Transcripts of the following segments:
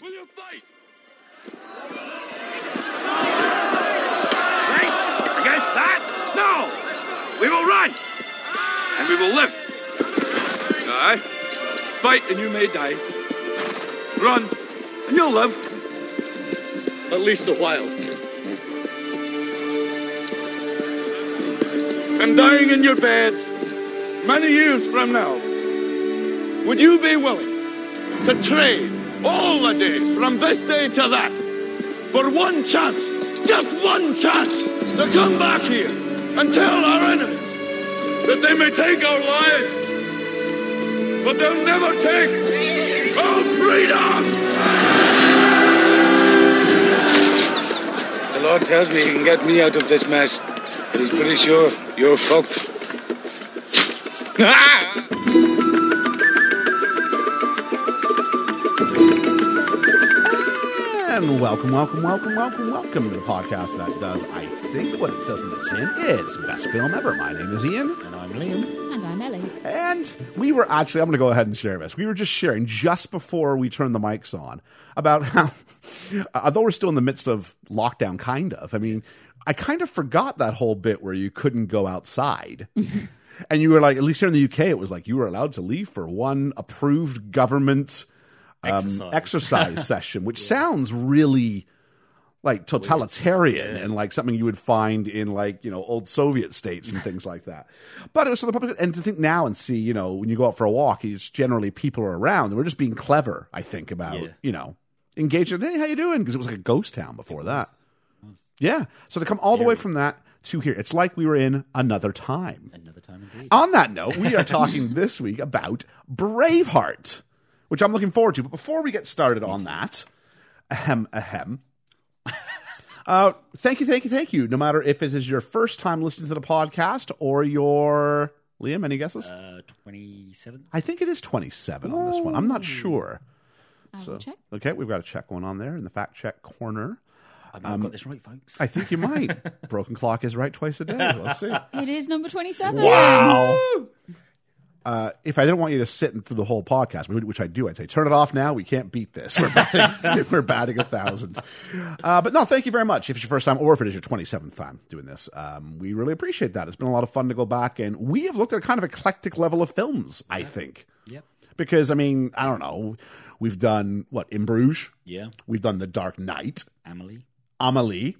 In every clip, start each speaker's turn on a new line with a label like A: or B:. A: Will you fight?
B: Fight against that? No! We will run!
A: And we will live. Aye. Fight and you may die. Run and you'll live. At least a while.
B: And dying in your beds many years from now, would you be willing to trade all the days from this day to that for one chance, just one chance, to come back here and tell our enemies that they may take our lives, but they'll never take our freedom?
C: The Lord tells me he can get me out of this mess, but he's pretty sure you're fucked.
D: And welcome, welcome, welcome, welcome, welcome to the podcast that does, I think, what it says in the tin. It's best film ever. My name is Ian.
E: And I'm Ellie.
D: And we were actually, I'm going to go ahead and share this. We were just sharing just before we turned the mics on about how, although we're still in the midst of lockdown, kind of, I mean, I kind of forgot that whole bit where you couldn't go outside. and you were like, at least here in the UK, it was like you were allowed to leave for one approved government um, exercise, session, which sounds really like totalitarian and like something you would find in like you know old Soviet states and things like that. But it was for the public, and to think now and see, you know, when you go out for a walk, it's generally people are around, and we're just being clever, I think, about
F: Yeah.
D: you know engaging. Hey, how you doing? Because it was like a ghost town before that. Yeah, so to come all the way from that to here, it's like we were in another time.
F: Another time indeed.
D: On that note, we are talking this week about Braveheart, which I'm looking forward to. But before we get started on that, ahem, ahem. Uh, thank you, thank you, thank you. No matter if it is your first time listening to the podcast or your Liam, any guesses?
F: Uh, 27th.
D: I think it is 27 on this one. I'm not sure.
E: I will check.
D: Okay, we've got a check one on there in the fact check corner.
F: I mean, I've got this right, folks.
D: Um, I think you might. Broken clock is right twice a day. Let's see.
E: It is number 27.
D: Uh, if I didn't want you to sit through the whole podcast, which which I do, I'd say turn it off now. We can't beat this. We're batting, we're batting a thousand. Uh, but no, thank you very much. If it's your first time, or if it is your twenty seventh time doing this, um, we really appreciate that. It's been a lot of fun to go back, and we have looked at a kind of eclectic level of films. I think
F: Yep.
D: because I mean I don't know. We've done what in Bruges.
F: Yeah.
D: We've done The Dark Knight,
F: Amelie.
D: Amelie,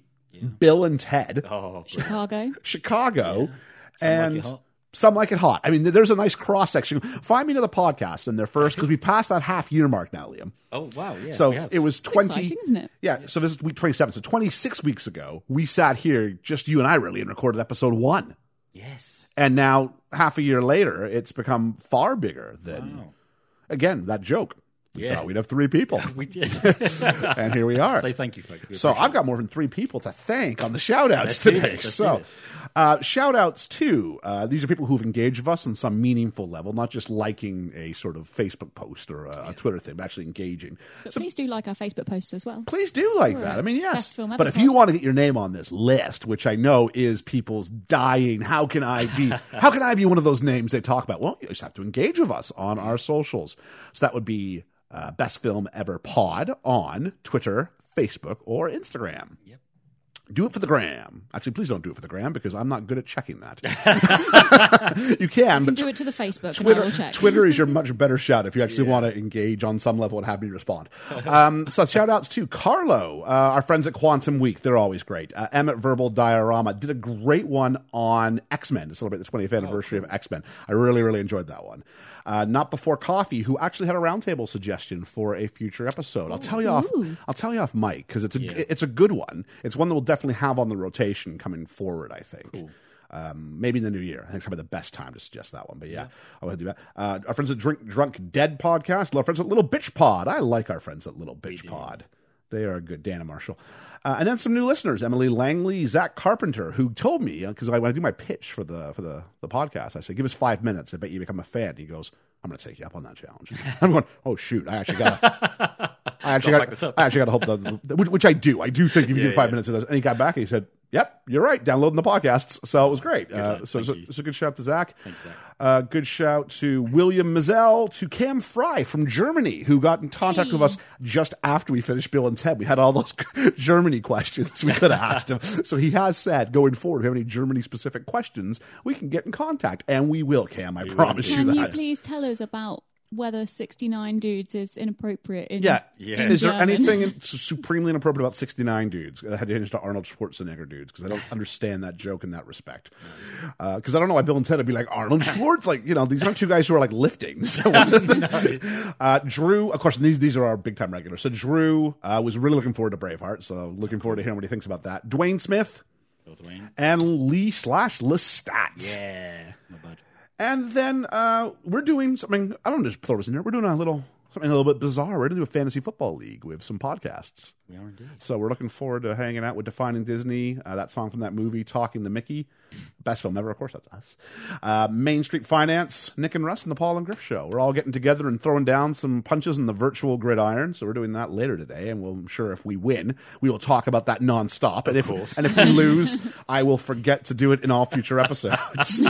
D: Bill and Ted,
F: Oh,
E: Chicago.
D: Chicago,
F: Some Like
D: and
F: It Hot.
D: some like it hot. I mean, there's a nice cross section. Find me to the podcast and they're first because we passed that half year mark now, Liam.
F: oh wow. Yeah.
D: so
F: we have.
D: it was twenty.
E: exciting, isn't it?
D: Yeah, so this is week twenty-seven. So twenty-six weeks ago, we sat here, just you and I, really, and recorded episode one.
F: Yes.
D: And now, half a year later, it's become far bigger than
F: Wow.
D: again that joke. We
F: Yeah.
D: thought we'd have three people,
F: We did.
D: and here we are.
F: Say thank you, folks. We
D: So
F: appreciate
D: I've got more than three people to thank on the shout outs
F: Let's do
D: today.
F: this, let's do
D: So
F: this.
D: uh, shout outs too. Uh, these are people who've engaged with us on some meaningful level, not just liking a sort of Facebook post or a, a Twitter thing, but actually engaging.
E: But please do like our Facebook posts as well.
D: Please do like that. I mean, yes.
E: Best film ever
D: But if
E: pod.
D: you want to get your name on this list, which I know is people's dying, how can I be? how can I be one of those names they talk about? Well, you just have to engage with us on our socials. So that would be uh, best film ever pod on Twitter, Facebook, or Instagram.
F: Yep.
D: Do it for the gram. Actually, please don't do it for the gram because I'm not good at checking that. you can,
E: You can
D: but
E: do it to the Facebook and I will
D: Twitter,
E: check.
D: Twitter is your much better shot if you actually want to engage on some level and have me respond. Um, so shout outs to Carlo, uh, our friends at Quantum Week. They're always great. Uh, Emmett Verbal Diorama did a great one on X Men to celebrate the 20th anniversary of X Men. I really, really enjoyed that one. Uh, Not Before Coffee, who actually had a roundtable suggestion for a future episode. I'll tell you off. I'll tell you off, Mike, because it's a it's a good one. It's one that we'll definitely have on the rotation coming forward. I think maybe in the new year. I think it's probably the best time to suggest that one. But yeah, I will do that. Uh, our friends at Drink Drunk Dead podcast, our friends at Little Bitch Pod. I like our friends at Little Bitch Pod. They are good. Dana Marshall. Uh, and then some new listeners, Emily Langley, Zach Carpenter, who told me, because I when I do my pitch for the for the, the podcast, I say, give us five minutes. I bet you become a fan. He goes, I'm going to take you up on that challenge. I'm going, oh, shoot. I actually got to I actually
F: Gotta
D: got,
F: back this up.
D: I actually got to hope the, the- which, which I do. I do think if you
F: Yeah,
D: do five
F: yeah.
D: minutes of this, and he got back and he said, "Yep, you're right. Downloading the podcasts." So it was great. Uh,
F: lad.
D: so,
F: Thank
D: so,
F: you.
D: so good shout to Zach.
F: Zach.
D: Uh, good shout to William Mazel, to Cam Fry from Germany, who got in contact with
E: Hey.
D: us just after we finished Bill and Ted. We had all those Germany questions we could have asked him. So he has said, going forward, if you have any Germany specific questions, we can get in contact, and we will. Cam, I promise you
E: Can you
D: that.
E: please tell us about whether 69 dudes is inappropriate in
D: Yeah.
F: Yeah.
D: Is there
E: German.
D: anything in- supremely inappropriate about 69 dudes? I had to change to Arnold Schwarzenegger dudes because I don't understand that joke in that respect. Because I don't know why Bill and Ted would be like, Arnold Schwartz? Like, you know, these aren't two guys who are like lifting. So, uh, Drew, of course, these, these are our big time regulars. So Drew uh, was really looking forward to Braveheart. So looking forward to hearing what he thinks about that. Dwayne Smith
F: Bill Dwayne.
D: and Lee slash Lestat.
F: Yeah, my bud.
D: And then uh, we're doing something. I don't just throw this in there. We're doing a little something a little bit bizarre. We're going to do a fantasy football league with some podcasts.
F: We are indeed.
D: So we're looking forward to hanging out with Defining Disney, uh, that song from that movie, Talking to Mickey, best film ever. Of course, that's us. Uh, Main Street Finance, Nick and Russ, and the Paul and Griff Show. We're all getting together and throwing down some punches in the virtual gridiron. So we're doing that later today, and we'll, I'm sure if we win, we will talk about that nonstop. and if
F: course.
D: and if we lose, I will forget to do it in all future episodes.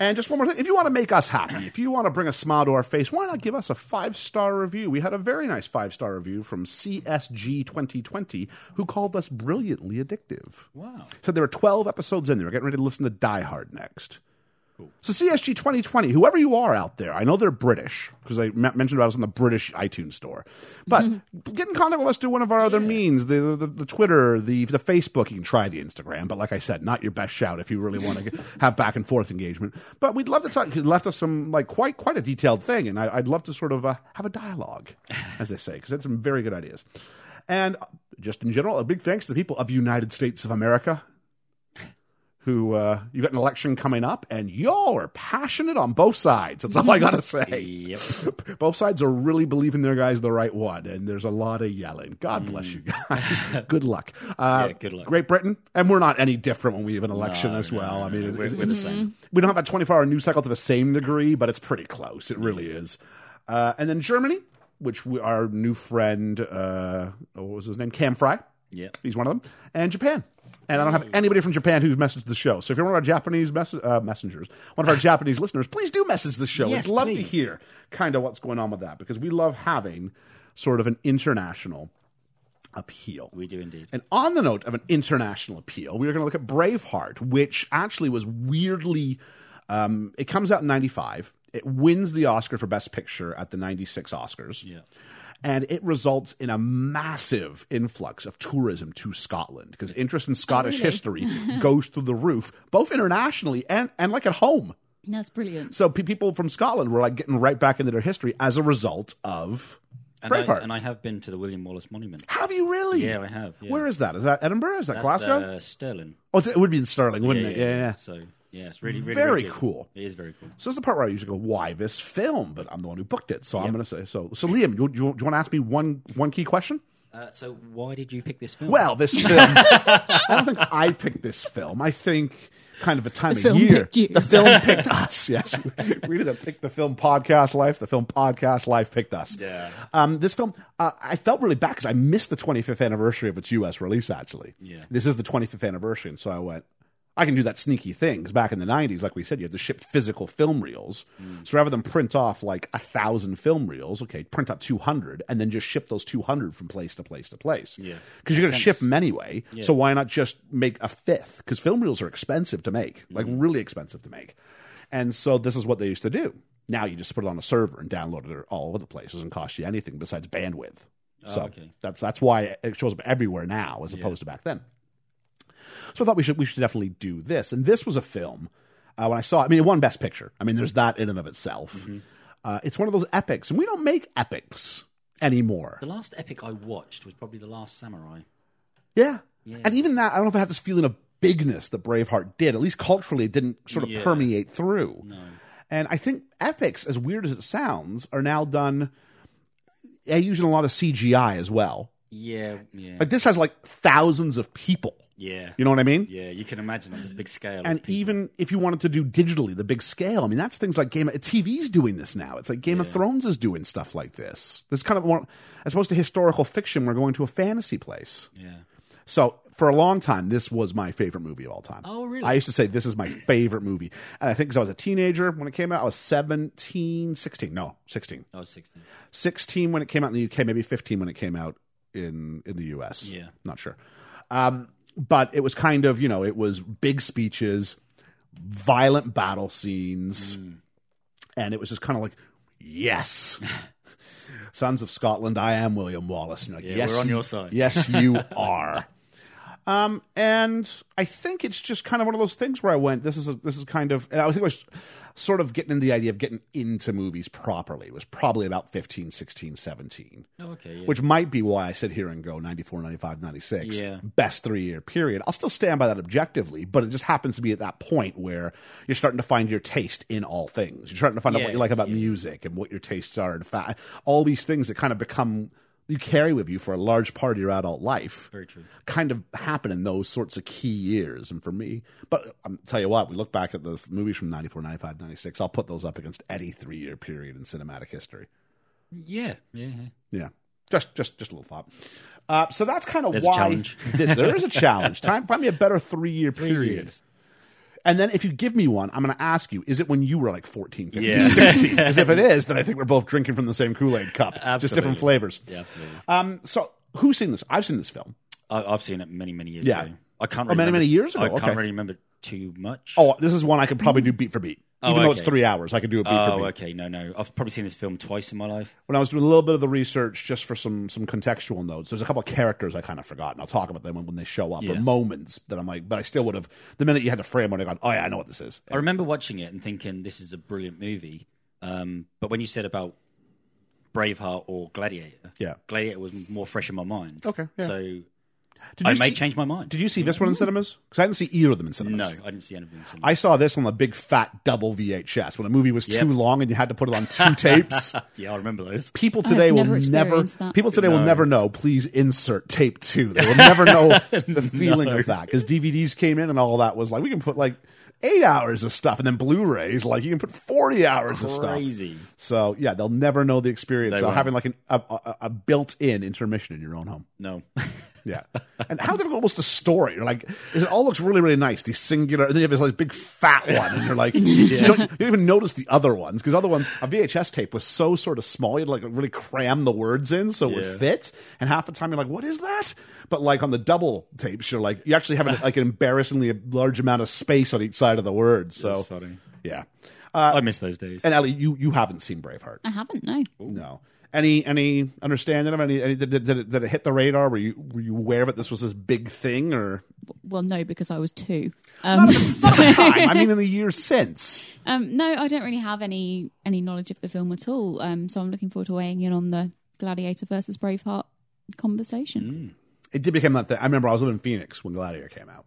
D: And just one more thing, if you want to make us happy, if you want to bring a smile to our face, why not give us a five star review? We had a very nice five star review from CSG2020, who called us brilliantly addictive.
F: Wow.
D: Said there were 12 episodes in. They were getting ready to listen to Die Hard next. So CSG 2020, whoever you are out there, I know they're British because I m- mentioned about us on the British iTunes store. But get in contact with us through one of our other means, the, the the Twitter, the the Facebook. You can try the Instagram, but like I said, not your best shout if you really want to have back and forth engagement. But we'd love to talk. You left us some like quite quite a detailed thing, and I, I'd love to sort of uh, have a dialogue, as they say, because that's some very good ideas. And just in general, a big thanks to the people of the United States of America who uh, you got an election coming up, and y'all are passionate on both sides. That's all I gotta say.
F: Yep.
D: Both sides are really believing their guy's the right one, and there's a lot of yelling. God bless you guys. good luck. Uh,
F: Mm. Yeah, good luck.
D: Great Britain, and we're not any different when we have an election as well. I mean, it-
F: We're,
D: it-
F: we're the same.
D: Mm-hmm. we don't have a 24 hour news cycle to the same degree, but it's pretty close. It really is. Uh, and then Germany, which we, our new friend, uh, what was his name? Cam Fry.
F: Yep.
D: He's one of them. And Japan. And I don't have anybody from Japan who's messaged the show. So if you're one of our Japanese mess- uh, messengers, one of our Japanese listeners, please do message the show.
F: Yes,
D: We'd love to
F: please.
D: hear kind of what's going on with that because we love having sort of an international appeal.
F: We do indeed.
D: And on the note of an international appeal, we are going to look at Braveheart, which actually was weirdly. Um, it comes out in 95. It wins the Oscar for Best Picture at the 96 Oscars.
F: Yeah.
D: And it results in a massive influx of tourism to Scotland because interest in Scottish
E: really?
D: history goes through the roof, both internationally and, and like at home.
E: That's brilliant.
D: So pe- people from Scotland were like getting right back into their history as a result of
F: And I,
D: Braveheart.
F: and I have been to the William Wallace Monument.
D: Have you really?
F: Yeah, I have. Yeah.
D: Where is that? Is that Edinburgh? Is that
F: That's,
D: Glasgow?
F: Uh, Sterling.
D: Oh, it would be in Sterling, wouldn't it? Yeah, yeah.
F: So yeah, it's really, really
D: Very
F: really good.
D: cool.
F: It is very cool.
D: So this is the part where I usually go, "Why this film?" But I'm the one who booked it, so I'm going to say so. So Liam, you, you, you want to ask me one one key question?
F: Uh, so why did you pick this film?
D: Well, this film. I don't think I picked this film. I think kind of a time
E: The
D: of
E: film
D: year.
E: picked you.
D: The film picked us. Yes, we didn't pick the film podcast life. The film podcast life picked us.
F: Yeah.
D: Um, this film, uh, I felt really bad because I missed the 25th anniversary of its U.S. release. Actually,
F: Yeah.
D: This is the 25th anniversary, and so I went. I can do that sneaky thing 'cause back in the 90s, like we said, you had to ship physical film reels. So rather than print off like a thousand film reels, okay, print out 200 and then just ship those 200 from place to place to place.
F: Yeah.
D: Because you're going to
F: Makes
D: ship
F: sense.
D: them anyway. So why not just make a fifth? Because film reels are expensive to make, like
F: Mm-hmm.
D: really expensive to make. And so this is what they used to do. Now you just put it on a server and download it all over the place. It doesn't cost you anything besides bandwidth. So
F: Oh, okay.
D: that's that's why it shows up everywhere now as opposed to back then. So I thought we should we should definitely do this. And this was a film uh, when I saw. it, I mean, it won Best Picture. I mean, there's that in and of itself.
F: Mm-hmm.
D: Uh, it's one of those epics, and we don't make epics anymore.
F: the last epic I watched was probably the Last Samurai.
D: Yeah. And even that, I don't know if it had this feeling of bigness that Braveheart did. At least culturally, it didn't sort of
F: Yeah.
D: permeate through. And I think epics, as weird as it sounds, are now done yeah, using a lot of CGI as well.
F: Yeah, yeah.
D: Like this has like thousands of people
F: Yeah.
D: You know what I mean?
F: Yeah, you can imagine on this big scale.
D: And even if you wanted to do digitally, the big scale, I mean, that's things like Game of TV's doing this now. It's like Game of Thrones is doing stuff like this. This kind of more, as opposed to historical fiction, we're going to a fantasy place.
F: yeah.
D: So for a long time, this was my favorite movie of all time.
F: Oh, really?
D: I used to say this is my favorite movie. And I think 'cause I was a teenager when it came out, I was 17, 16. No, 16.
F: I was 16.
D: 16 when it came out in the UK, maybe 15 when it came out in in the US.
F: Yeah.
D: Not sure. Um, but it was kind of, you know, it was big speeches, violent battle scenes,
F: Hmm.
D: and it was just kind of like, yes. Sons of Scotland, I am William Wallace. And you're like,
F: Yeah,
D: yes,
F: we're on
D: you-
F: your side.
D: Yes, you are. Um, and I think it's just kind of one of those things where I went, this is a, this is kind of, and I was, I was sort of getting into the idea of getting into movies properly. It was probably about 15, 16, 17,
F: Oh, okay. Yeah.
D: which might be why I sit here and go 94, 95, 96,
F: Yeah.
D: best three year period. I'll still stand by that objectively, but it just happens to be at that point where you're starting to find your taste in all things. You're starting to find out
F: Yeah,
D: what you like about
F: yeah.
D: music and what your tastes are and fa- all these things that kind of become, you carry with you for a large part of your adult life
F: Very true.
D: kind of happen in those sorts of key years. And for me, but I'll tell you what, we look back at those movies from 94, 95, 96. I'll put those up against any three year period in cinematic history.
F: Yeah. Yeah. yeah.
D: Yeah. Just, just, just a little thought. Uh, so that's kind of
F: There's a
D: why
F: challenge.
D: this, there is a challenge. Time, find me a better three year
F: Three
D: period.
F: years.
D: And then if you give me one, I'm going to ask you, is it when you were like 14, 15,
F: Yeah.
D: 16? Because if it is, then I think we're both drinking from the same Kool Aid cup, just different
F: Absolutely.
D: flavors.
F: Yeah, absolutely.
D: Um, so who's seen this? I've seen this film.
F: I, I've seen it many, many years
D: Yeah.
F: ago. I
D: Oh,
F: can't really
D: many,
F: remember-
D: many years ago.
F: I can't
D: Okay.
F: really remember too much.
D: Oh, this is one I could probably do beat for beat.
F: Oh,
D: Even though it's
F: okay.
D: three hours, I could do a beat for
F: Oh,
D: beat.
F: okay. No, no. I've probably seen this film twice in my life.
D: When I was doing a little bit of the research, just for some some contextual notes, there's a couple of characters I kind of forgot, and I'll talk about them when, when they show up, or
F: Yeah.
D: moments that I'm like, but I still would have. The minute you had to frame one, I gone, oh yeah, I know what this is.
F: I remember watching it and thinking this is a brilliant movie. Um, but when you said about Braveheart or Gladiator,
D: Yeah.
F: Gladiator was more fresh in my mind.
D: Okay, yeah.
F: So
D: Did
F: I
D: you
F: may
D: see,
F: change my mind.
D: Did you see this one in cinemas? Because I didn't see either of them in cinemas.
F: No, I didn't see anything. similar.
D: I saw this on the big fat double VHS when a movie was
F: Yep.
D: too long and you had to put it on two tapes.
F: yeah, I remember those.
D: People
E: I have
D: today will
E: never
D: never.
E: experienced that.
D: People today will never know. Please insert tape two. They will never know the feeling of that because DVDs came in and all that was like we can put like eight hours of stuff and then Blu-rays like you can put forty hours of stuff.
F: Crazy.
D: So yeah, they'll never know the experience
F: They
D: of
F: won't.
D: having like an, a, a, a built-in intermission in your own home.
F: No.
D: Yeah, and how difficult was to store it? You're like, is it all looks really really nice? These singular, and then you have this like big fat one, and you're like, you, don't, you don't even notice the other ones because other ones a VHS tape was so sort of small, you'd like really cram the words in so it
F: Yeah.
D: would fit, and half the time you're like, what is that? But like on the double tapes, you're like, you actually have an, like an embarrassingly large amount of space on each side of the word. So
F: That's funny.
D: yeah,
F: I miss those days.
D: uh, and Ellie, you you haven't seen Braveheart,
E: I haven't, no.
D: no. Any any understanding of any, any did, did, it, did it hit the radar? Were you were you aware of it? This was this big thing, or
E: Well, no, because I was two. Um,
D: time. I mean, in the years since.
E: um, no, I don't really have any any knowledge of the film at all. Um, so I'm looking forward to weighing in on the Gladiator versus Braveheart
D: Mm.
E: conversation.
D: It did become that thing. I remember I was living in Phoenix when Gladiator came out.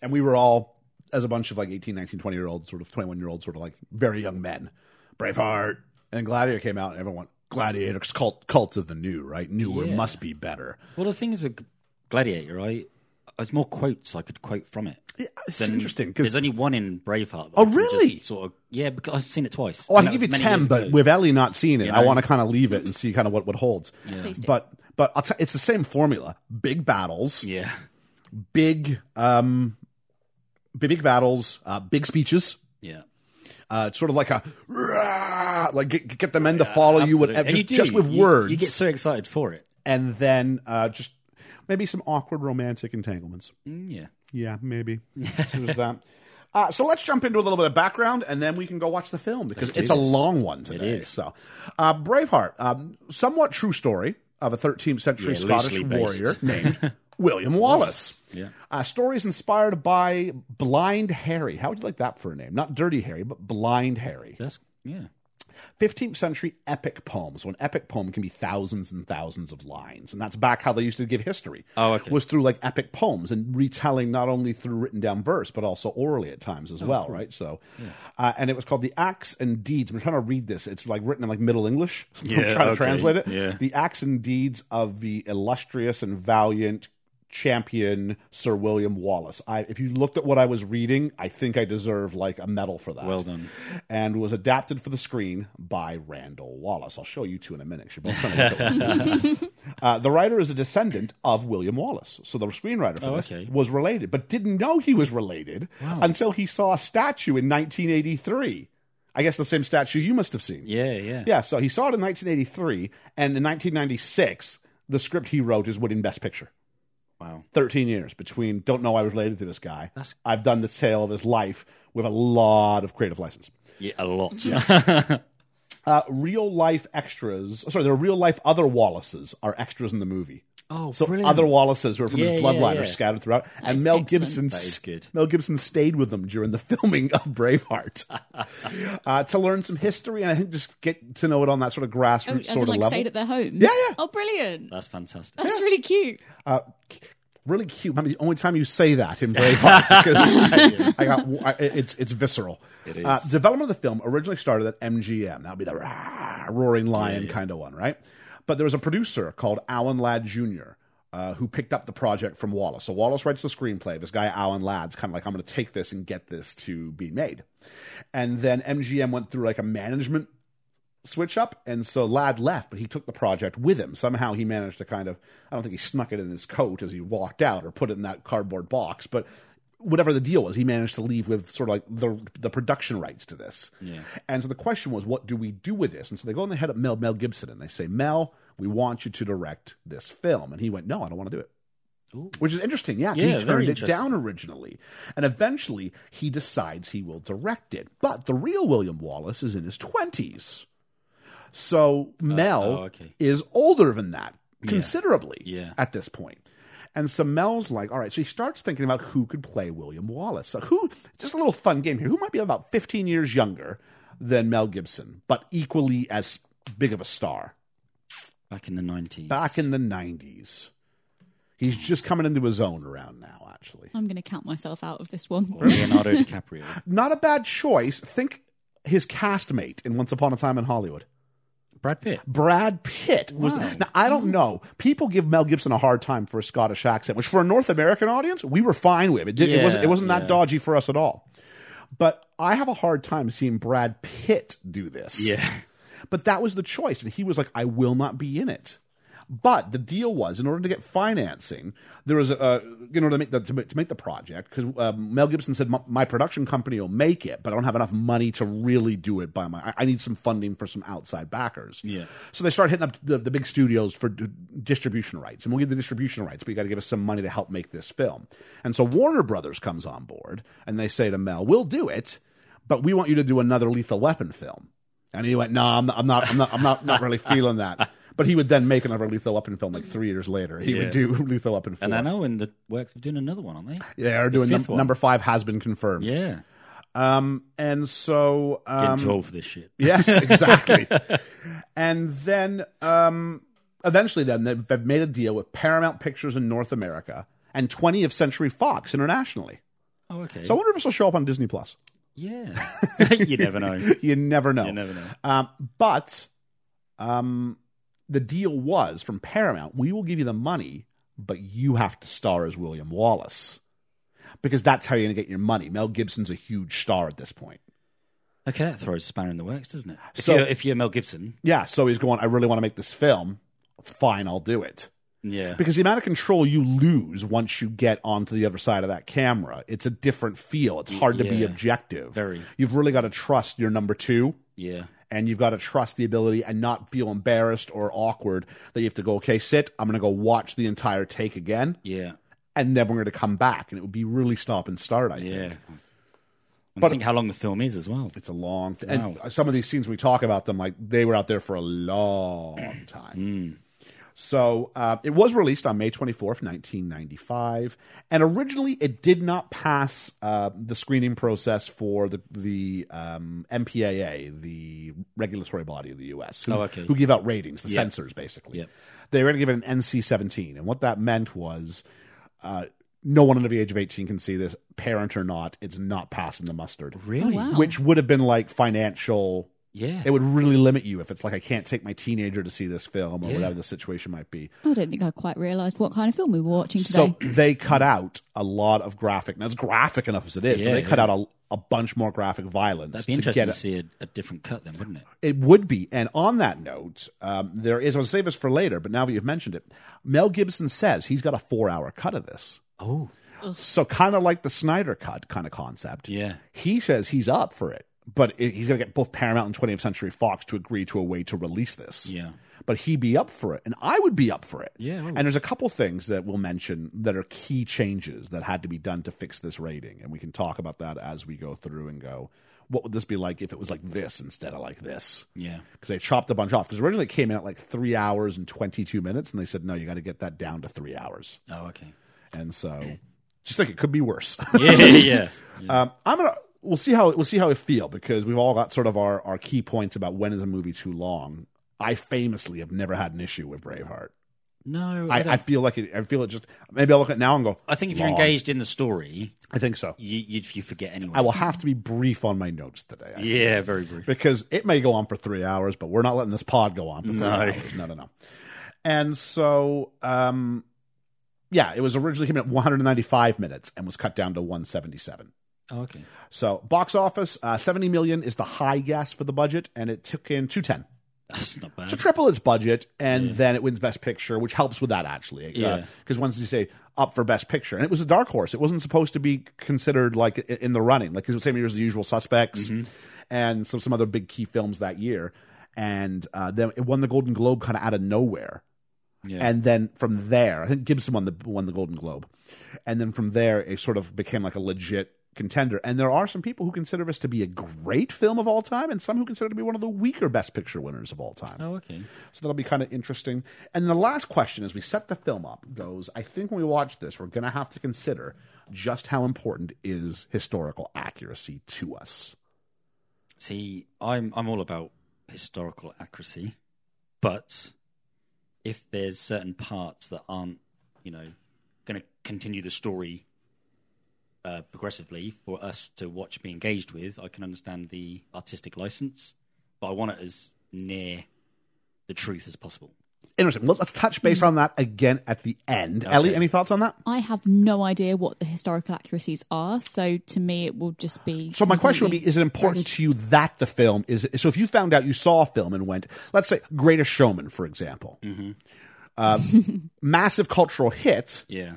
D: And we were all, as a bunch of like 18, 19, 20 year old, sort of 21 year old, sort of like very young men, Braveheart. And Gladiator came out, and everyone went, Gladiator, 'cause cult, cult of the new, right? Newer
F: Yeah.
D: must be better.
F: Well, the thing is with Gladiator, right? There's more quotes I could quote from it.
D: Yeah, it's
F: than-
D: interesting
F: there's
D: because.
F: only one in Braveheart. that
D: Oh,
F: I can
D: really?
F: just Sort of, yeah, because I've seen it twice.
D: Oh, I
F: And
D: can
F: that
D: give you
F: was many years
D: 10, but
F: ago.
D: with Ellie not seeing it,
F: You
D: I
F: know?
D: want to kind of leave it and see kind of what, what holds.
E: Please do.
D: But but I'll t- it's the same formula big battles,
F: yeah,
D: big, um, big battles, uh, big speeches.
F: yeah,
D: uh, it's sort of like a "Rah!" like get, get the men to follow you,
F: Absolutely.
D: whatever,
F: And
D: just,
F: you do.
D: just with
F: You-
D: words,
F: You get so excited for it.
D: and then uh, just maybe some awkward romantic entanglements.
F: Mm, yeah,
D: Yeah, maybe. so there's that. Uh, so let's jump into a little bit of background, and then we can go watch the film because
F: Let's do
D: it's a
F: this.
D: long one today.
F: is.
D: So, uh, Braveheart, um, somewhat true story of a 13th century
F: Yeah,
D: Scottish
F: loosely based.
D: warrior named William Wallace.
F: yeah.
D: Uh, stories inspired by Blind Harry. How would you like that for a name? Not Dirty Harry, but Blind Harry.
F: That's yeah.
D: 15th century epic poem. So an epic poem can be thousands and thousands of lines. And that's back how they used to give history.
F: Oh, okay.
D: Was through like epic poems and retelling not only through written down verse, but also orally at times
F: Oh,
D: as well, right? So, uh, and it was called the Acts and Deeds. I'm trying to read this. It's like written in like Middle English. So I'm
F: Yeah,
D: trying to
F: okay.
D: translate it.
F: Yeah.
D: The Acts and Deeds of the illustrious and valiant champion Sir William Wallace. I, if you looked at what I was reading, I think I deserve like a medal for that.
F: Well done.
D: And was adapted for the screen by Randall Wallace. I'll show you two in a minute. 'cause You're both trying to look at Uh, the writer is a descendant of William Wallace, so the screenwriter for
F: Oh,
D: this
F: okay.
D: was related, but didn't know he was related until he saw a statue in 1983. I guess the same statue you must have seen.
F: Yeah, yeah.
D: Yeah, so he saw it in 1983, and in 1996, the script he wrote is winning Best Picture.
F: Wow.
D: 13 years between don't know I was related to this guy.
F: That's-
D: I've done the tale of his life with a lot of creative license.
F: Yeah, a lot.
D: Uh, real life extras, sorry, there are real life other Wallaces are extras in the movie.
F: oh,
D: So
F: brilliant.
D: other Wallaces who are from
F: Yeah,
D: his
F: yeah,
D: bloodline
F: yeah.
D: are scattered throughout, and
E: is
D: Mel
E: excellent.
D: Gibson.
F: That is good.
D: Mel Gibson stayed with them during the filming of Braveheart uh, to learn some history and I think just get to know it on that sort of grassroots
E: Oh, as
D: sort
E: in,
D: of
E: like
D: level.
E: stayed at their homes.
D: Yeah, yeah.
E: Oh, brilliant.
F: That's fantastic.
E: That's really cute.
D: really cute. Remember the only time you say that in Braveheart because I, I got I, it's it's visceral. It is. Uh, development of the film originally started at MGM. That would be the rah, roaring lion kind of one, right? But there was a producer called Alan Ladd Jr. Uh, who picked up the project from Wallace? So Wallace writes the screenplay. This guy Alan Ladd's kind of like, I'm going to take this and get this to be made. And then MGM went through like a management switch up and so ladd left but he took the project with him somehow he managed to kind of i don't think he snuck it in his coat as he walked out or put it in that cardboard box but whatever the deal was he managed to leave with sort of like the the production rights to this yeah. and so the question was what do we do with this and so they go and they head up mel mel gibson and they say mel we want you to direct this film and he went no i don't want to do it which is interesting. Yeah,
F: Yeah,
D: he
F: very
D: turned it
F: interesting.
D: down originally, and eventually he decides he will direct it. But the real William Wallace is in his twenties, so Mel
F: oh, okay.
D: is older than that considerably
F: Yeah.
D: at this point. And so Mel's like, all right. So he starts thinking about who could play William Wallace. So who? Just a little fun game here. Who might be about fifteen years younger than Mel Gibson, but equally as big of a star?
F: Back in the 90s.
D: Back in the nineties, he's just coming into his own around now. Actually,
E: I'm going to count myself out of this one.
F: Leonardo DiCaprio.
D: not a bad choice. Think his castmate in Once Upon a Time in Hollywood.
F: Brad Pitt.
D: Brad Pitt was.
F: Wow.
D: Now, I don't know. People give Mel Gibson a hard time for a Scottish accent, which for a North American audience, we were fine with. It, did, it wasn't, it
F: Yeah,
D: wasn't that
F: yeah.
D: dodgy for us at all. But I have a hard time seeing Brad Pitt do this.
F: Yeah.
D: But that was the choice. And he was like, I will not be in it. But the deal was, in order to get financing, there was a, uh, in order to make the, to, make- to make the project, because Mel Gibson said, "My- my production company will make it, but I don't have enough money to really do it by my, I, I need some funding for some outside backers.
F: Yeah.
D: So they start hitting up the, the big studios for d- distribution rights. And we'll give the distribution rights, but you got to give us some money to help make this film. And so Warner Brothers comes on board and they say to Mel, we'll do it, but we want you to do another Lethal Weapon film. And he went, "No, I'm not. I'm not. I'm not. I'm not, not really feeling that." But he would then make another Lethal Weapon film like three years later. He would
F: Yeah.
D: do Lethal Weapon four.
F: And I know in the works of doing another one, aren't they?
D: yeah, or doing
F: fifth
D: num-
F: one.
D: number five has been confirmed.
F: Yeah.
D: And so, um,
F: Getting too old for this shit.
D: yes, exactly. and then, um, eventually, then they've they've made a deal with Paramount Pictures in North America and 20th Century Fox internationally.
F: Oh, okay.
D: So I wonder if this will show up on Disney Plus.
F: yeah. you never know.
D: You never know.
F: You never know.
D: Um, but um, the deal was from Paramount, we will give you the money, but you have to star as William Wallace because that's how you're going to get your money. Mel Gibson's a huge star at this point.
F: Okay, that throws a spanner in the works, doesn't it? If,
D: So-
F: you're, if you're Mel Gibson,
D: Yeah, so he's going, I really want to make this film. Fine, I'll do it.
F: yeah.
D: Because the amount of control you lose once you get onto the other side of that camera, it's a different feel. It's hard to be
F: yeah.
D: objective.
F: Very.
D: You've really got to trust your number two.
F: Yeah.
D: and you've got to trust the ability and not feel embarrassed or awkward that you have to go okay sit i'm going to go watch the entire take again
F: Yeah.
D: and then we're going to come back and it would be really stop and start i
F: Yeah.
D: think
F: And
D: But- Oh,
F: think how long the film is as well.
D: it's a long th- and some of these scenes we talk about them like they were out there for a long time
F: Hmm.
D: so uh, it was released on may 24th 1995 and originally it did not pass uh, the screening process for the, the um, mpaa the regulatory body in the us who,
F: Oh, okay.
D: who give out ratings the
F: Yeah.
D: censors basically
F: Yep.
D: they were going to give it an nc-17 and what that meant was uh, no one under the age of 18 can see this parent or not it's not passing the mustard
E: Oh, wow.
D: which would have been like financial
F: Yeah.
D: It would really limit you if it's like I can't take my teenager to see this film or
F: Yeah.
D: whatever the situation might be.
E: I don't think I quite realised what kind of film we were watching today.
D: So they cut out a lot of graphic. Now it's graphic enough as it is, but
F: Yeah,
D: they cut out a, a bunch more graphic violence.
F: That'd be
D: to
F: interesting
D: get
F: to
D: it-
F: see a, a different cut then, wouldn't it?
D: It would be. And on that note, um, there is, I'll save this for later, but now that you've mentioned it, Mel Gibson says he's got a four hour cut of this.
F: Oh.
D: So kind of like the Snyder cut kind of concept.
F: Yeah.
D: He says he's up for it, but it, he's going to get both Paramount and 20th Century Fox to agree to a way to release this.
F: Yeah.
D: But he'd be up for it, and I would be up for it.
F: Yeah, I would.
D: And there's a couple things that we'll mention that are key changes that had to be done to fix this rating, and we can talk about that as we go through and go. What would this be like if it was like this instead of like this?
F: Yeah.
D: because they chopped a bunch off. Because originally it came in at like three hours and 22 minutes, and they said, no, you got to get that down to three hours.
F: Oh, okay.
D: And so just think it could be worse.
F: Yeah, yeah.
D: um, I'm going to. We'll see how we'll see how we feel because we've all got sort of our, our key points about when is a movie too long. I famously have never had an issue with Braveheart.
F: No, I,
D: I,
F: don't-
D: I, feel like it, I feel it just maybe I'll look at it now and go.
F: I think if you're
D: "Long."
F: engaged in the story,
D: I think so.
F: you you, you forget anyway.
D: I will have to be brief on my notes today. I
F: Yeah, very brief.
D: because it may go on for three hours, but we're not letting this pod go on for three
F: No.
D: hours. No, no, no. And so, um, yeah, it was originally came in at 195 minutes and was cut down to 177.
F: Oh, okay.
D: So, box office, uh, 70 million is the high guess for the budget, and it took in 210
F: That's not
D: to
F: bad.
D: triple its budget, and then it wins Best Picture, which helps with that actually.
F: Yeah.
D: Because once you say up for Best Picture, and it was a dark horse, it wasn't supposed to be considered like i- in the running, like 'cause it was the same year as The Usual Suspects and some some other big key films that year, and uh, then it won the Golden Globe kind of out of nowhere. And then from there, I think Gibson won the won the Golden Globe, and then from there it sort of became like a legit contender. And there are some people who consider this to be a great film of all time, and some who consider it to be one of the weaker Best Picture winners of all time.
F: Oh, okay.
D: So that'll be kind of interesting. And the last question as we set the film up goes I think when we watch this, we're going to have to consider just how important is historical accuracy to us.
F: See, I'm I'm all about historical accuracy, but if there's certain parts that aren't, you know, going to continue the story uh, progressively for us to watch, be engaged with, I can understand the artistic license, but I want it as near the truth as possible.
D: Interesting. Well, let's touch base on that again at the end. Ellie, any thoughts on that?
E: I have no idea what the historical accuracies are, so to me it will just be.
D: So my question would be:
E: completely
D: Is it important
E: fresh.
D: to you that the film is? So if you found out you saw a film and went, let's say, Greatest Showman, for example, Um, massive cultural hit,
F: Yeah.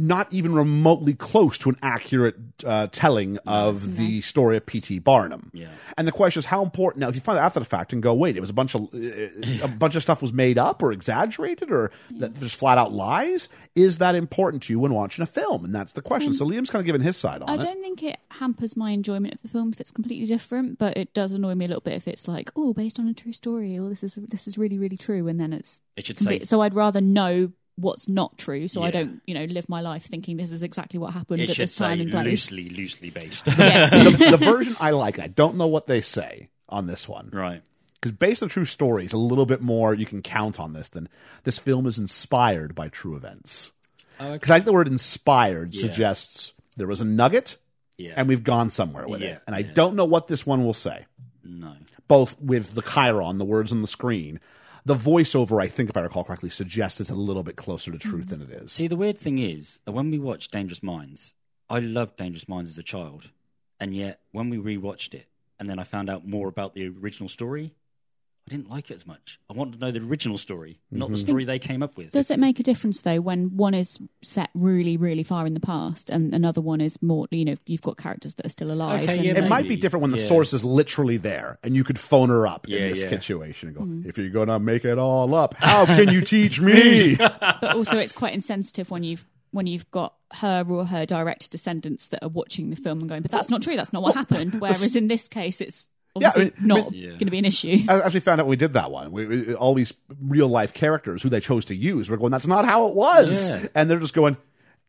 D: not even remotely close to an accurate uh, telling of the story of P.T. Barnum.
F: Yeah.
D: And the question is, how important? Now, if you find out after the fact and go, wait, it was a bunch of uh, a bunch of stuff was made up or exaggerated or that there's flat out lies. Is that important to you when watching a film? And that's the question. so Liam's kind of given his side on
E: Mm-hmm. I
D: it.
E: don't think it hampers my enjoyment of the film if it's completely different, but it does annoy me a little bit if it's like, oh, based on a true story, or this is this is really really true, and then it's.
F: It should say
E: complete- so I'd rather know what's not true, so I
F: Yeah.
E: don't you know live my life thinking this is exactly what happened
F: it
E: at
F: should
E: this time
F: say
E: and place.
F: loosely loosely based.
E: Yes.
D: the version I like, I don't know what they say on this one.
F: right.
D: Because based on true stories, a little bit more you can count on this than this film is inspired by true events.
F: Oh,
D: Because I think the word inspired suggests there was a nugget
F: Yeah.
D: and we've gone somewhere with
F: Yeah,
D: it. And I
F: yeah.
D: don't know what this one will say,
F: no.
D: both with the Chiron, the words on the screen. The voiceover, I think, if I recall correctly, suggests it's a little bit closer to truth than it is.
F: See, the weird thing is, when we watched Dangerous Minds, I loved Dangerous Minds as a child, and yet when we rewatched it, and then I found out more about the original story, I didn't like it as much. I wanted to know the original story, not the story they came up with.
E: Does it make a difference though when one is set really, really far in the past and another one is more, you know, you've got characters that are still alive?
F: Okay,
E: and
F: yeah,
E: they-
D: It might be different when the
F: Yeah.
D: source is literally there and you could phone her up
F: Yeah,
D: in this
F: yeah. Mm-hmm.
D: situation and go, if you're going to make it all up, how can you teach me?
E: but also it's quite insensitive when you've when you've got her or her direct descendants that are watching the film and going, but that's not true. That's not what happened. Whereas in this case, it's
D: Yeah, Uh, I
E: obviously
D: mean-
E: not
D: I
F: Yeah.
E: going to be an issue.
D: As as we found out when we did that one, we, we, all these real life characters who they chose to use were going, that's not how it was.
F: Yeah.
D: And they're just going,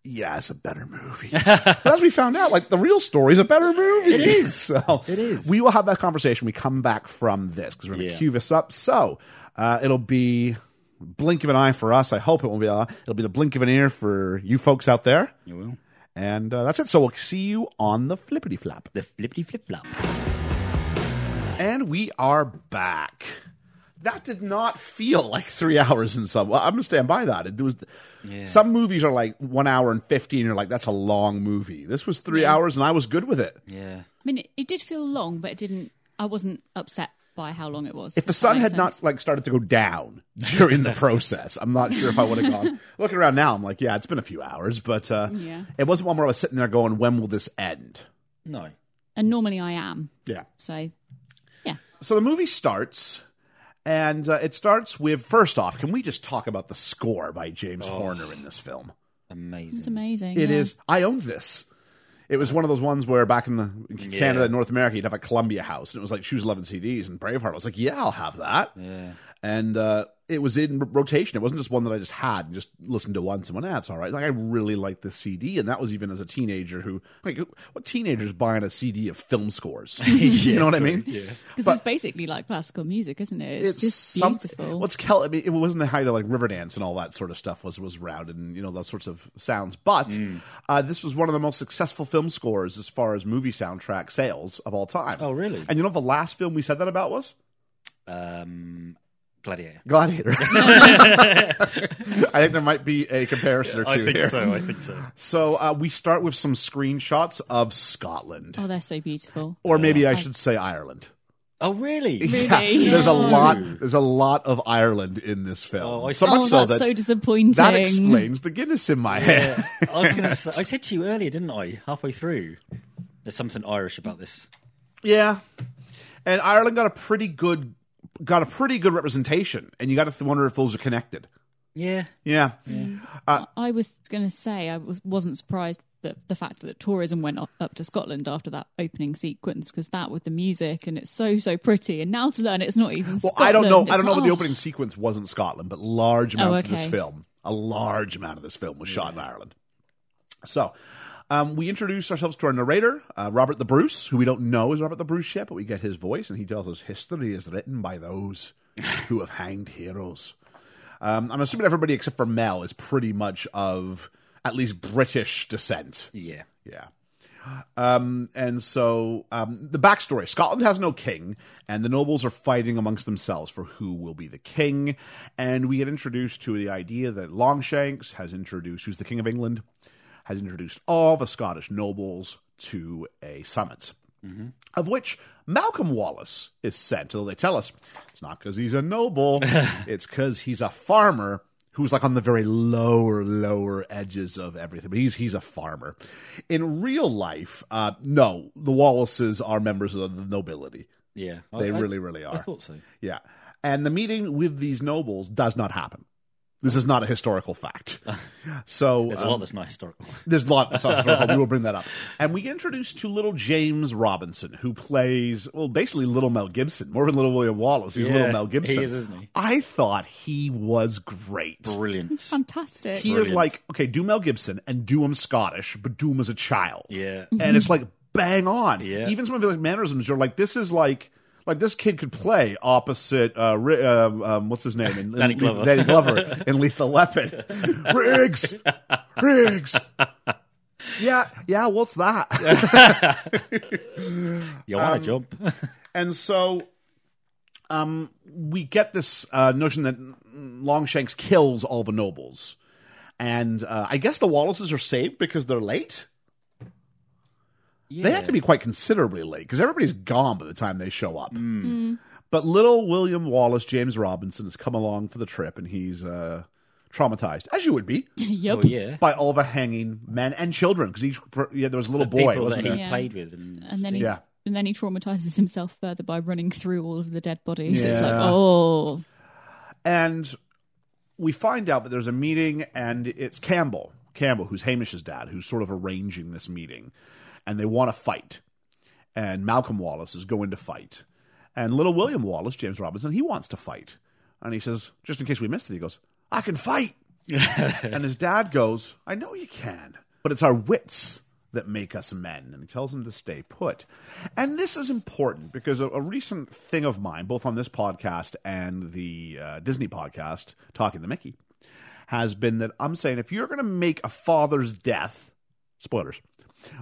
D: yeah, it's a better movie. but as we found out, like the real story's a better movie. It is. So it is. We will have that conversation. when We come back from this because we're going to
F: Yeah.
D: cue this up. So uh, it'll be blink of an eye for us. I hope it won't be. Uh, it'll be the blink of an ear for you folks out there.
F: You will.
D: And uh, that's it. So we'll see you on the flippity flap.
F: The flippity flip flop.
D: And we are back. That did not feel like three hours in some. Well, I'm gonna stand by that. It was some movies are like one hour and fifteen. You're like, that's a long movie. This was three hours, and I was good with it.
F: Yeah.
E: I mean, it, it did feel long, but it didn't. I wasn't upset by how long it was.
D: If the sun had not like started to go down during the process, I'm not sure if I would have gone. Looking around now, I'm like, yeah, it's been a few hours, but uh,
E: Yeah.
D: it wasn't one where I was sitting there going, when will this end?
F: No.
E: and normally I am,
D: Yeah.
E: so yeah.
D: So the movie starts, and uh, it starts with first off, can we just talk about the score by James Horner in this film?
F: Amazing.
E: It's amazing.
D: It is.
E: yeah.
D: I owned this. It was one of those ones where back in the in Canada, and North America, you'd have a Columbia house, and it was like Shoes, Love, and CDs, and Braveheart. I was like, yeah, I'll have that.
F: Yeah.
D: And uh, it was in rotation. It wasn't just one that I just had and just listened to once and went, that's all right. Like, I really liked this CD, and that was even as a teenager who, like, who- what teenager's buying a CD of film scores? you know what I mean? Yeah.
E: Because it's basically like classical music, isn't it? It's, just
D: something-
E: beautiful.
D: What's Kel? I mean, it wasn't the height of like Riverdance and all that sort of stuff was was around and you know those sorts of sounds. But
F: Hmm.
D: uh, this was one of the most successful film scores as far as movie soundtrack sales of all time.
F: Oh, really?
D: And you know what the last film we said that about was
F: Um, Gladiator.
D: Gladiator. I think there might be a comparison or two here.
F: I think so.
D: So uh, we start with some screenshots of Scotland,
E: oh, they're so beautiful.
D: or maybe I should say Ireland.
F: Oh, really?
D: Yeah,
E: Really?
D: there's a lot. There's a lot of Ireland in this film.
F: Oh, I
D: so
F: see.
D: much
E: Oh,
D: so
E: that's
D: that
E: so disappointing.
D: That explains the Guinness in my head.
F: Yeah. I, was gonna say, I said to you earlier, didn't I? Halfway through, there's something Irish about this.
D: Yeah. And Ireland got a pretty good got a pretty good representation, and you got to wonder if those are connected.
F: Yeah.
D: Yeah.
E: I was going to say I was, wasn't surprised that the fact that tourism went up, up to Scotland after that opening sequence because that with the music and it's so so pretty and now to learn it's not even
D: Well,
E: Scotland.
D: I don't know.
E: it's
D: I don't know
E: like,
D: that the
E: oh,
D: opening sequence wasn't Scotland, but large amounts of this
E: okay.
D: film, a large amount of this film was shot in Ireland. So. Um, we introduce ourselves to our narrator, uh, Robert the Bruce, who we don't know is Robert the Bruce yet, but we get his voice, and he tells us history is written by those who have hanged heroes. Um, I'm assuming everybody except for Mel is pretty much of at least British descent.
F: Yeah.
D: Yeah. Um, and so um, the backstory Scotland has no king, and the nobles are fighting amongst themselves for who will be the king. And we get introduced to the idea that Longshanks has introduced, who's the king of England, has introduced all the Scottish nobles to a summit. Of which Malcolm Wallace is sent, although they tell us it's not because he's a noble, it's because he's a farmer who's like on the very lower, lower edges of everything. But he's he's a farmer. In real life, uh, no, the Wallaces are members of the nobility.
F: Yeah.
D: They really, really
F: I
D: are.
F: thought so.
D: Yeah. And the meeting with these nobles does not happen. This is not a historical fact. So uh,
F: There's a lot that's not historical.
D: there's a lot. Sorry, sorry, we will bring that up. And we get introduced to little James Robinson, who plays, well, basically little Mel Gibson, more than little William Wallace. He's little
F: Yeah,
D: Mel Gibson.
F: he is, isn't he?
D: I thought he was great.
F: Brilliant.
E: fantastic.
D: He is
F: Brilliant.
D: like, okay, do Mel Gibson and do him Scottish, but do him as a child.
F: Yeah.
D: And it's like, bang on.
F: Yeah.
D: Even some of his like, mannerisms, you're like, this is like. Like this kid could play opposite, uh, Ri- uh, um, what's his name? In, in
F: Danny
D: Lethal-
F: Glover.
D: Danny Glover in Lethal Weapon. Riggs, Riggs. Yeah, yeah. What's that?
F: You
D: Um,
F: want a job?
D: And so um, we get this uh, notion that Longshanks kills all the nobles. And uh, I guess the Wallaces are saved because they're late. They have to be quite considerably late because everybody's gone by the time they show up.
F: Mm.
D: But little William Wallace, James Robinson, has come along for the trip and he's uh, traumatized, as you would be,
E: yep.
F: Oh, yeah.
D: by all the hanging men and children because each per- yeah, there was a little boy,
F: People
D: wasn't
F: that
D: there?
F: he
E: Yeah.
F: played with. And,
E: And then he
D: Yeah.
E: and then he traumatizes himself further by running through all of the dead bodies. It's like
D: Yeah.
E: oh
D: and we find out that there's a meeting and it's campbell campbell who's hamish's dad who's sort of arranging this meeting and they want to fight and malcolm wallace is going to fight and little william wallace james robinson he wants to fight and he says just in case we missed it he goes i can fight and his dad goes i know you can but it's our wits that make us men and he tells him to stay put and this is important because a, a recent thing of mine both on this podcast and the uh, disney podcast talking the mickey has been that i'm saying if you're going to make a father's death spoilers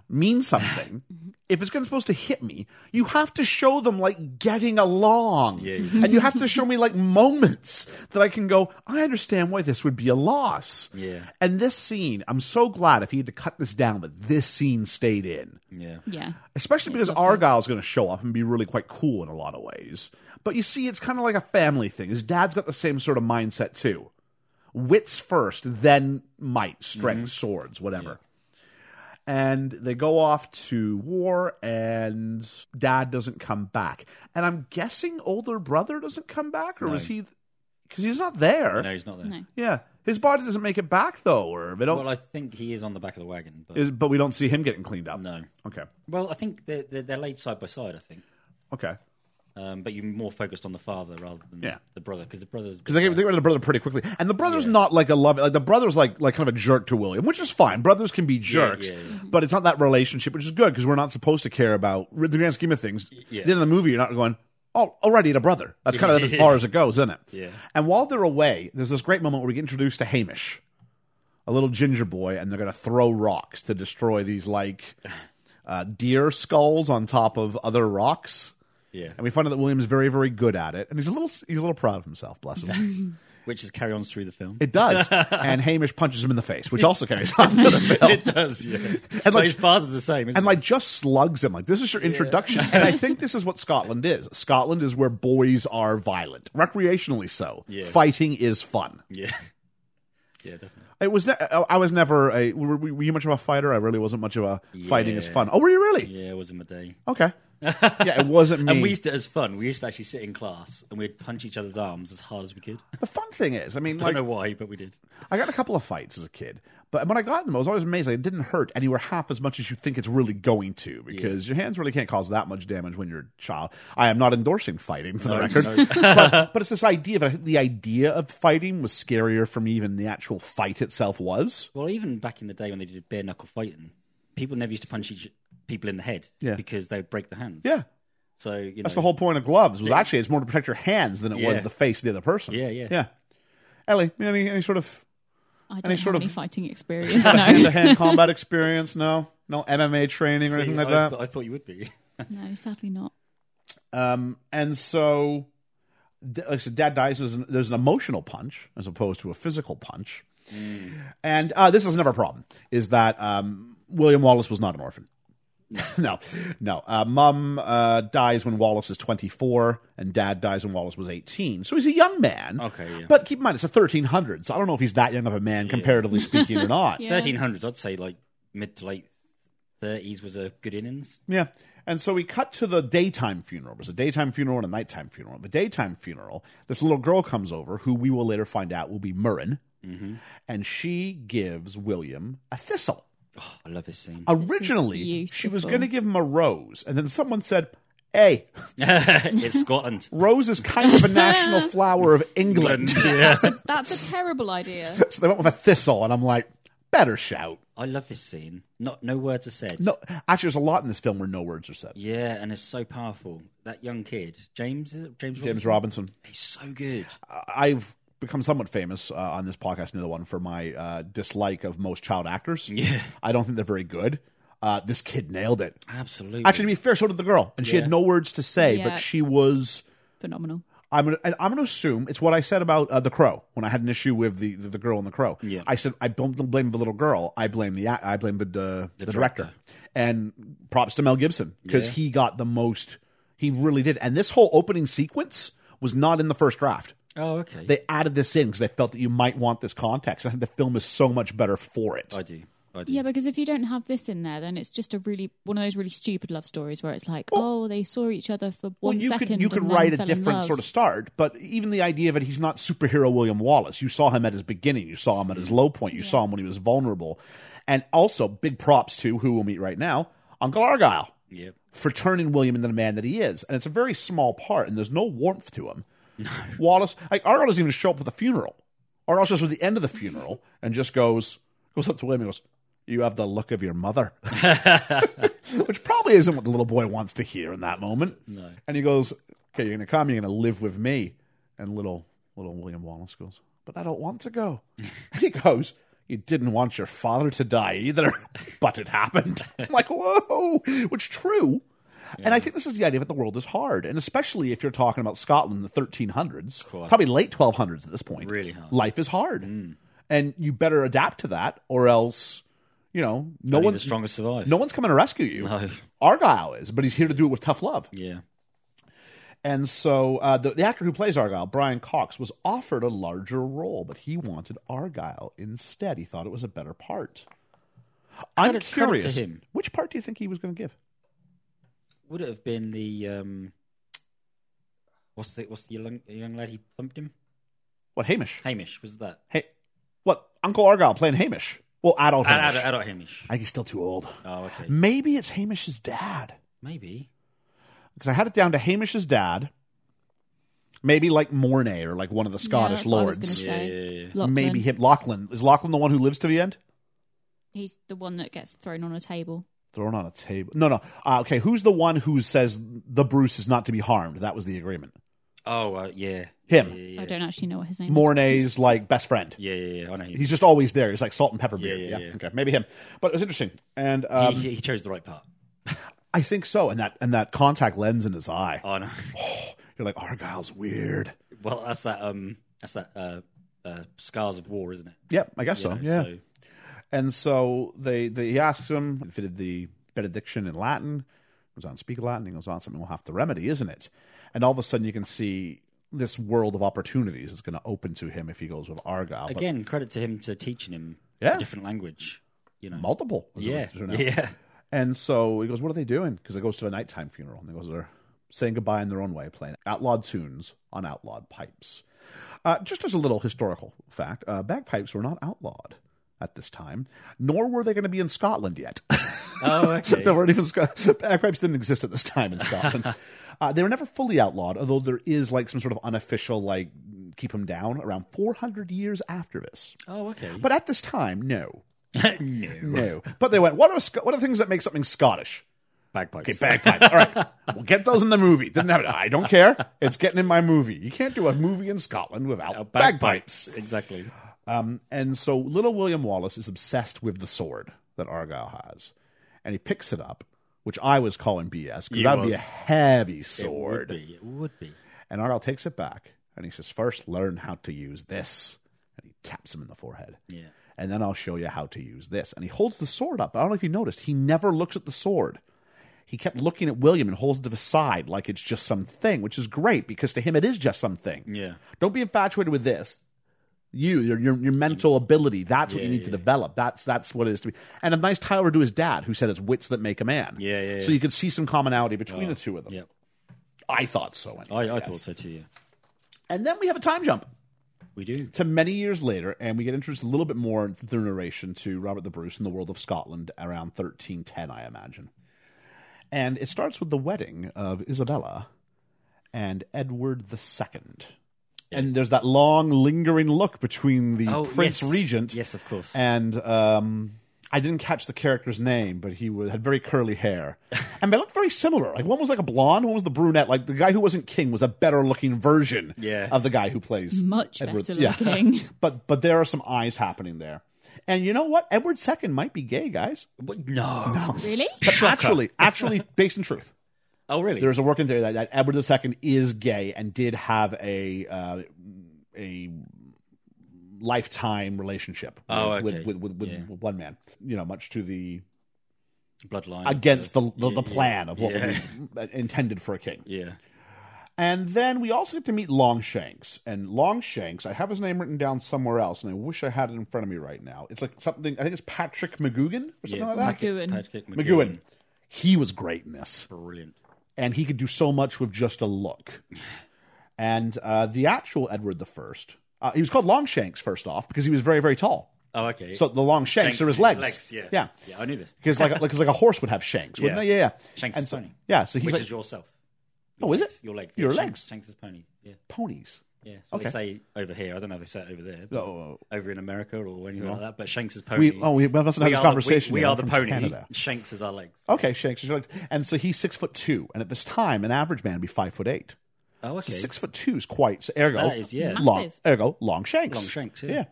D: mean something if it's going to supposed to hit me you have to show them like getting along and you have to show me like moments that i can go i understand why this would be a loss
F: Yeah.
D: and this scene i'm so glad if he had to cut this down but this scene stayed in
F: Yeah.
E: Yeah.
D: especially because Argyle's going to show up and be really quite cool in a lot of ways. But you see, it's kind of like a family thing. His dad's got the same sort of mindset too. Wits first, then might, strength,
F: Mm-hmm.
D: swords, whatever. And they go off to war, and dad doesn't come back. And I'm guessing older brother doesn't come back, or was he? Because he's not there.
F: No, he's not there.
E: No.
D: Yeah, his body doesn't make it back though, or they don't.
F: Well, I think he is on the back of the wagon, but
D: is, but we don't see him getting cleaned up.
F: no.
D: Okay.
F: Well, I think they're, they're, they're laid side by side. I think,
D: Okay.
F: um, but you're more focused on the father rather than
D: Yeah.
F: the brother because the brother's
D: because they get they get rid of the brother pretty quickly, and the brother's not like a love. Like the brother's like like kind of a jerk to William, which is fine. Brothers can be jerks,
F: yeah, yeah.
D: but it's not that relationship, which is good because we're not supposed to care about in the grand scheme of things.
F: yeah.
D: At the end of the movie, you're not going. Oh, already a brother. That's kind of as far as it goes, isn't it?
F: Yeah.
D: And while they're away, there's this great moment where we get introduced to Hamish, a little ginger boy, and they're going to throw rocks to destroy these like uh, deer skulls on top of other rocks.
F: yeah,
D: And we find out that William's very, very good at it, and he's a little he's a little proud of himself. Bless him.
F: which is carry on through the film.
D: It does. and Hamish punches him in the face, which also carries on to the film.
F: It does, yeah. and
D: like-
F: his father's the same, isn't
D: And like just slugs him like this is your introduction, and I think this is what Scotland is. Scotland is where boys are violent, recreationally so.
F: Yeah.
D: Fighting is fun.
F: he? yeah, yeah, definitely.
D: It was. Ne- I I was never a. Were, were you much of a fighter? I really wasn't much of a. Fighting is
F: Yeah.
D: fun. Oh, were you really?
F: Yeah, it was in my day.
D: Okay. Yeah, it wasn't me.
F: And we used to, as fun, we used to actually sit in class and we'd punch each other's arms as hard as we could.
D: the fun thing is, I mean,
F: I don't
D: like,
F: know why, but we did.
D: I got in a couple of fights as a kid, but when I got in them, I was always amazed. Like, it didn't hurt anywhere half as much as you think it's really going to, because your hands really can't cause that much damage when you're a child. I am not endorsing fighting for the record, but, but it's this idea. But I think the idea of fighting was scarier for me than the actual fight itself was.
F: Well, even back in the day when they did bare knuckle fighting, people never used to punch each people in the head
D: Yeah.
F: because they would break their hands.
D: Yeah,
F: So you know,
D: that's the whole point of gloves. Was actually it's more to protect your hands than it was
F: Yeah.
D: the face of the other person.
F: Yeah, yeah.
D: yeah. Ellie, any any sort of
E: I don't
D: Any
E: have
D: sort of-
E: any fighting experience.
D: hand to
E: No.
D: hand combat experience? No, no MMA training or
F: See,
D: anything like
F: I,
D: that.
F: th- I thought you would be.
E: no, sadly not.
D: Um, and so, d- like I said, dad dies. There's an, there's an emotional punch as opposed to a physical punch.
F: Mm.
D: And uh, this is another problem: is that um, William Wallace was not an orphan. no, no. Uh, Mum uh, dies when Wallace is 24, and Dad dies when Wallace was 18. So he's a young man.
F: Okay, yeah.
D: But keep in mind, it's the 1300s. So I don't know if he's that young of a man, comparatively speaking, or not.
E: Yeah.
F: Thirteen hundreds, I'd say, like mid to late thirties was a good innings.
D: Yeah. And so we cut to the daytime funeral. There's a daytime funeral and a nighttime funeral. The daytime funeral, this little girl comes over, who we will later find out will be Murren, and she gives William a thistle.
F: Oh, I love this scene.
D: Originally, she was
E: beautiful.
D: going to give him a rose, and then someone said, Hey,
F: it's Scotland.
D: rose is kind of a national flower of England.
F: yeah.
E: That's a terrible idea.
D: so they went with a thistle, and I'm like, Better shout.
F: I love this scene. Not no words are said.
D: No, actually, there's a lot in this film where no words are said.
F: Yeah, and it's so powerful. That young kid, James, is it James?
D: James
F: Robinson?
D: Robinson.
F: He's so good.
D: I've become somewhat famous uh, on this podcast, another one, for my uh, dislike of most child actors. Yeah. I don't think they're very good. Uh, this kid nailed it.
F: Absolutely.
D: Actually, to be fair, so did the girl, and she had no words to say,
E: Yeah.
D: but she was.
E: Phenomenal.
D: I'm gonna, and I'm gonna assume it's what I said about uh, the crow when I had an issue with the the, the girl and the crow.
F: Yeah.
D: I said I don't blame the little girl. I blame the act- I blame the the, the director.
F: director.
D: And props to Mel Gibson because he got the most. He really did. And this whole opening sequence was not in the first draft
F: oh, okay.
D: they added this in because they felt that you might want this context. I think the film is so much better for it.
F: I do. I do.
E: Yeah, because if you don't have this in there, then it's just a really one of those really stupid love stories where it's like, oh, they saw each other for
D: well,
E: one
D: you
E: second.
D: could you could
E: and then
D: write a
E: fell in
D: different
E: love.
D: sort of start, but even the idea that he's not superhero William Wallace. You saw him at his beginning. You saw him at his low point. You saw him when he was vulnerable, and also big props to who we'll meet right now, Uncle Argyle.
F: Yep.
D: for turning William into the man that he is. And it's a very small part, and there's no warmth to him. Wallace, like, Argyle doesn't even show up for the funeral. Argyle's just at the end of the funeral and just goes, goes up to William and goes, You have the look of your mother. Which probably isn't what the little boy wants to hear in that moment. No. And he goes, Okay, you're going to come, you're going to live with me. And little, little William Wallace goes, But I don't want to go. and he goes, you didn't want your father to die either, but it happened. I'm like, whoa, which true. And I think this is the idea that the world is hard, and especially if you're talking about Scotland in the 1300s, probably late 1200s at this point.
F: Really hard. Mm.
D: Life is hard, and you better adapt to that, or else, you know, no
F: Only
D: one
F: the strongest survive.
D: No one's coming to rescue you.
F: No.
D: Argyle is, but he's here to do it with tough love.
F: Yeah.
D: And so uh, the, the actor who plays Argyle, Brian Cox, was offered a larger role, but he wanted Argyle instead. He thought it was a better part. I'm
F: Credit- credit to
D: curious.
F: him.
D: Which part do you think he was going to give?
F: Would it have been the um, what's the what's the young, young lad he thumped him?
D: What Hamish?
F: Hamish was that?
D: Hey, what Uncle Argyle playing Hamish? Well, adult
F: Ad-
D: Oh, Hamish.
F: Adult, adult Hamish.
D: I think he's still too old.
F: Oh, okay.
D: Maybe it's Hamish's dad
F: Maybe.
D: because I had it down to Hamish's dad. Maybe like Mornay or like one of the Scottish
E: that's what I was
D: lords.
E: gonna say.
F: Yeah, yeah, yeah.
E: Lachlan.
D: Maybe him. Lachlan is Lachlan the one who lives to the end?
E: He's the one that gets thrown on a table.
D: Thrown on a table. No, no. Uh, okay, who's the one who says the Bruce is not to be harmed? That was the agreement.
F: Oh, uh, yeah.
D: Him.
F: Yeah, yeah,
E: I don't actually know what his name is.
D: Mornay's like best friend.
F: yeah. yeah, yeah, I know. Him.
D: He's just always there. He's like salt and pepper
F: Yeah,
D: beer.
F: yeah, yeah.
D: Okay, maybe him. But it was interesting, and um,
F: he, he chose the right part.
D: I think so. And that and that contact lens in his eye.
F: Oh no.
D: You're like Argyle's weird.
F: Well, that's that. Um, that's that. Uh, uh, scars of war, isn't it?
D: Yep, I guess
F: You
D: so.
F: know,
D: Yeah.
F: So,
D: And so they, they he asks him if he did the benediction in Latin. Goes on, speak Latin. He goes on, something we'll have to remedy, isn't it? And all of a sudden, you can see this world of opportunities is going to open to him if he goes with Argyle. but
F: again, credit to him to teaching him
D: Yeah.
F: a different language. You know.
D: multiple. is what
F: yeah.
D: it's now.
F: Yeah.
D: And so he goes, "What are they doing?" Because it goes to a nighttime funeral, and he goes, "They're saying goodbye in their own way, playing outlawed tunes on outlawed pipes." Uh, just as a little historical fact, uh, bagpipes were not outlawed at this time, nor were they going to be in Scotland yet.
F: Oh, okay.
D: there weren't even Sc- bagpipes didn't exist at this time in Scotland. uh, they were never fully outlawed, although there is like some sort of unofficial like keep them down around 400 years after this.
F: oh, okay.
D: But at this time, no,
F: no.
D: no. But they went. What are Sc- what are things that make something Scottish?
F: Bagpipes.
D: Okay, bagpipes. All right, we'll get those in the movie. Didn't have it. I don't care. It's getting in my movie. You can't do a movie in Scotland without
F: Uh,
D: bagpipes.
F: Exactly.
D: And so little William Wallace is obsessed with the sword that Argyle has, and he picks it up, which I was calling BS because
F: You
D: that'd be
F: was.
D: a heavy
F: Would
D: sword.
F: be. It would be.
D: And Argyle takes it back, and he says, "First, learn how to use this." And he taps him in the forehead.
F: Yeah.
D: And then I'll show you how to use this. And he holds the sword up. I don't know if you noticed. He never looks at the sword. He kept looking at William and holds it to the side like it's just something, which is great because to him it is just something.
F: Yeah.
D: Don't be infatuated with this. You, your your, your mental ability. That's what you need to develop. That's that's what it is to be. And a nice Tyler to his dad, who said it's wits that make a man.
F: Yeah, yeah,
D: So
F: yeah. Oh,
D: you could see some commonality between the two of them.
F: Yep.
D: I thought so. Anyway,
F: I, I
D: yes.
F: thought so too. Yeah.
D: And then we have a time jump
F: We do.
D: to many years later, and we get introduced a little bit more through narration to Robert the Bruce in the world of Scotland around 1310, I imagine. And it starts with the wedding of Isabella and Edward II. And there's that long, lingering look between the
F: Oh,
D: Prince
F: yes.
D: Regent.
F: Yes, of course.
D: And um, I didn't catch the character's name, but he was, had very curly hair. and they looked very similar. Like one was like a blonde, one was the brunette. Like the guy who wasn't king was a better looking version
F: Yeah.
D: of the guy who plays
E: Much
D: Edward-
E: better
D: yeah.
E: looking.
D: but but there are some eyes happening there. And you know what? Edward II might be gay, guys.
F: What? No.
E: really?
D: But actually, actually, based in truth,
F: Oh, really?
D: there's a working theory that, that Edward II is gay and did have a uh, a lifetime relationship
F: Oh,
D: with,
F: okay.
D: with, with, with,
F: Yeah.
D: with one man. You know, much to the
F: Bloodline.
D: against the
F: uh,
D: the, the
F: yeah,
D: plan of what
F: Yeah.
D: was intended for a king.
F: Yeah.
D: And then we also get to meet Longshanks. And Longshanks, I have his name written down somewhere else, and I wish I had it in front of me right now. It's like something, I think it's Patrick McGugan or something
F: yeah.
D: like that.
E: Patrick- McGowan.
F: Patrick
D: McGowan. He was great in this.
F: Brilliant.
D: And he could do so much with just a look. And uh, the actual Edward the First, uh, he was called Longshanks, first off, because he was very, very tall.
F: Oh, okay.
D: So the long shanks, are his legs.
F: yeah.
D: Yeah.
F: Yeah, I knew this.
D: Because like, like, 'cause like a horse would have shanks, wouldn't
F: Yeah.
D: they? Yeah, yeah.
F: Shanks
D: and
F: is
D: so-
F: pony.
D: Yeah, so he's
F: Which
D: like,
F: is yourself.
D: Oh, is it?
F: Your leg.
D: Your
F: Shanks-
D: legs.
F: Shanks is pony. Yeah.
D: ponies.
F: Yeah. That's what they say over here. I don't know if they say it over there. but
D: Oh,
F: Over in America or anywhere like that. But Shanks is pony.
D: We, oh, we mustn't have
F: We
D: this
F: are the-
D: conversation.
F: We, we
D: yet. I'm
F: are the
D: from
F: pony.
D: Canada.
F: Shanks is our legs.
D: Okay, Shanks. is your legs. And so he's six foot two, and at this time, an average man would be five foot eight.
F: Oh, okay.
D: Six foot two is quite so ergo.
F: That is, yeah.
D: long,
E: Massive.
D: ergo long Shanks.
F: Long Shanks, yeah.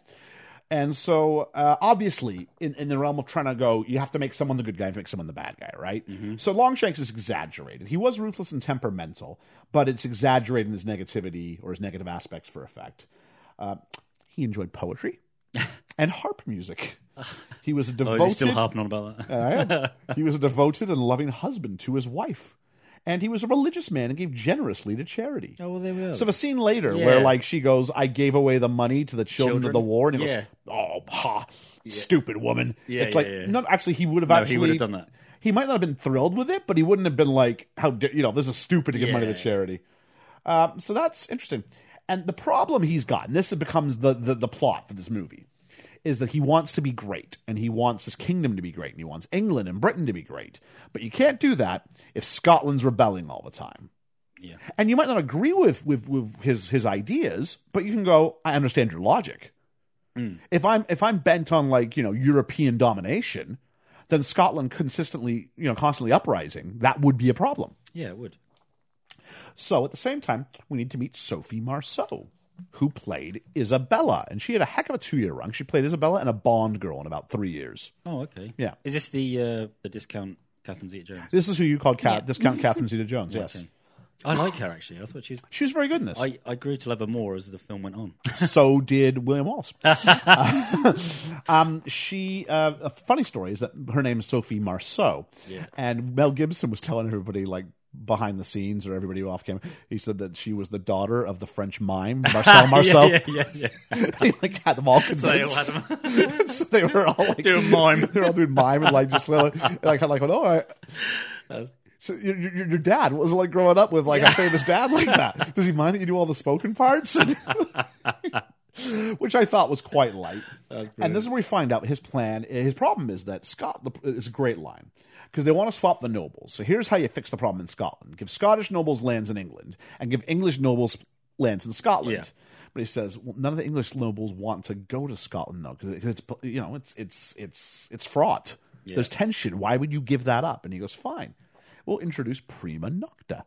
D: And so, uh, obviously, in, in the realm of trying to go, you have to make someone the good guy, you have to make someone the bad guy, right?
F: Mm-hmm.
D: So Longshanks is exaggerated. He was ruthless and temperamental, but it's exaggerating his negativity or his negative aspects for effect. Uh, he enjoyed poetry and harp music. He was a
F: Oh,
D: devoted.
F: he's still harping on about
D: Uh,
F: that.
D: I am. He was a devoted and loving husband to his wife. And he was a religious man and gave generously to charity.
F: oh, well, there we are.
D: So the scene later
F: Yeah.
D: where like she goes, I gave away the money to the children, of
F: Children?
D: the war, and he
F: Yeah.
D: goes, Oh ha, stupid woman.
F: Yeah,
D: it's like
F: yeah, yeah.
D: not actually he would have
F: No,
D: actually
F: Oh, he would have done that.
D: He might not have been thrilled with it, but he wouldn't have been like, How dare you know, this is stupid to give money to
F: Yeah.
D: charity. Um, so that's interesting. And the problem he's got, and this becomes the, the the plot for this movie, is that he wants to be great and he wants his kingdom to be great and he wants England and Britain to be great. But you can't do that if Scotland's rebelling all the time
F: yeah.
D: and you might not agree with with, with his his ideas, but you can go, I understand your logic.
F: Mm.
D: If I'm if I'm bent on like you know European domination, then Scotland consistently you know constantly uprising that would be a problem.
F: Yeah, it would.
D: So at the same time, we need to meet Sophie Marceau, who played Isabella, and she had a heck of a two year run. She played Isabella and a Bond girl in about three years.
F: Oh, okay.
D: Yeah.
F: Is this the uh, the discount Catherine Zeta Jones?
D: This is who you called Cat
E: Yeah.
D: Discount Catherine Zeta Jones. Yes,
F: I like her actually. I thought she was.
D: she was very good in this.
F: I, I grew to love her more as the film went on.
D: so did William Wallace. um, she, uh, a funny story is that her name is Sophie Marceau,
F: Yeah.
D: and Mel Gibson was telling everybody like behind the scenes or everybody off camera, he said that she was the daughter of the French mime Marcel Marceau.
F: yeah, yeah, yeah.
D: he like had them all convinced.
F: So they all had them
D: so they were all like
F: doing mime.
D: they're all doing mime and like just like like, like oh I. So your, your, your dad what was it like growing up with like a famous dad like that. Does he mind that you do all the spoken parts? Which I thought was quite light. And this is where we find out his plan. His problem is that Scott is a great line because they want to swap the nobles. So here's how you fix the problem in Scotland: give Scottish nobles lands in England, and give English nobles lands in Scotland.
F: Yeah.
D: But he says well, none of the English nobles want to go to Scotland though, because it's you know it's it's it's it's fraught. There's tension. Why would you give that up? And he goes, fine. We'll introduce prima nocta.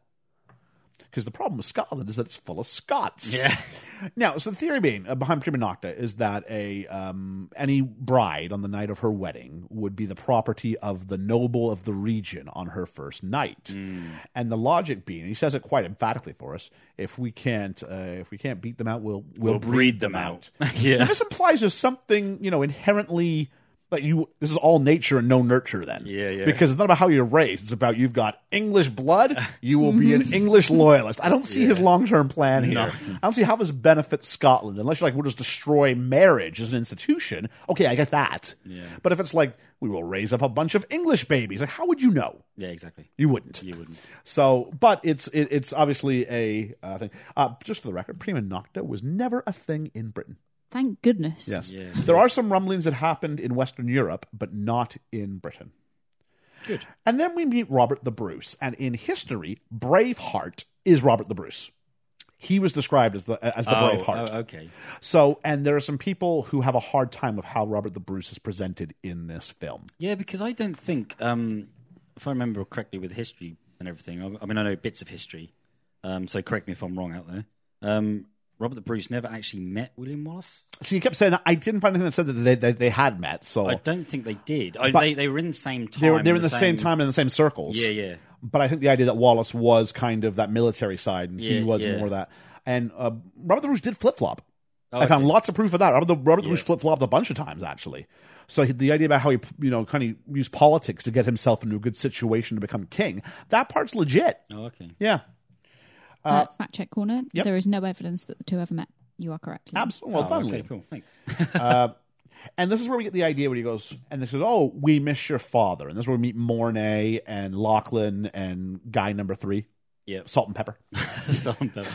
D: Because the problem with Scotland is that it's full of Scots.
F: Yeah.
D: Now, so the theory being uh, behind prima nocta is that a um, any bride on the night of her wedding would be the property of the noble of the region on her first night, and the logic being, he says it quite emphatically for us: if we can't uh, if we can't beat them out, we'll we'll, breed, them out.
F: yeah.
D: This implies there's something you know inherently. Like you, this is all nature and no nurture. Then,
F: Yeah, yeah.
D: Because it's not about how you're raised; it's about you've got English blood. You will be an English loyalist. I don't see his long-term plan here. I don't see how this benefits Scotland unless you're like, we'll just destroy marriage as an institution. Okay, I get that. But if it's like we will raise up a bunch of English babies, like how would you know?
F: Yeah, exactly.
D: You wouldn't.
F: You wouldn't.
D: So, but it's it, it's obviously a uh, thing. Uh, just for the record, prima nocta was never a thing in Britain.
E: Thank goodness.
D: Yes. there are some rumblings that happened in Western Europe, but not in Britain. Good. And then we meet Robert the Bruce, and in history, Braveheart is Robert the Bruce. He was described as the as the
F: oh,
D: Braveheart.
F: oh, okay.
D: So, and there are some people who have a hard time with how Robert the Bruce is presented in this film.
F: Yeah, because I don't think, um, if I remember correctly, with history and everything. I, I mean, I know bits of history, um, so correct me if I'm wrong out there. Um, Robert the Bruce never actually met William Wallace.
D: So you kept saying that I didn't find anything that said that they they, they had met. So
F: I don't think they did. I,
D: Oh. But-
F: they they were in the same time.
D: they were they were in the same, time in the same circles.
F: Yeah, yeah.
D: but I think the idea that Wallace was kind of that military side and he
F: Yeah,
D: was
F: yeah.
D: more that. And uh, Robert the Bruce did flip flop. I
F: Oh, okay.
D: found lots of proof of that. Robert the, Robert the Bruce flip flopped a bunch of times actually. So he- the idea about how he you know kind of used politics to get himself into a good situation to become king that part's legit.
F: Oh, okay.
D: Yeah,
E: Uh, fact check corner.
D: yep.
E: There is no evidence that the two ever met. You are correct. Liam.
D: absolutely. Well
F: Oh,
D: done,
F: okay,
D: Liam.
F: cool. Thanks.
D: And this is where we get the idea when he goes, and they says, "Oh, we miss your father." And this is where we meet Mornay and Lachlan and guy number three,
F: Yeah.
D: Salt and Pepper.
F: Done better.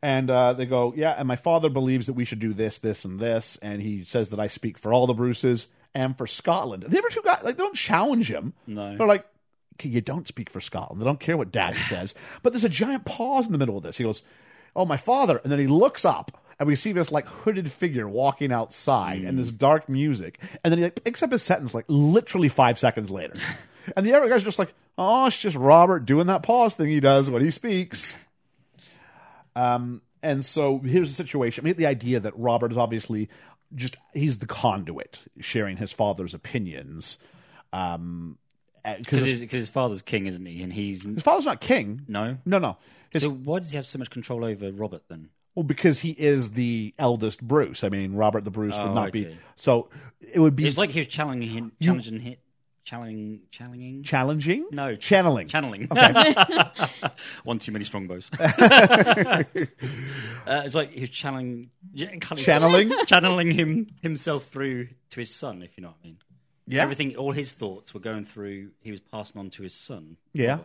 D: And uh, they go, yeah. And my father believes that we should do this, this, and this. And he says that I speak for all the Bruces and for Scotland. The other two guys, like, they don't challenge him.
F: No.
D: they're like, "Okay, you don't speak for Scotland. They don't care what Daddy says. But there's a giant pause in the middle of this. He goes, oh, my father. And then he looks up. And we see this like hooded figure walking outside and this dark music. And then he like, picks up his sentence like literally five seconds later. and the other guys are just like, oh, it's just Robert doing that pause thing he does when he speaks. And so here's the situation. I mean, the idea that Robert is obviously just he's the conduit sharing his father's opinions. Um, because
F: Because
D: his,
F: his, 'cause his father's king, isn't he? And he's
D: his father's not king.
F: no.
D: No, no. His,
F: So why does he have so much control over Robert then?
D: well, because he is the eldest Bruce. I mean, Robert the Bruce would
F: Oh,
D: not
F: I
D: be.
F: see.
D: So it would be
F: It's like he was challenging him, challenging him, challenging, challenging.
D: challenging.
F: no,
D: channeling.
F: channeling. One too many strongbows. uh, it's like he was channeling,
D: Channeling?
F: channeling him himself through to his son. If you know what I mean.
D: yeah.
F: Everything, all his thoughts were going through. He was passing on to his son.
D: Yeah.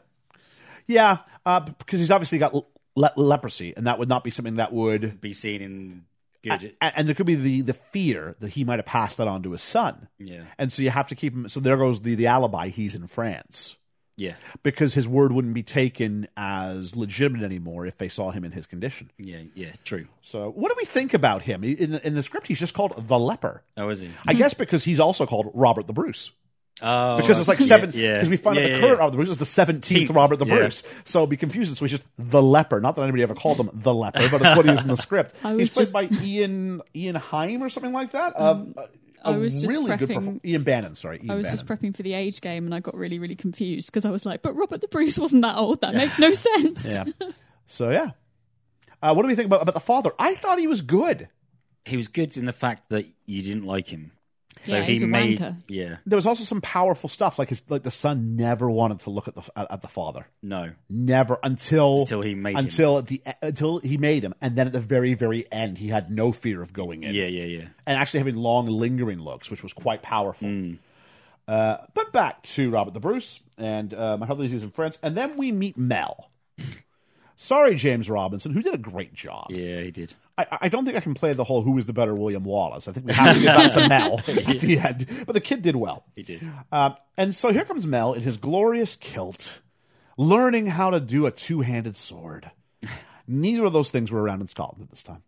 D: Yeah, uh, b- because he's obviously got le- le- leprosy, and that would not be something that would.
F: Be seen in
D: a-
F: good.
D: And there could be the, the fear that he might have passed that on to his son.
F: Yeah.
D: And so you have to keep him. So there goes the, the alibi he's in France
F: Yeah,
D: because his word wouldn't be taken as legitimate anymore if they saw him in his condition.
F: yeah, yeah. True.
D: So what do we think about him? In the, in the script, he's just called the leper.
F: Oh, is he?
E: Hmm.
D: I guess because he's also called Robert the Bruce.
F: Oh,
D: Because it's like
F: yeah,
D: seven. Because
F: Yeah,
D: we find
F: yeah,
D: out the
F: yeah,
D: current
F: yeah.
D: Robert the Bruce is the seventeenth
F: Teenth,
D: Robert the
F: yeah.
D: Bruce. So it'd be confusing. So he's just the leper. Not that anybody ever called him the leper, but it's what he was in the script.
E: I
D: He's played
E: was
D: by Ian Ian Heim or something like that. Um, a-
E: I
D: a
E: was just
D: really good
E: prepping-
D: perform- Ian Bannon. Sorry, Ian
E: I was
D: Bannon.
E: just prepping for the age game and I got really, really confused because I was like, but Robert the Bruce wasn't that old. That makes no sense.
D: yeah. So yeah. Uh, what do we think about about the father? I thought he was good.
F: He was good in the fact that you didn't like him, so
E: Yeah,
F: he
E: he's a
F: made.
E: wanker.
F: Yeah,
D: There was also some powerful stuff, like his like the son never wanted to look at the at, at the father.
F: no,
D: Never until
F: Until he made him.
D: until at the until he made him, and then at the very very end, he had no fear of going in.
F: yeah, yeah, yeah.
D: and actually having long lingering looks, which was quite powerful.
F: Hmm.
D: Uh, but back to Robert the Bruce and uh, my husband is in France, and then we meet Mel. Sorry, James Robinson, who did a great job.
F: Yeah, he did.
D: I, I don't think I can play the whole "Who is the better William Wallace." I think we have to get back to Mel at the end. But the kid did well. He
F: did.
D: Um, and so here comes Mel in his glorious kilt, learning how to do a two-handed sword. Neither of those things were around in Scotland at this time.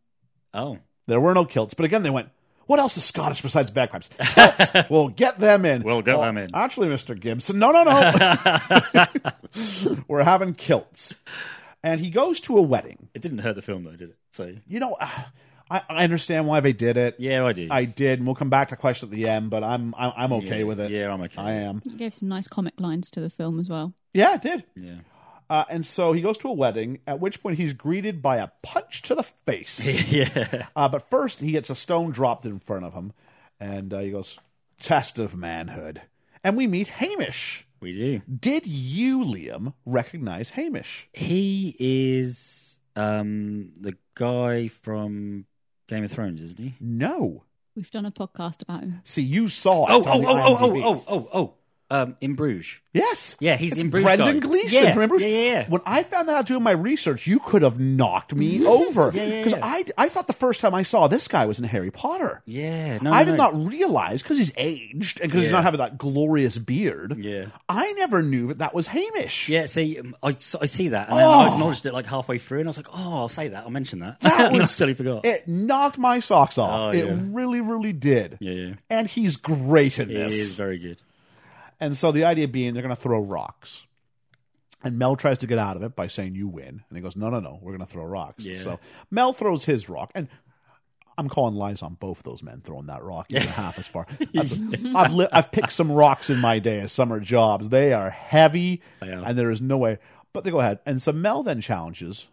F: Oh,
D: There were no kilts, but again, they went. What else is Scottish besides bagpipes? Kilts. we'll get them in. Oh,
F: We'll get them in.
D: Actually, Mr. Gibson, no, no, no. we're having kilts, and he goes to a wedding.
F: it didn't hurt the film though, did it? So
D: You know, ah, I, I understand why they did it.
F: yeah, I did.
D: I did. And we'll come back to the question at the end, but I'm I'm, I'm okay
F: Yeah,
D: with it.
F: yeah, I'm okay.
D: I am.
E: He gave some nice comic lines to the film as well.
D: Yeah, it did.
F: yeah,
D: Uh, and so he goes to a wedding, at which point he's greeted by a punch to the face.
F: yeah.
D: Uh, but first, he gets a stone dropped in front of him, and uh, he goes, "Test of manhood." And we meet Hamish.
F: We do.
D: Did you, Liam, recognize Hamish?
F: He is um the guy from Game of Thrones, isn't he?
D: No.
E: We've done a podcast about him.
D: See, you saw it.
F: Oh,
D: on
F: oh,
D: the
F: oh, oh,
D: IMDb.
F: oh, oh, oh, oh. Um, in Bruges.
D: Yes.
F: Yeah, he's
D: It's
F: in Bruce
D: Brendan
F: guy.
D: Gleeson
F: Yeah,
D: from In Bruce.
F: yeah, yeah, yeah.
D: When I found that out doing my research, you could have knocked me over. Because
F: yeah, yeah.
D: I, I thought the first time I saw this guy was in Harry Potter.
F: Yeah, no,
D: I
F: no,
D: did
F: no.
D: not realize because he's aged and because he's
F: Yeah.
D: not having that glorious beard.
F: Yeah.
D: I never knew that that was Hamish.
F: Yeah, see, um, I, s- I see that, and then
D: Oh.
F: I acknowledged it like halfway through, and I was like, "Oh, I'll say that. I'll mention that."
D: That
F: And I
D: was
F: totally forgot.
D: It knocked my socks off.
F: Oh,
D: it
F: yeah.
D: really, really did.
F: Yeah, yeah.
D: And he's great in
F: It
D: this.
F: is very good.
D: And so the idea being they're going to throw rocks. And Mel tries to get out of it by saying, You win. And he goes, No, no, no, we're going to throw rocks.
F: Yeah.
D: So Mel throws his rock. And I'm calling lies on both those men throwing that rock even half as far. That's a, I've, li- I've picked some rocks in my day as summer jobs. They are heavy,
F: are.
D: and there is no way. But they go ahead. And so Mel then challenges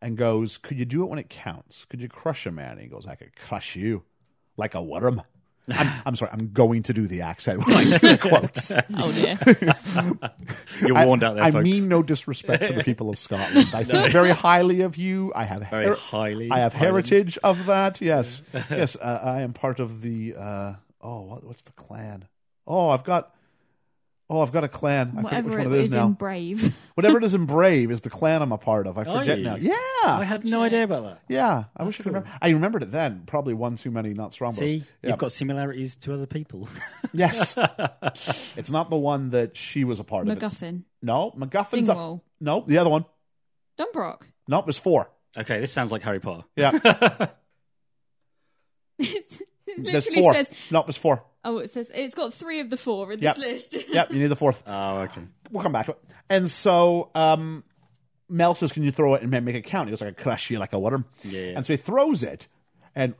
D: and goes, Could you do it when it counts? Could you crush a man? And he goes, I could crush you like a worm. I'm, I'm sorry, I'm going to do the accent when I do quotes.
E: Oh dear.
F: You're
D: I-
F: warned out there,
D: I
F: folks.
D: mean no disrespect to the people of Scotland. I think very highly of you. I have
F: Very highly,
D: I have
F: highly.
D: heritage of that. Yes, yes. Uh, I am part of the. Uh, oh, what, what's the clan? Oh, I've got. Oh, I've got a clan. I forget
E: Whatever
D: which
E: it
D: one it is,
E: is
D: now.
E: in Brave.
D: Whatever it is in Brave is the clan I'm a part of. I
F: Are
D: forget
F: you?
D: now. Yeah.
F: I had no idea about that.
D: yeah, I wish I could remember. I remembered it then. Probably one too many, not strong.
F: See,
D: yeah.
F: you've got similarities to other people.
D: yes. it's not the one that she was a part of. It's-
E: MacGuffin.
D: No, MacGuffin's a,
E: Dingwall.
D: no the other one.
E: Dunbrock.
D: Nope, there's four.
F: okay, this sounds like Harry Potter.
D: Yeah,
E: it
D: there's
E: literally
D: four.
E: says,
D: Nope, there's four.
E: oh, it says, it's got three of the four in
D: Yep.
E: this list.
D: Yep, you need the fourth.
F: Oh, okay.
D: We'll come back to it. And so um, Mel says, "Can you throw it and ma- make it count?" He goes, "I can crush you like a worm."
F: Yeah.
D: And so he throws it, and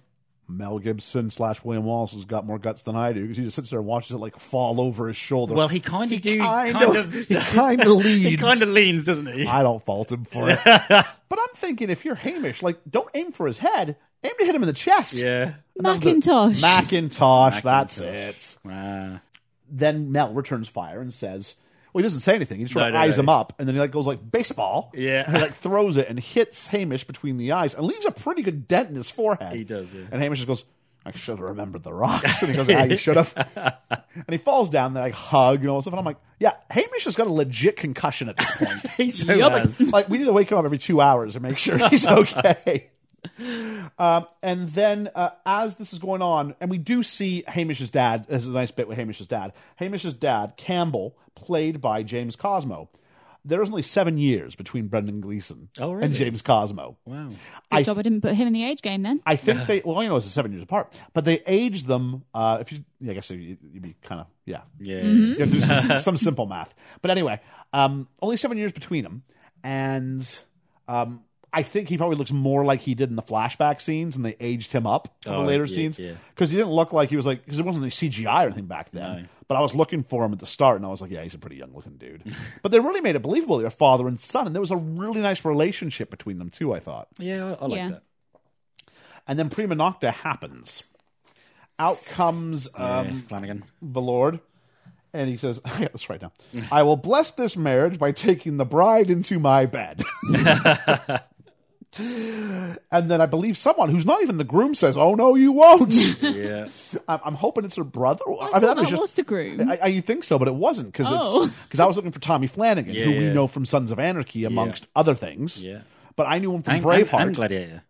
D: Mel Gibson slash William Wallace has got more guts than I do because he just sits there and watches it like fall over his shoulder.
F: Well, he kind of do
D: kind,
F: kind
D: of,
F: of,
D: he kind of leads.
F: he kind of leans, doesn't he?
D: I don't fault him for it. but I'm thinking if you're Hamish, like, don't aim for his head. Aim to hit him in the chest.
F: yeah.
E: Macintosh.
D: Macintosh, that's it.
F: Wow.
D: Then Mel returns fire and says, well, he doesn't say anything. He just sort
F: No,
D: of
F: no,
D: eyes
F: no.
D: him up, and then he like goes like baseball.
F: Yeah.
D: and he like throws it and hits Hamish between the eyes and leaves a pretty good dent in his forehead.
F: He does, yeah.
D: And Hamish just goes, "I should have remembered the rocks." And he goes, "Ah, you should have." and he falls down. They like hug and all this stuff. And I'm like, "Yeah, Hamish has got a legit concussion at this point."
F: He so
E: Yup.
F: has.
D: like we need to wake him up every two hours and make sure he's okay. Um, and then uh, as this is going on, and we do see Hamish's dad. This is a nice bit with Hamish's dad. Hamish's dad, Campbell, played by James Cosmo. There was only seven years between Brendan Gleeson
F: Oh, really?
D: and James Cosmo.
F: Wow.
E: Good
D: I-
E: job I didn't put him in the age game then.
D: I think they well, you know, it's seven years apart, but they aged them. Uh, if you, yeah, I guess you- you'd be kind of yeah,
F: Yeah.
D: you have to do some, some simple math. But anyway, um, only seven years between them, and um, I think he probably looks more like he did in the flashback scenes, and they aged him up in the
F: Oh,
D: later
F: yeah,
D: scenes
F: yeah.
D: because he didn't look like he was like because there wasn't any CGI or anything back then. But I was looking for him at the start, and I was like, yeah, he's a pretty young looking dude. but they really made it believable. They're father and son, and there was a really nice relationship between them too. I thought.
F: Yeah, I, I like
E: Yeah.
F: that.
D: And then Prima Nocta happens. Out comes um,
F: yeah, Flanagan.
D: the Lord, and he says, I got this right now. I will bless this marriage by taking the bride into my bed. and then I believe someone who's not even the groom says, Oh, no, you won't.
F: Yeah.
D: I'm, I'm hoping it's her brother. I,
E: I,
D: mean,
E: thought
D: that
E: that
D: was
E: was,
D: just.
E: the groom.
D: I, I think so, but it wasn't because
E: Oh.
D: because I was looking for Tommy Flanagan, who we
F: Yeah.
D: know from Sons of Anarchy, amongst other things.
F: Yeah.
D: But I knew him from
F: And, and,
D: Braveheart.
F: and Gladiator.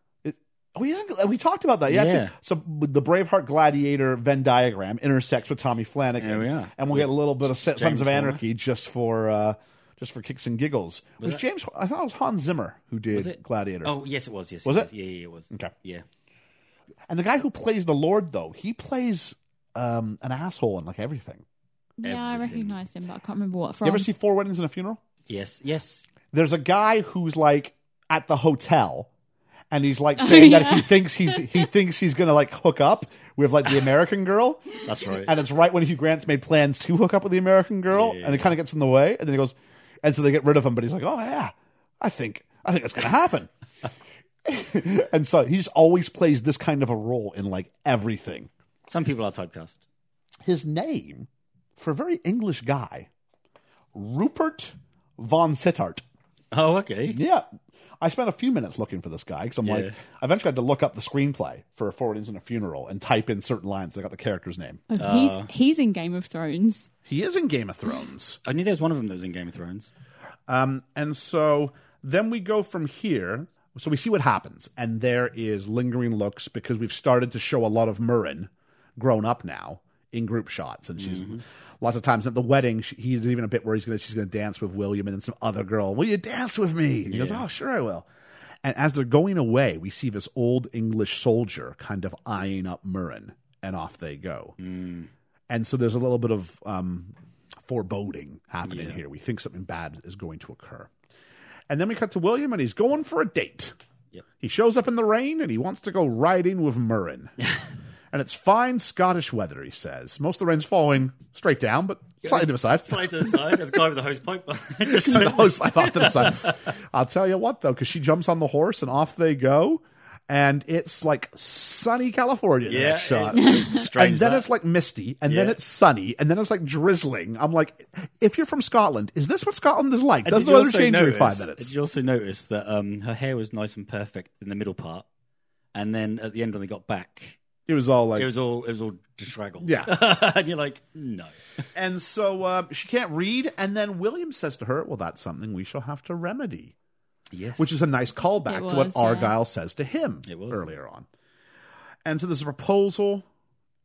D: We isn't, we talked about that. Yeah.
F: Yeah.
D: too. So the Braveheart Gladiator Venn diagram intersects with Tommy Flanagan.
F: There we are.
D: And we'll get a little bit of Sons of
F: Horner.
D: Anarchy just for uh, just for kicks and giggles. Was, James? I thought it was Hans Zimmer who did
F: it?
D: Gladiator.
F: Oh, yes, it was. Yes,
D: Was it?
F: Yeah, yeah, it was.
D: Okay.
F: Yeah.
D: And the guy who plays the Lord though, he plays um, an asshole in like everything.
E: yeah, I
F: everything.
E: recognised him, but I can't remember what from.
D: You ever see Four Weddings and a Funeral?
F: Yes. Yes.
D: There's a guy who's like at the hotel. And he's like saying that
E: yeah.
D: he thinks he's he thinks he's gonna like hook up with like the American girl,
F: That's right.
D: And it's right when Hugh Grant's made plans to hook up with the American girl, and it kind of gets in the way. And then he goes, and so they get rid of him. But he's like, "Oh yeah, I think I think that's going to happen." and so he just always plays this kind of a role in like everything.
F: Some people are typecast.
D: His name for a very English guy, Rupert von Sittart.
F: Oh, okay.
D: Yeah. I spent a few minutes looking for this guy because I'm like,
F: Yeah.
D: I eventually had to look up the screenplay for Four Weddings and a Funeral and type in certain lines. I got the character's name.
E: Oh, he's he's in Game of Thrones.
D: He is in Game of Thrones.
F: I knew there was one of them that was in Game of Thrones.
D: And so then we go from here. So we see what happens, and there is lingering looks because we've started to show a lot of Murren grown up now in group shots, and she's lots of times at the wedding. She, he's even a bit where he's gonna she's gonna dance with William, and then some other girl. Will you dance with me? And he goes, Oh, sure, I will. And as they're going away, we see this old English soldier kind of eyeing up Murren, and off they go. And so there's a little bit of um, foreboding happening here. We think something bad is going to occur. And then we cut to William, and he's going for a date.
F: Yep.
D: He shows up in the rain, and he wants to go riding with Murrin. and it's fine Scottish weather, he says. Most of the rain's falling straight down, but slightly to the side.
F: Slide to the side. The guy with the hose pipe.
D: The hose pipe off to the side. I'll tell you what, though, because she jumps on the horse, and off they go. And it's like sunny California. in the
F: yeah.
D: next shot.
F: Strange.
D: and then
F: that.
D: it's like misty, and then
F: Yeah.
D: it's sunny, and then it's like drizzling. I'm like, if you're from Scotland, is this what Scotland is like?
F: And
D: Does
F: did
D: the
F: you
D: weather
F: also
D: change every
F: notice-
D: five minutes?
F: Did you also notice that um, her hair was nice and perfect in the middle part, and then at the end when they got back,
D: It was all like,
F: it was all it was all disraggled.
D: Yeah.
F: and you're like, no.
D: and so uh, she can't read, and then William says to her, "Well, that's something we shall have to remedy,"
F: Yes.
D: which is a nice callback
E: It
D: to what
E: was, yeah.
D: Argyle says to him
F: It was.
D: earlier on. And so there's a proposal.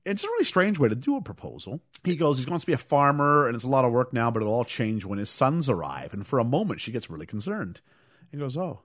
D: It's a really strange way to do a proposal. He goes, he wants to be a farmer, and it's a lot of work now, but it'll all change when his sons arrive. And for a moment, she gets really concerned. He goes, "Oh,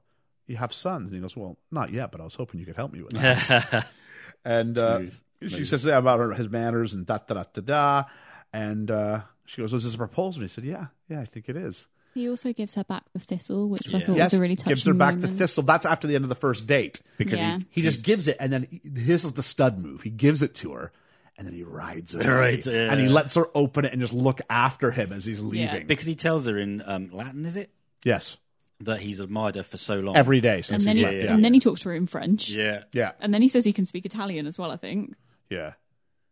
D: you have sons?" And he goes, "Well, not yet, but I was hoping you could help me with that." and uh,
F: Smooth.
D: she says that about her, his manners "Oh, and da da da da da. And uh, she goes, "Was this a proposal?" And he said, "Yeah, yeah, I think it is."
E: He also gives her back the thistle, which I
F: Yeah.
E: thought
F: Yes,
E: was a really touching
D: gives her back the
E: moment.
D: thistle. That's after the end of the first date.
F: because
E: Yeah.
F: he's,
D: He just gives it, and then he- this is the stud move. He gives it to her, and then he rides it,
F: Right, yeah.
D: and he lets her open it and just look after him as he's leaving.
F: because he tells her in um, Latin, is it,
D: Yes,
F: that he's admired her for so long
D: every day since
E: And then,
D: he's
E: he,
D: left. Yeah.
E: and then he talks to her in French.
F: Yeah,
D: yeah,
E: And then he says he can speak Italian as well, I think.
D: yeah.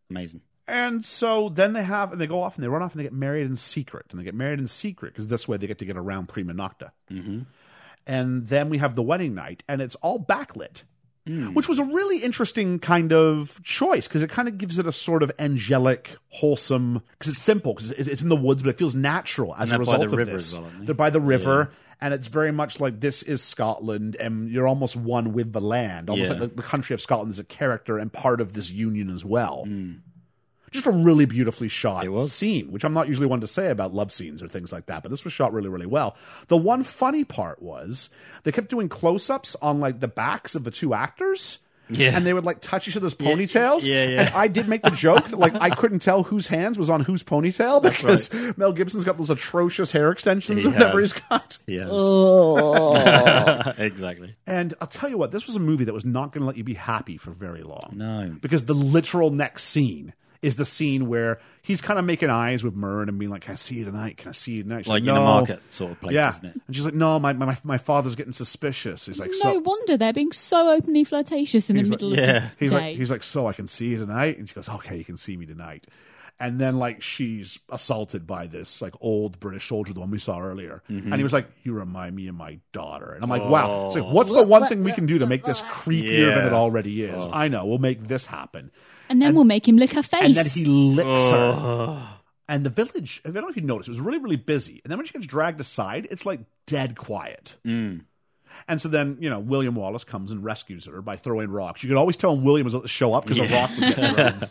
F: amazing.
D: And so then they have, and they go off and they run off and they get married in secret. And they get married in secret because this way they get to get around Prima Nocta. Mm-hmm. And then we have the wedding night, and it's all backlit,
F: Hmm.
D: which was a really interesting kind of choice because it kind of gives it a sort of angelic, wholesome, because it's simple, because it's it's in the woods, but it feels natural as
F: And
D: a
F: they're by
D: result
F: the
D: of
F: river
D: this.
F: as well, aren't they?
D: they're by the river. And it's very much like this is Scotland, and you're almost one with the land, almost
F: Yeah.
D: like the, the country of Scotland is a character and part of this union as well
F: Hmm.
D: just a really beautifully shot
F: It was.
D: scene, which I'm not usually one to say about love scenes or things like that, but this was shot really, really well. The one funny part was they kept doing close ups on like the backs of the two actors.
F: Yeah.
D: And they would like touch each other's ponytails.
F: yeah, yeah.
D: And I did make the joke that like I couldn't tell whose hands was on whose ponytail because Mel Gibson's got those atrocious hair extensions
F: He
D: or whatever
F: has.
D: he's got.
F: Yes,
D: Oh.
F: exactly.
D: And I'll tell you what, this was a movie that was not going to let you be happy for very long.
F: No.
D: Because the literal next scene is the scene where he's kind of making eyes with Myrn and being like, Can I see you tonight? Can I see you tonight? She's
F: Like in a market sort of place,
D: yeah.
F: isn't it?
D: And she's like, No, my, my, my father's getting suspicious. He's like,
E: no
D: So.
E: wonder they're being so openly flirtatious in the
D: He's like-
E: middle
F: yeah.
E: of the
D: He's
E: day.
D: like, he's like, so I can see you tonight, and she goes, okay, you can see me tonight, and then like she's assaulted by this like old British soldier, the one we saw earlier, and he was like, you remind me of my daughter, and I'm like, wow, it's like, what's the one thing we can do to make this creepier than
F: Yeah.
D: it already is? I know, we'll make this happen,
E: and then we'll make him lick her face.
D: and then he licks her. And the village, I don't know if you noticed, it was really, really busy. And then when she gets dragged aside, it's like dead quiet.
F: Mm.
D: And so then, you know, William Wallace comes and rescues her by throwing rocks. You could always tell when William was about to show up because a rock would get thrown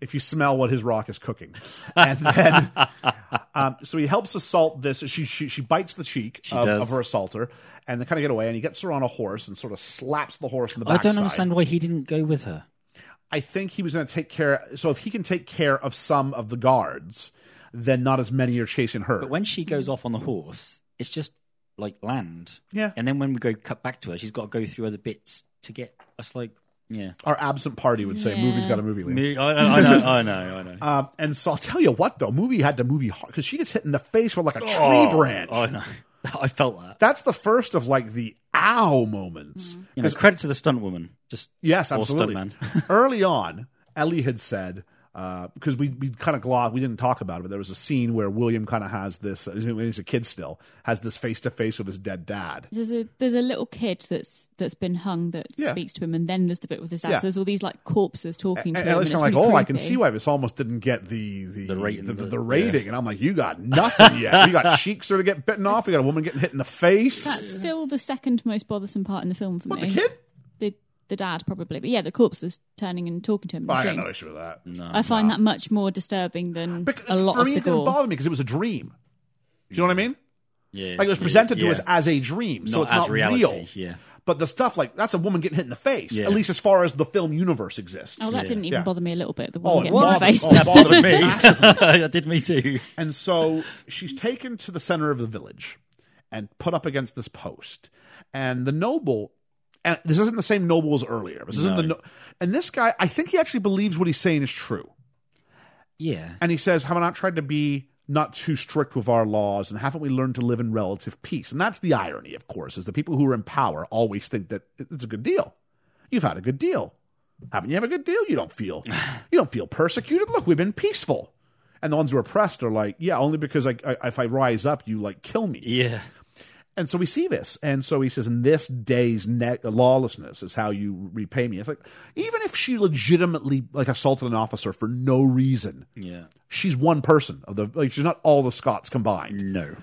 D: if you smell what his rock is cooking. And then, um, so he helps assault this. She she, she bites the cheek of,
F: does.
D: of her assaulter, and they kind of get away. And he gets her on a horse and sort of slaps the horse in the
F: Oh, I
D: backside.
F: don't understand why he didn't go with her.
D: I think he was going to take care. So if he can take care of some of the guards, then not as many are chasing her.
F: But when she goes off on the horse, it's just like land.
D: Yeah.
F: And then when we go cut back to her, she's got to go through other bits to get us. Like, yeah.
D: Our absent party would say, "Movie's got a movie." Link.
F: Me- I, I- I know. I know. I know.
D: Um, and so I'll tell you what, though, movie had to movie hard because she gets hit in the face with like a tree
F: Oh,
D: branch.
F: I know. I felt that.
D: That's the first of like the ow moments.
F: You know, credit to the stunt woman. Just
D: Yes,
F: or
D: absolutely.
F: stuntman.
D: Early on, Ellie had said because we we kind of glossed, we didn't talk about it, but there was a scene where William kind of has this when he's a kid still has this face to face with his dead dad.
E: there's a there's a little kid that's that's been hung that
D: Yeah.
E: speaks to him, and then there's the bit with his dad.
D: Yeah.
E: So there's all these like corpses talking to
D: And
E: him.
D: I was
E: and it's
D: kind of like, oh,
E: really
D: I can
E: creepy.
D: see why this almost didn't get the the the,
F: rating,
D: the, the,
F: the-
D: rating. And I'm like, you got nothing yet. you got cheeks sort of get bitten off. You got a woman getting hit in the face.
E: That's still the second most bothersome part in the film for
D: what the
E: me.
D: kid?
E: The the dad probably, but yeah, the corpse is turning and talking to him. In
D: I
E: his
D: got no
E: dreams.
D: issue with that.
E: I find that much more disturbing than
D: Because
E: a lot
D: for
E: of
D: me,
E: the
D: it didn't
E: gore.
D: bother me because it was a dream. Do you know what I mean?
F: yeah.
D: Like it was presented
F: yeah.
D: to us as a dream, so
F: Not
D: it's
F: as
D: not
F: reality,
D: real.
F: yeah.
D: But the stuff like that's a woman getting hit in the face.
F: Yeah.
D: At least as far as the film universe exists.
E: Oh, that didn't even
D: Yeah.
E: bother me a little bit. The
D: Oh,
E: woman
D: it
E: getting in the
D: bothered-
E: face.
D: oh, it bothered me.
F: I did me too.
D: And so she's taken to the center of the village and put up against this post. And the noble, and this isn't the same noble as earlier. This isn't the no, and this guy, I think he actually believes what he's saying is true.
F: Yeah.
D: And he says, Have I not tried to be not too strict with our laws? And haven't we learned to live in relative peace? And that's the irony, of course, is the people who are in power always think that it's a good deal. You've had a good deal. Haven't you had a good deal? You don't feel you don't feel persecuted. Look, we've been peaceful. And the ones who are oppressed are like, yeah, only because I, I, if I rise up, you like kill me.
F: Yeah.
D: And so we see this. And so he says, in this day's ne- lawlessness is how you repay me. It's like, even if she legitimately like assaulted an officer for no reason,
F: Yeah.
D: she's one person of the like she's not all the Scots combined.
F: No.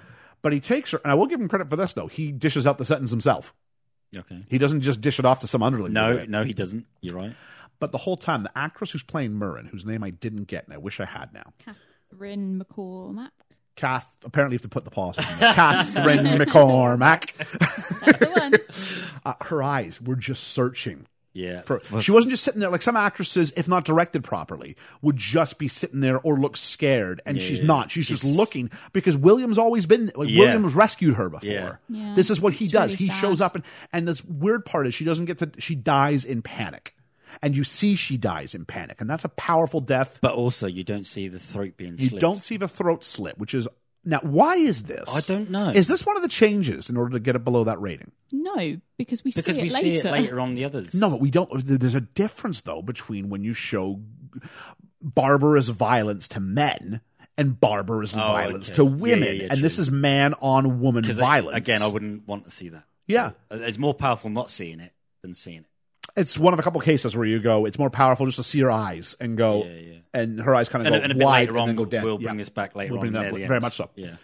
D: But he takes her, and I will give him credit for this though. He dishes out the sentence himself.
F: Okay.
D: He doesn't just dish it off to some underling.
F: No. No, he doesn't. You're right.
D: But the whole time, the actress who's playing Murrin, whose name I didn't get, and I wish I had now,
E: Catherine McCormack.
D: Kath. Apparently, you have to put the pause. In there. Catherine McCormack.
E: That's the one.
D: Uh, her eyes were just searching
F: Yeah.
D: For,
F: Well,
D: she wasn't just sitting there like some actresses, if not directed properly, would just be sitting there or look scared, and she's not. She's just
F: It's-
D: looking because William's always been like
F: Yeah.
D: Williams rescued her before.
F: Yeah.
E: Yeah.
D: This is what he
E: It's
D: does.
E: really
D: he
E: sad.
D: shows up, and and this weird part is she doesn't get to. She dies in panic, and you see she dies in panic, and that's a powerful death.
F: but also you don't see the throat being
D: You
F: slit.
D: don't see the throat slit, which is now why is this?
F: I don't know.
D: Is this one of the changes in order to get it below that rating?
E: No, because we
F: because
E: see
F: we
E: it
F: see
E: later.
F: it later on the others.
D: No, but we don't. There's a difference though between when you show barbarous violence to men and barbarous violence
F: Oh, okay.
D: to
F: Yeah, yeah,
D: women,
F: yeah,
D: and this
F: true.
D: is man on woman
F: 'Cause
D: violence.
F: Again, I wouldn't want to see that.
D: yeah,
F: Uh, It's more powerful not seeing it than seeing it.
D: it's one of a couple cases where you go, it's more powerful just to see her eyes and go,
F: Yeah, yeah.
D: and her eyes kind of
F: And,
D: go
F: and a bit
D: wide
F: later
D: and
F: on,
D: then go down.
F: we'll
D: Yeah.
F: bring this back later
D: We'll
F: on.
D: bring that
F: near the
D: very
F: end.
D: much so.
F: Yeah.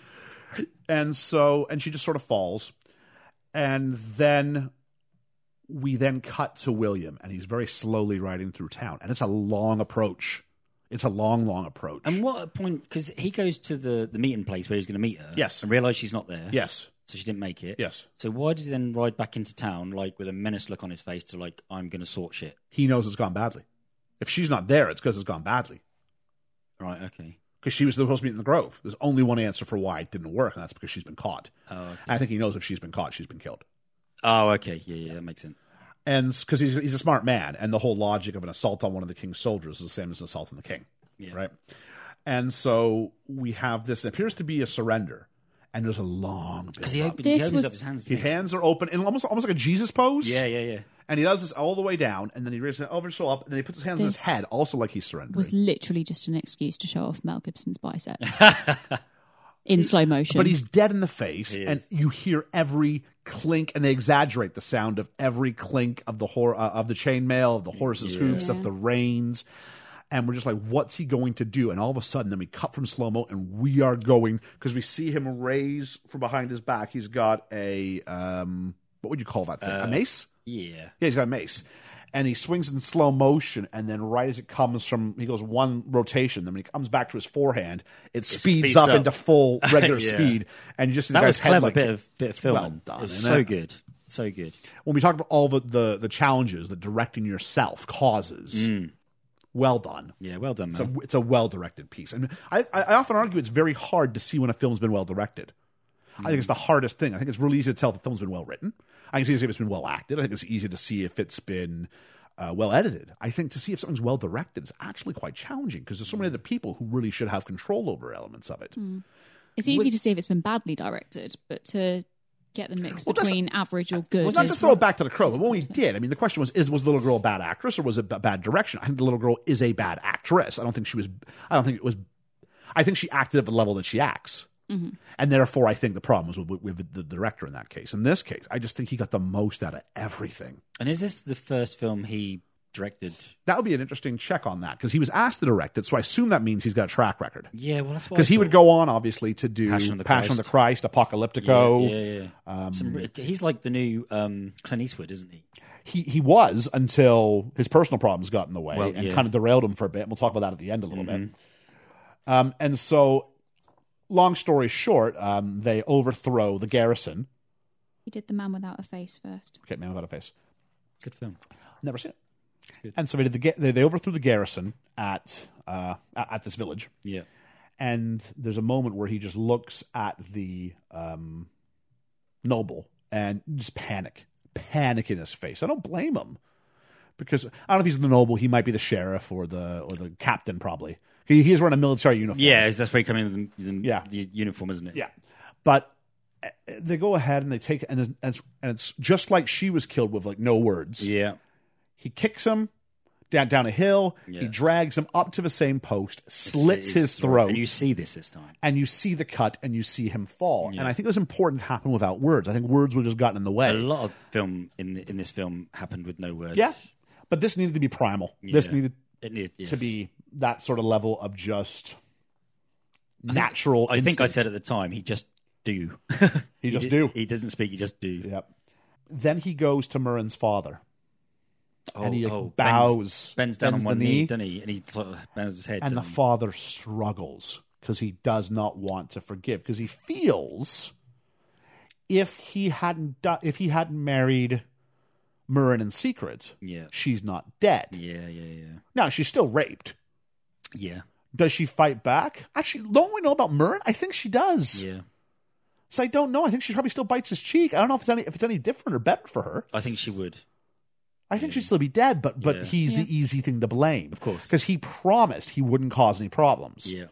D: and so and she just sort of falls and then we then cut to william and he's very slowly riding through town and it's a long approach it's a long long approach
F: And what a point, because he goes to the, the meeting place where he's going to meet her.
D: Yes.
F: And realise she's not there.
D: yes
F: So she didn't make it.
D: yes
F: So why does he then ride back into town, like with a menace look on his face, to like, I'm going to sort shit?
D: he knows it's gone badly if she's not there it's because it's gone badly
F: Right, okay.
D: because she was supposed to meet in the grove there's only one answer for why it didn't work and that's because she's been caught
F: Oh, okay.
D: i think he knows if she's been caught she's been killed
F: Oh, okay. Yeah, yeah, that makes sense.
D: and because he's, he's a smart man and the whole logic of an assault on one of the king's soldiers is the same as an assault on the king
F: Yeah.
D: right? And so we have this. It appears to be a surrender, and there's a long.
F: Because
D: Because
F: he,
D: he,
F: opened, he
E: This
F: opens
E: was-
F: up his hands.
D: his hands are open in almost almost like a Jesus pose.
F: Yeah, yeah, yeah.
D: And he does this all the way down, and then he raises it over his shoulder up, and then he puts his hands on his
E: This
D: head, also like he's surrendering.
E: was literally just an excuse to show off Mel Gibson's biceps in slow motion.
D: but he's dead in the face,
F: He
D: and
F: is.
D: you hear every clink, and they exaggerate the sound of every clink of the hor- uh, of the chainmail, of the horse's hoofs, of
E: Yeah.
D: the reins, and we're just like, what's he going to do? And all of a sudden, then we cut from slow mo, and we are going because we see him raise from behind his back. He's got a um, what would you call that thing?
F: Uh,
D: a mace?
F: Yeah.
D: Yeah, he's got a mace. And he swings in slow motion, and then right as it comes from, he goes one rotation. Then when he comes back to his forehand, it, speeds,
F: speeds
D: up,
F: up.
D: into full regular
F: Yeah.
D: speed. And you just see the
F: That
D: guy's
F: was
D: head
F: clever
D: like
F: bit of bit of filming.
D: Well done,
F: it was
D: isn't
F: so
D: it?
F: good, so good.
D: when we talk about all the, the the challenges that directing yourself causes.
F: Mm.
D: Well done.
F: Yeah, well done, man.
D: It's a, it's a well directed piece, and I, I I often argue it's very hard to see when a film's been well directed. I think it's the hardest thing. I think it's really easy to tell if the film's been well written. I can see if it's been well acted. I think it's easy to see if it's been uh, well edited. I think to see if something's well directed is actually quite challenging because there's so many other people who really should have control over elements of it.
E: it's easy to see if it's been badly directed, but to get the mix
D: Well, that's-
E: between average or good.
D: Well, not to
E: is-
D: throw it back to the crow, but when we did, I mean, the question was: Is was the little girl a bad actress or was it a bad direction? I think the little girl is a bad actress. I don't think she was. I don't think it was. I think she acted at the level that she acts, and therefore, I think the problem was with, with the director in that case. In this case, I just think he got the most out of everything.
F: and is this the first film he directed?
D: That would be an interesting check on that because he was asked to direct it, so I assume that means he's got a track record.
F: Yeah, well, that's what I
D: Because he would
F: thought.
D: go on, obviously, to do Passion of
F: Passion of
D: the
F: the
D: Christ, Apocalyptico.
F: Yeah, yeah, yeah.
D: um,
F: Some re- he's like the new um, Clint Eastwood, isn't he?
D: he he was until his personal problems got in the way
F: Well,
D: and
F: yeah. Mm-hmm.
D: kind of derailed him for a bit. We'll talk about that at the end a little bit. Um, and so, long story short, um, they overthrow the garrison.
E: He did the man without a face first.
D: Okay, man without a face.
F: Good film.
D: Never seen it. And so they did the ga- they, they overthrew the garrison at uh, at at this village.
F: Yeah,
D: and there's a moment where he just looks at the um, noble and just panic, panic in his face. I don't blame him because I don't know if he's the noble. He might be the sheriff or the or the captain, probably. He, he's wearing a military uniform.
F: yeah. That's where he comes in with the, the,
D: Yeah.
F: the uniform, isn't it?
D: yeah. But uh, they go ahead and they take and it's- and it's, and it's just like she was killed with like no words.
F: yeah.
D: He kicks him down down a hill. He
F: Yeah.
D: drags him up to the same post, slits
F: It's-
D: his
F: it's-
D: throat.
F: and you see this this time.
D: and you see the cut and you see him fall. And I think it was important to happen without words. I think words would have just gotten in the way.
F: A lot of film in in this film happened with no words.
D: yeah. But this needed to be primal. This
F: Yeah.
D: needed
F: it, need- yes.
D: to be that sort of level of just natural.
F: I think I
D: instinct.
F: said at the time he just do.
D: He just
F: di-
D: do.
F: He doesn't speak. He just do.
D: Yep. Then he goes to Murren's father.
F: Oh,
D: And he, like,
F: oh,
D: bows,
F: bends, bends down
D: bends
F: on one
D: the
F: knee,
D: knee.
F: doesn't he? And he sort of bends his head.
D: and the
F: down.
D: father struggles because he does not want to forgive because he feels if he hadn't done if he hadn't married Murren in secret,
F: Yeah.
D: she's not dead.
F: Yeah, yeah, yeah.
D: Now, she's still raped.
F: Yeah.
D: Does she fight back? Actually, don't we know about Murren? I think she does.
F: Yeah.
D: So I don't know. I think she probably still bites his cheek. I don't know if it's any if it's any different or better for her.
F: I think she would.
D: I think she'd still be dead, but but
F: Yeah.
D: he's
E: Yeah.
D: the easy thing to blame, of
F: course.
D: because he promised he wouldn't cause any problems.
F: Yeah.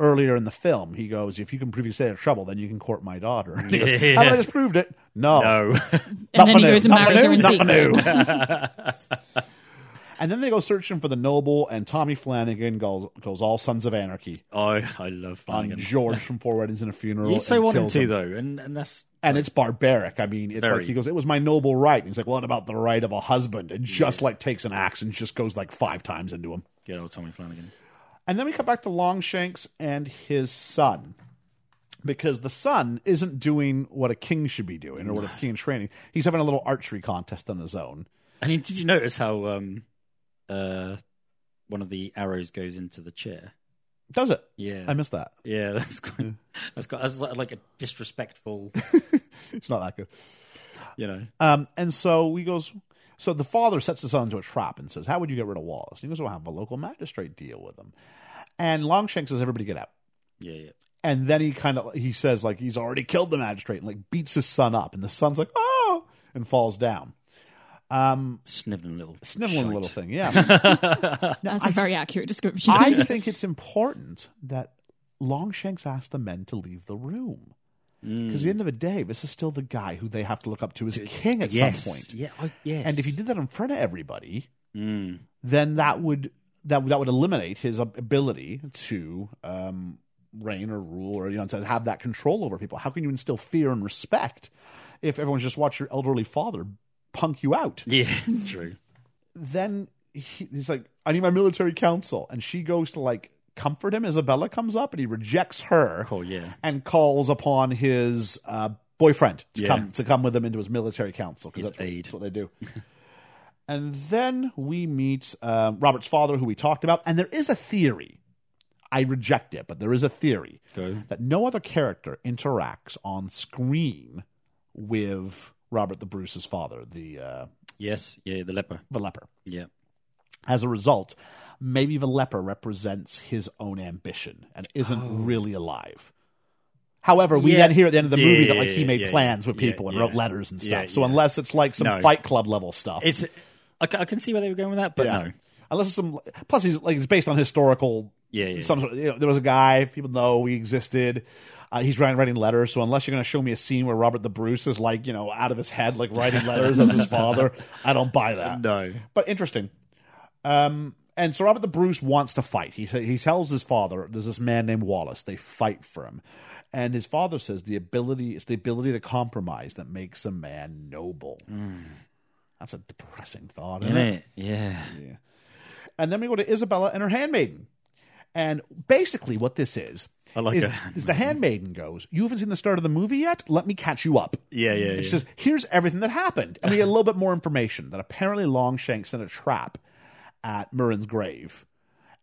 D: Earlier in the film, he goes, "If you can prove you stayed in trouble, then you can court my daughter." And he goes,
F: Yeah.
D: "Haven't I just proved it? No,
F: No.
D: Not
E: And then he
D: Manu,
E: goes and
D: not
E: marries her in
D: Manu, not
E: secret.
D: Manu. and then they go searching for the noble, and Tommy Flanagan goes goes all Sons of Anarchy
F: I I love
D: on
F: Flanagan.
D: George from Four Weddings and a Funeral.
F: He's so
D: and
F: on him
D: kills
F: too,
D: him.
F: though, and and that's
D: And it's barbaric. I mean, it's
F: Very.
D: like he goes, "It was my noble right." And he's like, "What about the right of a husband?" And just like takes an axe and just goes like five times into him.
F: good old Tommy Flanagan.
D: And then we come back to Longshanks and his son. Because the son isn't doing what a king should be doing or what a king in training. He's having a little archery contest on his own.
F: And did you notice how um uh one of the arrows goes into the chair?
D: Does it?
F: Yeah.
D: I missed that.
F: yeah, that's quite, that's quite that's like like a disrespectful,
D: It's not that good.
F: you know.
D: Um, and so he goes. So the father sets his son into a trap and says, "How would you get rid of Wallace?" He goes, "Well, have a local magistrate deal with him." And Longshanks says, "Everybody get out."
F: Yeah, yeah.
D: And then he kind of he says like he's already killed the magistrate and like beats his son up, and the son's like, "Oh!" and falls down,
F: Sniveling little
D: sniveling
F: shite.
D: a little thing. Yeah,
E: That's a very accurate description.
D: I think it's important that Longshanks asked the men to leave the room because at the end of the day, this is still the guy who they have to look up to as a king at
F: yes.
D: some point.
F: Yeah, I, yes.
D: And if he did that in front of everybody, then that would that that would eliminate his ab- ability to um, reign or rule or you know to have that control over people. How can you instill fear and respect if everyone's just watched your elderly father punk you out?
F: Yeah, true.
D: Then he, he's like, "I need my military council," and she goes to like comfort him. Isabella comes up and he rejects her
F: Cool, yeah.
D: and calls upon his uh, boyfriend to
F: Yeah.
D: come to come with him into his military council
F: His
D: because that's, what-
F: aide.
D: that's what they do. and then we meet um, Robert's father, who we talked about, and there is a theory. I reject it, but there is a theory
F: Go.
D: that no other character interacts on screen with Robert the Bruce's father, the uh,
F: Yes, yeah, the leper.
D: the leper.
F: Yeah.
D: As a result, maybe the leper represents his own ambition and isn't really alive. However, we
F: Oh. Yeah.
D: then hear at the end of the movie that like
F: Yeah,
D: he made
F: yeah,
D: plans with
F: yeah,
D: people and
F: yeah.
D: wrote letters and stuff.
F: Yeah,
D: so
F: yeah.
D: unless it's like some
F: No.
D: Fight Club level stuff,
F: It's I, ca- I can see where they were going with that, but
D: Yeah.
F: no.
D: Unless it's some plus he's like it's based on historical.
F: Yeah, yeah.
D: Some sort of, you know, there was a guy people know he existed. Uh, he's writing, writing letters. So unless you're going to show me a scene where Robert the Bruce is like you know out of his head like writing letters as his father, I don't buy that.
F: No.
D: But interesting. Um, and so Robert the Bruce wants to fight. He sa- he tells his father there's this man named Wallace. They fight for him, and his father says the ability it's the ability to compromise that makes a man noble.
F: Mm.
D: That's a depressing thought, isn't it?
F: Innit? Yeah.
D: And then we go to Isabella and her handmaiden. And basically, what this is
F: I like
D: is,
F: a
D: is the handmaiden goes, "You haven't seen the start of the movie yet. Let me catch you up."
F: Yeah, yeah, yeah.
D: She says, "Here's everything that happened," and we get a little bit more information that apparently Longshanks sent a trap at Murren's grave,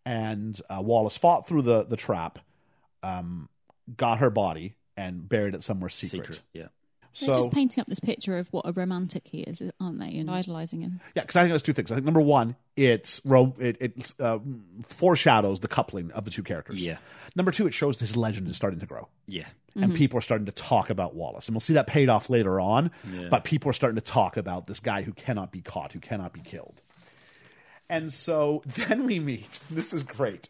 D: and uh, Wallace fought through the the trap, um, got her body, and buried it somewhere secret.
F: Secret. Yeah.
E: They're
D: So
E: just painting up this picture of what a romantic he is, aren't they? And idolizing him.
D: Yeah, because I think there's two things. I think number one, it's ro- it, it uh, foreshadows the coupling of the two characters.
F: Yeah.
D: Number two, it shows his legend is starting to grow,
F: Yeah.
D: and people are starting to talk about Wallace, and we'll see that paid off later on. But people are starting to talk about this guy who cannot be caught, who cannot be killed. And so then we meet. This is great.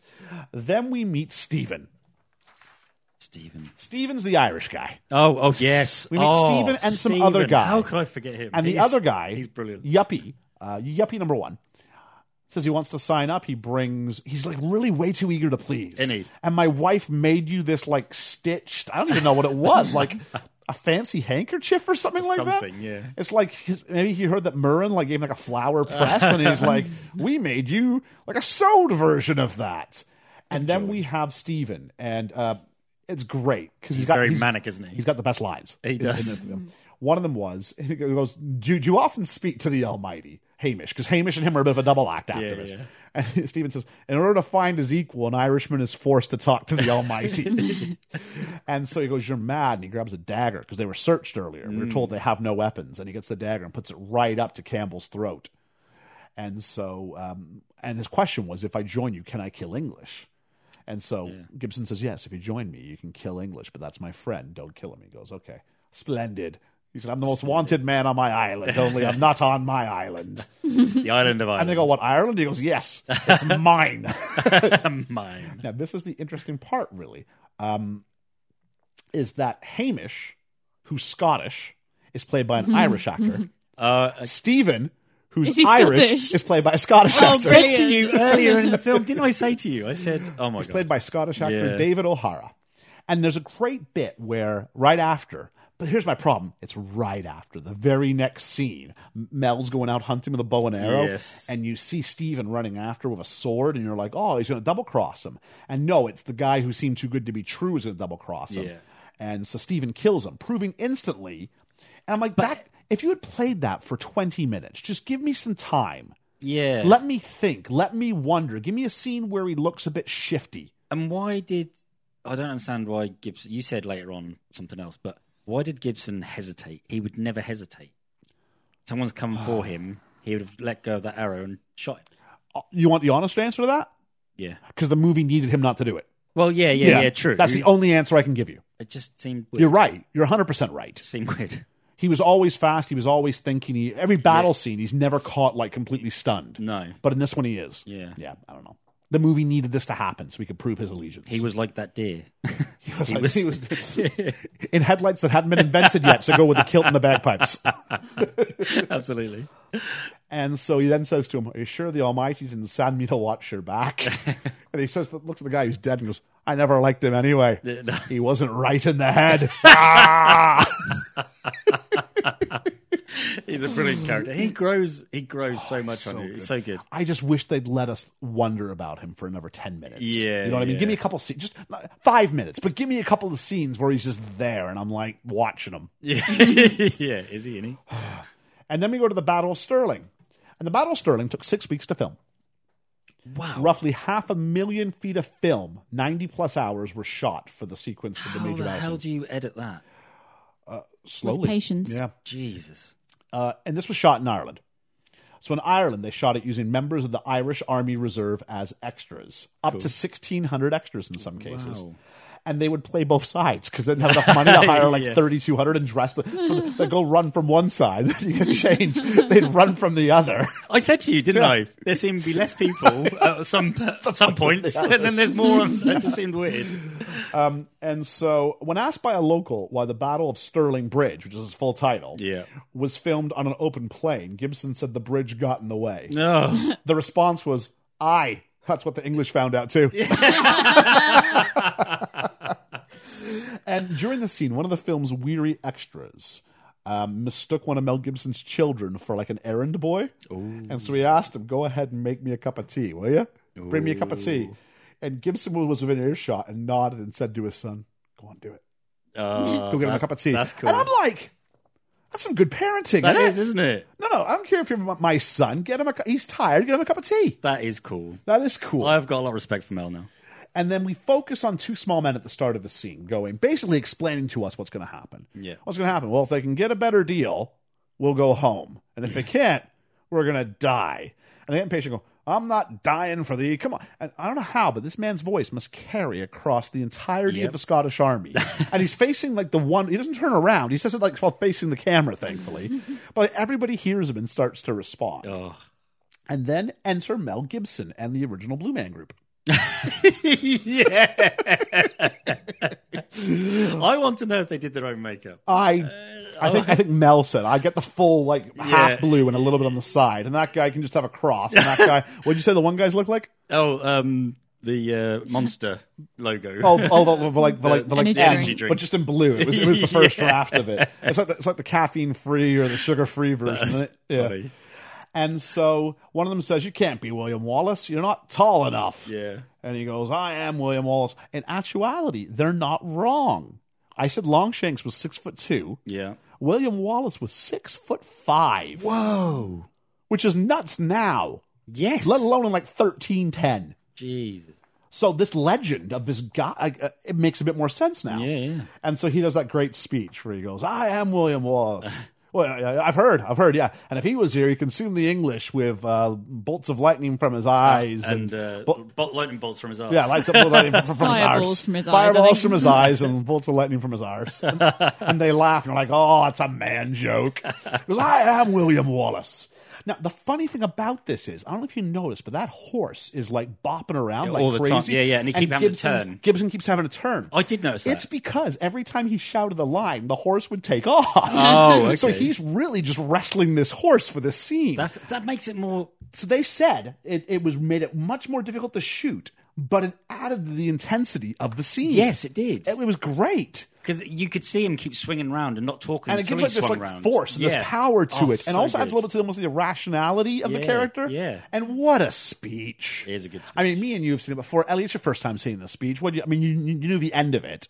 D: Then we meet Stephen.
F: Stephen.
D: Stephen's the Irish guy.
F: Oh, oh yes.
D: We meet
F: oh,
D: Stephen and some other
F: Stephen.
D: guy.
F: How could I forget him?
D: And the
F: He's-
D: other guy,
F: He's brilliant.
D: Yuppie, uh, Yuppie number one, says he wants to sign up. He brings, he's like really way too eager to please.
F: Isn't he?
D: And my wife made you this like stitched, I don't even know what it was, like a fancy handkerchief or something like that.
F: Something, yeah.
D: It's like his, maybe he heard that Murren like gave him like a flower pressed, and he's like, "We made you like a sewed version of that." And then we have Steven, and uh, it's great because he's got
F: very
D: he's-
F: manic, isn't he?
D: He's got the best lines.
F: He does.
D: the film. One of them was, it goes, do, do you often speak to the Almighty, Hamish? Because Hamish and him are a bit of a double act after
F: Yeah,
D: this.
F: yeah.
D: And Stephen says, in order to find his equal, an Irishman is forced to talk to the Almighty. and so he goes, you're mad. And he grabs a dagger because they were searched earlier. We were told they have no weapons. And he gets the dagger and puts it right up to Campbell's throat. And so, um, and his question was, if I join you, can I kill English? And so Gibson says, yes, if you join me, you can kill English, but that's my friend. Don't kill him. He goes, okay, splendid. He said, I'm the most wanted man on my island, only I'm not on my island.
F: The island of
D: And
F: Ireland.
D: they go, what, Ireland? He goes, yes, it's mine.
F: Mine.
D: now, this is the interesting part, really, um, is that Hamish, who's Scottish, is played by an Irish actor.
F: Uh,
D: Stephen, who's
E: Is he
D: Irish,
E: Scottish?
D: is played by a Scottish
E: Oh,
D: actor.
E: great.
F: said to you
E: Brilliant.
F: earlier in the film, didn't I say to you? I said, "Oh my
D: He's
F: god!"
D: played by Scottish actor
F: Yeah.
D: David O'Hara. And there's a great bit where right after, but here's my problem. It's right after the very next scene. M- Mel's going out hunting with a bow and arrow,
F: Yes.
D: and you see Stephen running after with a sword, and you're like, oh, he's going to double cross him. And no, it's the guy who seemed too good to be true who's going to double cross him.
F: Yeah.
D: And so Stephen kills him, proving instantly. And I'm like, that. If you had played that for 20 minutes, just give me some time.
F: yeah.
D: Let me think. Let me wonder. Give me a scene where he looks a bit shifty.
F: and why did I don't understand why Gibson? You said later on something else, but why did Gibson hesitate? He would never hesitate. Someone's come
D: Ah.
F: for him. He would have let go of that arrow and shot. Him.
D: You want the honest answer to that?
F: Yeah.
D: Because the movie needed him not to do it.
F: Well, yeah, yeah, yeah. true.
D: That's the only answer I can give you.
F: It just seemed weird.
D: You're right. You're 100% right.
F: It seemed weird.
D: He was always fast. He was always thinking. He, every battle scene, he's never caught like completely stunned.
F: No.
D: But in this one, he is.
F: Yeah.
D: Yeah. I don't know. The movie needed this to happen so we could prove his allegiance.
F: He was like that deer.
D: He was like- he was- in headlights that hadn't been invented yet, so go with the kilt and the bagpipes.
F: Absolutely.
D: And so he then says to him, Are you sure the Almighty didn't send me to watch your back? and he says, Looks at the guy who's dead and goes, I never liked him anyway. he wasn't right in the head. Ah!
F: He's a brilliant character. He grows. He grows Oh, so much on you. It's so good.
D: I just wish they'd let us wonder about him for another 10 minutes.
F: Yeah,
D: You know what I mean?
F: yeah.
D: Give me a couple scenes, just not- five minutes, but give me a couple of scenes where he's just there and I'm like watching him.
F: Yeah, yeah. Is he? Isn't he?
D: And then we go to the Battle of Stirling. And the Battle of Stirling took six weeks to film.
F: Wow.
D: Roughly half a million feet of film, 90 plus hours, were shot for the sequence for the
F: How
D: major
F: the
D: battle. scene.
F: hell do you edit that?
D: slowly.
E: patience.
D: Yeah.
F: Jesus.
D: Uh, and this was shot in Ireland. So in Ireland, they shot it using members of the Irish Army Reserve as extras, up to 1,600 extras in some cases. And they would play both sides because they didn't have enough money to hire like 3,200 and dress them. So they go run from one side, you can change. They'd run from the other.
F: I said to you, didn't I? There seemed to be less people at some at some points, and then there's more. On, that just seemed weird.
D: And so when asked by a local why the Battle of Stirling Bridge, which is its full title,
F: Yeah.
D: was filmed on an open plain, Gibson said the bridge got in the way.
F: No,
D: The response was, "I." That's what the English found out too. and during the scene, one of the film's weary extras um, mistook one of Mel Gibson's children for like an errand boy, and so he asked him, "Go ahead and make me a cup of tea, will you? Bring me a cup of tea." And Gibson was within earshot and nodded and said to his son, "Go on, do it.
F: uh,
D: Go get him a cup of tea."
F: That's cool.
D: And I'm like, "That's some good parenting,
F: That
D: isn't
F: is,
D: it?
F: isn't it?
D: No, no, I don't care if you're my- my son. Get him a. cu- He's tired. Get him a cup of tea."
F: That is cool.
D: That is cool.
F: I've got a lot of respect for Mel now.
D: and then we focus on two small men at the start of the scene, going basically explaining to us what's going to happen.
F: Yeah.
D: What's going to happen? Well, if they can get a better deal, we'll go home. And if they can't, we're going to die. And the impatient go, I'm not dying for thee. Come on. And I don't know how, but this man's voice must carry across the entirety of
F: Yep.
D: the Scottish army. and he's facing like the one, he doesn't turn around. He says it like while facing the camera, thankfully. but everybody hears him and starts to respond.
F: Oh.
D: And then enter Mel Gibson and the original Blue Man Group.
F: yeah. I want to know if they did their own makeup.
D: I, I think I think Mel said I get the full like half blue and a little bit on the side, and that guy can just have a cross. And that guy, what'd you say the one guy's look like?
F: Oh, um, the uh, monster logo.
D: Oh, oh, the, the, like the like the like
E: Energy
D: yeah,
E: drink.
D: but just in blue. It was, it was the first draft of it. It's like the, it's like the caffeine free or the sugar free version. isn't it? Yeah.
F: Funny.
D: And so one of them says, "You can't be William Wallace. You're not tall enough."
F: Yeah.
D: And he goes, "I am William Wallace." In actuality, they're not wrong. I said Longshanks was six foot two.
F: Yeah.
D: William Wallace was six foot five,
F: Whoa.
D: which is nuts now,
F: Yes.
D: let alone in like thirteen ten.
F: Jesus.
D: So this legend of this guy, uh, it makes a bit more sense now.
F: Yeah, yeah.
D: And so he does that great speech where he goes, "I am William Wallace." well, I- I- I've heard, I've heard, yeah. And if he was here, he consumed the English with uh, bolts of lightning from his eyes
F: And uh,
D: bo-
F: bolt- lightning bolts from his arse.
D: yeah, lights up with lightning from, from his
E: Fireballs
D: arse.
E: from his eyes, I
D: Fireballs
E: think.
D: from his eyes and bolts of lightning from his arse. And, and they laugh and they're like, oh, it's a man joke. Because I am William Wallace. Now, the funny thing about this is, I don't know if you noticed, but that horse is like bopping around
F: Yeah,
D: like
F: all the time.
D: crazy.
F: Yeah, yeah, and he keep having to
D: Gibson's-
F: turn.
D: Gibson keeps having a turn.
F: I did notice that.
D: It's because every time he shouted the line, the horse would take off.
F: Oh,
D: So
F: okay.
D: he's really just wrestling this horse for this scene
F: That's, that makes it more.
D: so they said it, it was made it much more difficult to shoot, but it added to the intensity of the scene.
F: Yes, it did.
D: it, it was great,
F: Because you could see him keep swinging round and not talking.
D: and it
F: until
D: gives like
F: he
D: this
F: swung
D: like
F: round.
D: force and
F: Yeah.
D: this power to
F: Oh,
D: it, and
F: so
D: also adds a
F: good.
D: little bit to almost the irrationality of the
F: Yeah,
D: character.
F: yeah.
D: and what a speech!
F: It is a good
D: I mean, me and you have seen it before. Elliot's your first time seeing the speech. What do you, I mean, you, you knew the end of it.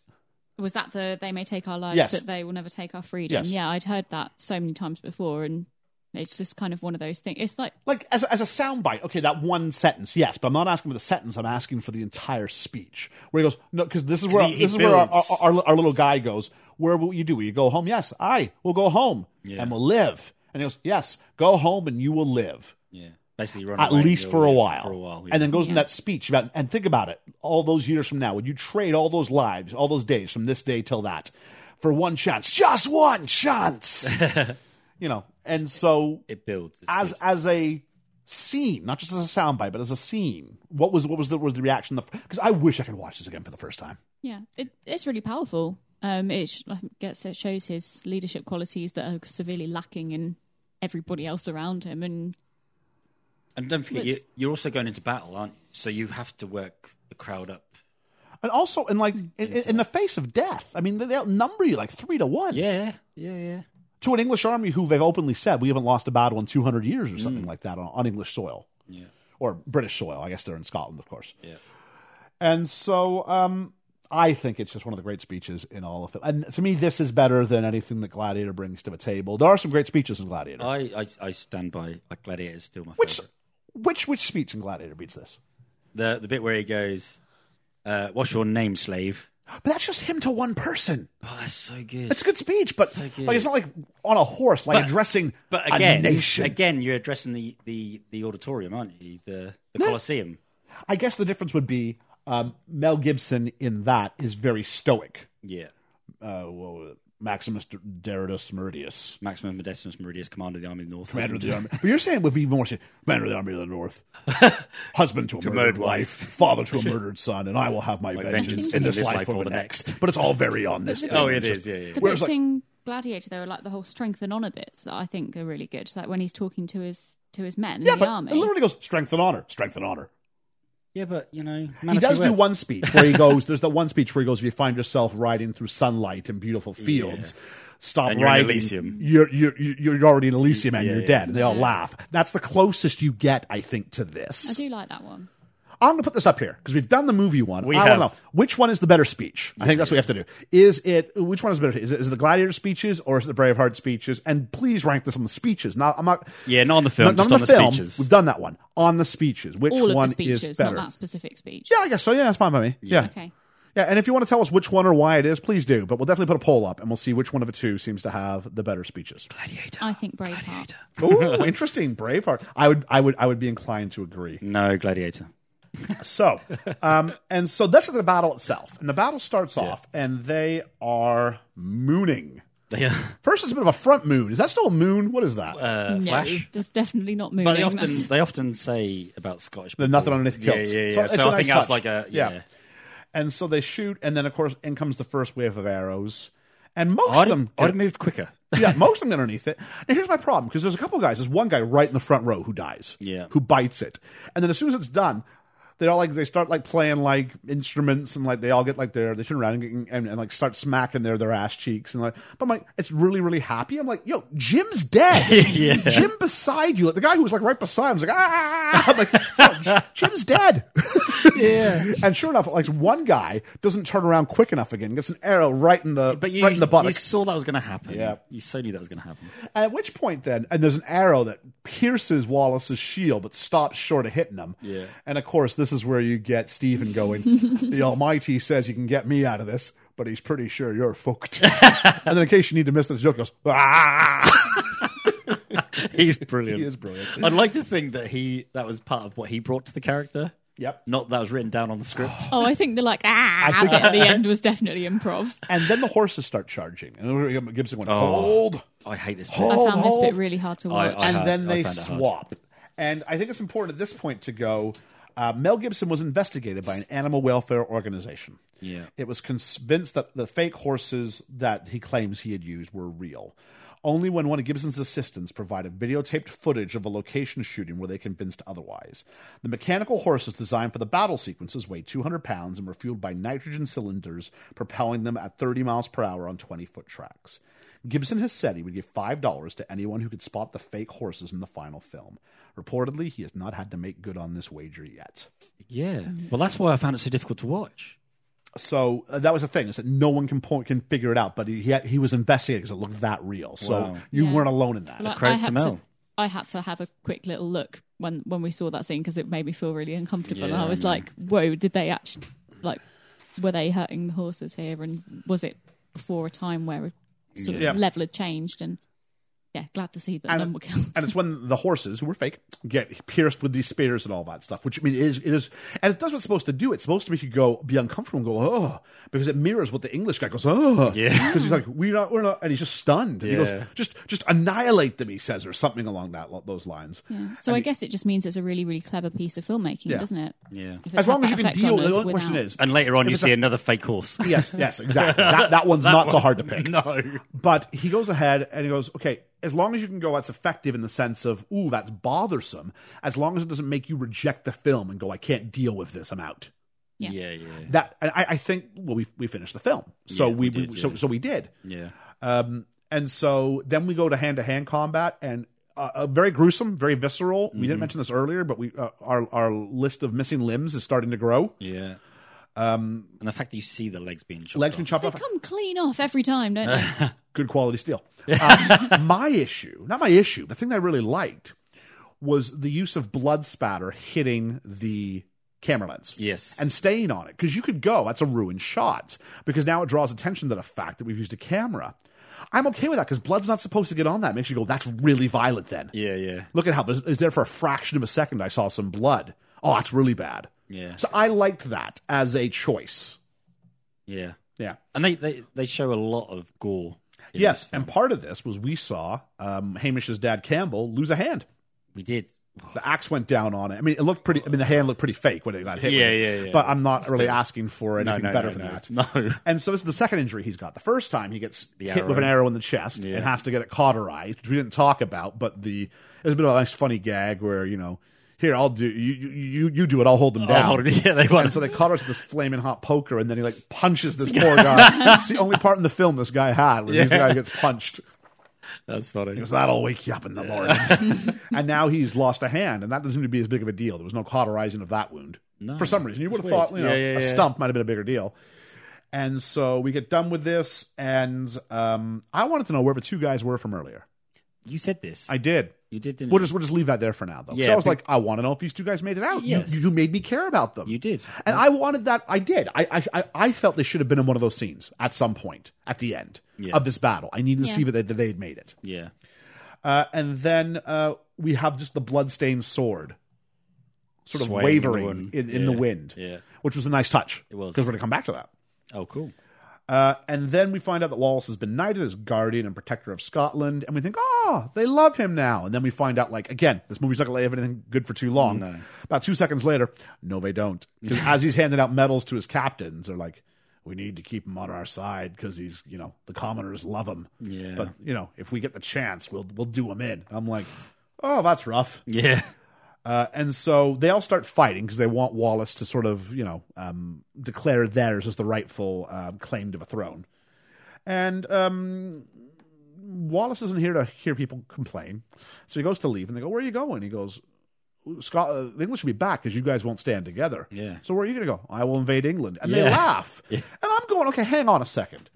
E: Was that the they may take our lives,
D: Yes.
E: but they will never take our freedom?
D: Yes.
E: Yeah, I'd heard that so many times before, and it's just kind of one of those things. It's like
D: like as a, as a soundbite, okay, that one sentence, yes, but I'm not asking for the sentence. I'm asking for the entire speech where he goes, no, because this is where
F: He- he
D: this is where our,
F: builds.
D: our, our, our little guy goes. Where will you do? Will you go home? Yes, I will go home and we'll live. And he goes, yes, go home and you will live
F: Yeah. Basically, run
D: at
F: away
D: least
F: and
D: for a
F: you'll-
D: while.
F: For a while.
D: and then goes in
E: Yeah.
D: that speech about and think about it. All those years from now, would you trade all those lives, all those days from this day till that, for one chance, just one chance? you know, and so
F: it builds. It's
D: as
F: good.
D: as a scene, not just as a soundbite, but as a scene. What was what was the was the reaction? Because I wish I could watch this again for the first time.
E: Yeah, it, it's really powerful. Um, it sh- I guess it shows his leadership qualities that are severely lacking in everybody else around him, and
F: and don't forget, you,
E: Let's-
F: you're also going into battle, aren't you? So you have to work the crowd up.
D: And also, in like in, in, in the face of death, I mean, they, they outnumber you like three to one
F: Yeah, yeah, yeah.
D: to an English army who they've openly said we haven't lost a battle in two hundred years or something like that on, on English soil
F: Mm. Yeah.
D: or British soil. I guess they're in Scotland, of course. Yeah. And so, um, I think it's just one of the great speeches in all of it. And to me, this is better than anything that Gladiator brings to the table. There are some great speeches in Gladiator.
F: I, I, I stand by. Like Gladiator is still my
D: Which
F: favorite.
D: which which speech in Gladiator beats this?
F: The the bit where he goes, uh, "What's your name, slave?"
D: But that's just him to one person.
F: Oh, that's so good.
D: It's a good speech, but
F: So good.
D: like it's not like on a horse, like
F: But-
D: addressing
F: But again,
D: a nation.
F: again, you're addressing the, the, the auditorium, aren't you? The the Colosseum.
D: I guess the difference would be um, Mel Gibson in that is very stoic.
F: Yeah.
D: Uh, well, Maximus Derridus Meridius,
F: Maximum Decimus Meridius, commander of the army of the north.
D: commander of the army. But you're saying with even more, commander of the army of the north, husband to a murdered
F: murdered
D: wife,
F: wife.
D: father to a murdered son, and I will have my, vengeance in this life, or the next. But it's all very on this.
F: Oh,
D: thing.
F: it
D: Just-
F: is. Yeah, yeah.
E: the
D: Whereas,
E: bits
D: like-
E: in Gladiator though, are like the whole strength and honor bits that I think are really good. Like when he's talking to his to his men in
D: Yeah,
E: the
D: but
E: army.
D: it literally goes strength and honor, strength and honor,
F: Yeah, but you know, man
D: he
F: of few
D: does do
F: words.
D: one speech where he goes. There's that one speech where he goes. If you find yourself riding through sunlight and beautiful fields, stop
F: And you're in
D: riding.
F: Elysium.
D: You're you're you're you're already in Elysium and
F: Yeah,
D: you're
F: yeah.
D: dead. And they all laugh. That's the closest you get, I think, to
E: I
D: this.
E: do like that one.
D: I'm going to put this up here because we've done the movie one.
F: We
D: I don't
F: have.
D: know which one is the better speech. I think that's what we have to do. Is it which one is better? Is it, is it the Gladiator speeches or is it the Braveheart speeches? And please rank this on the speeches. Now I'm not.
F: Yeah, not on the film,
D: Not, not on
F: just on
D: the,
F: the
D: film.
F: speeches.
D: We've done that one on the speeches. Which
E: All of
D: one
E: the
D: is
E: speeches,
D: better?
E: not that specific speech.
D: Yeah, I guess so. Yeah, that's fine by me. Yeah.
E: Okay.
D: Yeah, and if you want to tell us which one or why it is, please do. But we'll definitely put a poll up and we'll see which one of the two seems to have the better speeches.
E: I think Braveheart.
D: Ooh, interesting. Braveheart. I would I would I would be inclined to agree.
F: No, Gladiator.
D: So um and so this is the battle itself. And the battle starts off and they are mooning.
F: Yeah.
D: First it's a bit of a front moon. Is that still a moon? What is that?
F: Uh,
E: no,
F: Flash.
E: there's definitely not
F: But
E: moving.
F: they often they often say about Scottish.
D: There's
F: people-
D: nothing underneath the kilts.
F: Yeah, yeah,
D: So
F: yeah. So,
D: it's a
F: I
D: nice
F: think
D: touch.
F: that's like a yeah.
D: Yeah. and so they shoot and then of course in comes the first wave of arrows. And most
F: I'd,
D: of them
F: I'd have moved quicker.
D: yeah, most of them underneath it. And here's my problem because there's a couple guys. There's one guy right in the front row who dies.
F: Yeah.
D: Who bites it. And then as soon as it's done, they all like they start like playing like instruments and like they all get like their they turn around and, get- and, and, like start smacking their their ass cheeks and like but I'm like it's really really happy I'm like yo Jim's dead
F: Yeah.
D: Jim beside you like the guy who was like right beside him was like ah I'm like "Yo, Jim's dead yeah and sure enough like one guy doesn't turn around quick enough again gets an arrow right in the
F: But you,
D: right in the
F: you
D: buttock
F: saw that was going to happen.
D: Yeah.
F: You so knew that was going to happen.
D: at which point, then, and there's an arrow that pierces Wallace's shield but stops short of hitting him.
F: Yeah.
D: And of course, this is where you get Stephen going. the Almighty says you can get me out of this, but he's pretty sure you're fucked. and then, in case you need to miss this joke, he goes, ah!
F: He's brilliant.
D: He is brilliant.
F: I'd like to think that he that was part of what he brought to the character.
D: Yep.
F: Not that was written down on the script.
E: Oh, I think the like ah
D: I think-
E: bit at the end was definitely improv.
D: And then the horses start charging. And Gibson went, hold.
F: I hate this.
E: I
F: Bit.
D: Oh,
E: found this bit
D: hold.
E: really hard to
F: I-
E: watch.
F: Oh. I-
D: and
F: had-
D: then they
F: found it hard.
D: swap. And I think it's important at this point to go. Uh, Mel Gibson was investigated by an animal welfare organization.
F: Yeah.
D: it was convinced that the fake horses that he claims he had used were real. Only when one of Gibson's assistants provided videotaped footage of a location shooting were they convinced otherwise. The mechanical horses designed for the battle sequences weighed 200 pounds and were fueled by nitrogen cylinders, propelling them at 30 miles per hour on 20 foot tracks. Gibson has said he would give $5 to anyone who could spot the fake horses in the final film. Reportedly, he has not had to make good on this wager yet.
F: Yeah. Well, that's why I found it so difficult to watch.
D: So uh, that was the thing is that no one can point can figure it out, but he he, had, he was investigating because it looked that real. So you
E: Yeah.
D: weren't alone in that.
E: Like,
F: credit
E: I
F: to
E: had
F: Mel.
E: I had to have a quick little look when when we saw that scene because it made me feel really uncomfortable, and
F: Yeah,
E: I was
F: I know.
E: like, "Whoa, did they actually like were they hurting the horses here? And was it before a time where a sort
D: Yeah.
E: of level had changed?" And yeah, glad to see that none were killed.
D: and it's when the horses, who were fake, get pierced with these spears and all that stuff. Which I mean, it is it is, and it does what it's supposed to do. It's supposed to make you go be uncomfortable and go oh, because it mirrors what the English guy goes oh,
F: Yeah.
D: because he's like we not we're not, and he's just stunned. And He
F: Yeah.
D: goes just just annihilate them, he says, or something along that those lines.
E: so I guess it just means it's a really really clever piece of filmmaking,
D: Yeah.
E: doesn't it?
F: Yeah.
E: If it's
D: As
E: had
D: long as you
E: that
D: can
E: effect on
D: deal,
E: us
D: the only question
E: without-
D: is
F: And later on, you
D: it's
F: see
D: a-
F: another fake horse.
D: yes, yes, exactly. That that one's not so hard to pick.
F: no.
D: But he goes ahead and he goes, okay, as long as you can go, that's effective in the sense of, ooh, that's bothersome. As long as it doesn't make you reject the film and go, I can't deal with this, I'm out.
E: Yeah.
F: Yeah. Yeah.
D: That and I, I think, well, we we finished the film, so
F: Yeah,
D: we,
F: we did,
D: we- so
F: yeah.
D: so we did.
F: Yeah.
D: Um, and so then we go to hand to hand combat and. Uh, uh, very gruesome, very visceral. We
F: Mm-hmm.
D: didn't mention this earlier, but we uh, our our list of missing limbs is starting to grow.
F: Yeah. Um, and the fact that you see the legs being chopped
D: Legs
F: off.
D: been chopped
E: They
D: off.
E: come clean off every time, don't they?
D: good quality steel. Uh, my issue, not my issue, the thing that I really liked was the use of blood spatter hitting the camera lens.
F: Yes.
D: And staying on it. Because you could go, that's a ruined shot. Because now it draws attention to the fact that we've used a camera. I'm okay with that because blood's not supposed to get on that. It makes you go, that's really violent then.
F: yeah. Yeah.
D: Look at how is there for a fraction of a second I saw some blood. Oh, that's really bad.
F: Yeah.
D: So I liked that as a choice.
F: Yeah.
D: Yeah.
F: And they, they, they show a lot of gore. in
D: Yes,
F: this.
D: and part of this was we saw um, Hamish's dad Campbell lose a hand.
F: We did.
D: The axe went down on it. I mean, it looked pretty. I mean, the hand looked pretty fake when it got hit. with
F: Yeah,
D: it.
F: yeah, yeah.
D: But I'm not really asking for anything
F: no,
D: better
F: no,
D: than
F: no.
D: that.
F: No.
D: And so this is the second injury he's got. The first time he gets hit
F: arrow.
D: with an arrow in the chest and has to get it cauterized, which we didn't talk about. But the there's a bit of a nice funny gag where you know, here I'll do you you you, you do it. I'll hold them down.
F: Oh, yeah, they won.
D: And so they caught her to this flaming hot poker, and then he like punches this poor guy. it's the only part in the film this guy had was he's the guy who gets punched.
F: That's funny.
D: Because that'll wake you up in the morning. and now he's lost a hand, and that doesn't seem to be as big of a deal. There was no cauterizing of that wound for some reason. You would have thought, you know,
F: Yeah, yeah,
D: a
F: yeah.
D: stump might have been a bigger deal. And so we get done with this, and um, I wanted to know where the two guys were from earlier.
F: You said this.
D: I did.
F: you did, didn't
D: We'll
F: you?
D: just we'll just leave that there for now, though.
F: Yeah,
D: so I was
F: but-
D: like, I want to know if these two guys made it out. You-
F: Yes.
D: You, you made me care about them.
F: You did.
D: and I wanted that. I did. I I- I, I felt they should have been in one of those scenes at some point at the end
F: Yeah.
D: of this battle. I needed to
E: Yeah.
D: see that they had made it.
F: Yeah.
D: Uh, and then uh, we have just the bloodstained sword sort of
F: Swaying in the
D: wavering
F: wind.
D: in, in the
F: Yeah,
D: wind,
F: yeah.
D: which was a nice touch.
F: It was.
D: Because we're going to come back to that.
F: Oh, cool.
D: Uh, and then we find out that Wallace has been knighted as guardian and protector of Scotland, and we think, oh, they love him now. And then we find out, like, again, this movie's not going to have anything good for too long. About two seconds later, no, they don't. 'Cause as he's handing out medals to his captains, they're like, we need to keep him on our side because he's, you know, the commoners love him.
F: Yeah.
D: But you know, if we get the chance, we'll we'll do him in. I'm like, oh, that's rough.
F: Yeah.
D: Uh, and so they all start fighting because they want Wallace to sort of, you know, um, declare theirs as the rightful um, claim to the throne. And um, Wallace isn't here to hear people complain, so he goes to leave, and they go, "Where are you going?" He goes, "Scott, uh, the English will be back because you guys won't stand together."
F: Yeah.
D: So where are you going to go? I will invade England, and they
F: Yeah.
D: laugh. And I'm going, "Okay, hang on a second.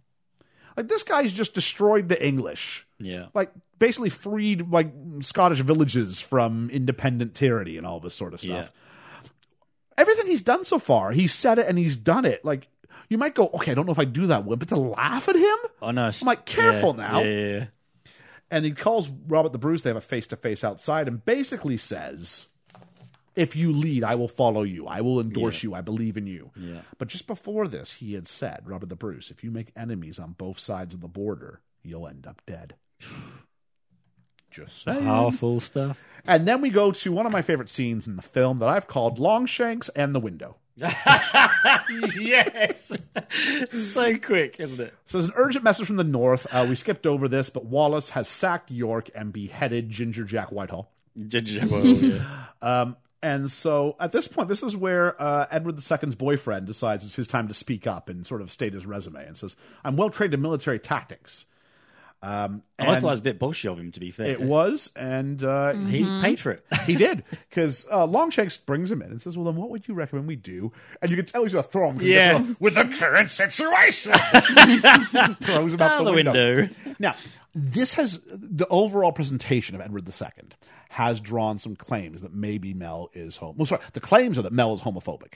D: Like this guy's just destroyed the English."
F: Yeah.
D: like basically freed like Scottish villages from independent tyranny and all this sort of stuff. Everything he's done so far, he's said it and he's done it. Like you might go, okay, I don't know if I do that one, but to laugh at him,
F: Oh no! it's-
D: I'm like, careful
F: yeah,
D: now.
F: Yeah, yeah, yeah.
D: and he calls Robert the Bruce. They have a face to face outside, and basically says, "If you lead, I will follow you. I will endorse you. I believe in you."
F: Yeah.
D: But just before this, he had said, "Robert the Bruce, if you make enemies on both sides of the border, you'll end up dead." Just saying.
F: Powerful stuff.
D: And then we go to one of my favorite scenes in the film that I've called Longshanks and the Window.
F: yes. so quick, isn't it?
D: So there's an urgent message from the North. Uh, we skipped over this, but Wallace has sacked York and beheaded Ginger Jack Whitehall.
F: Ginger. Well, yeah.
D: And so at this point, this is where uh, Edward II's boyfriend decides it's his time to speak up and sort of state his resume and says, I'm well trained in military tactics.
F: I
D: And-
F: thought it was a bit bullshit of him, to be fair.
D: It was, and uh,
F: He
E: Mm-hmm.
F: paid for it.
D: he did because uh, Longshanks brings him in and says, "Well, then, what would you recommend we do?" And you can tell he's a throw him. 'cause he
F: Yeah.
D: goes, "Well, with the current situation, throws him out
F: Out
D: the
F: the
D: window.
F: window.
D: Now, this has the overall presentation of Edward II has drawn some claims that maybe Mel is home. Well, sorry, the claims are that Mel is homophobic.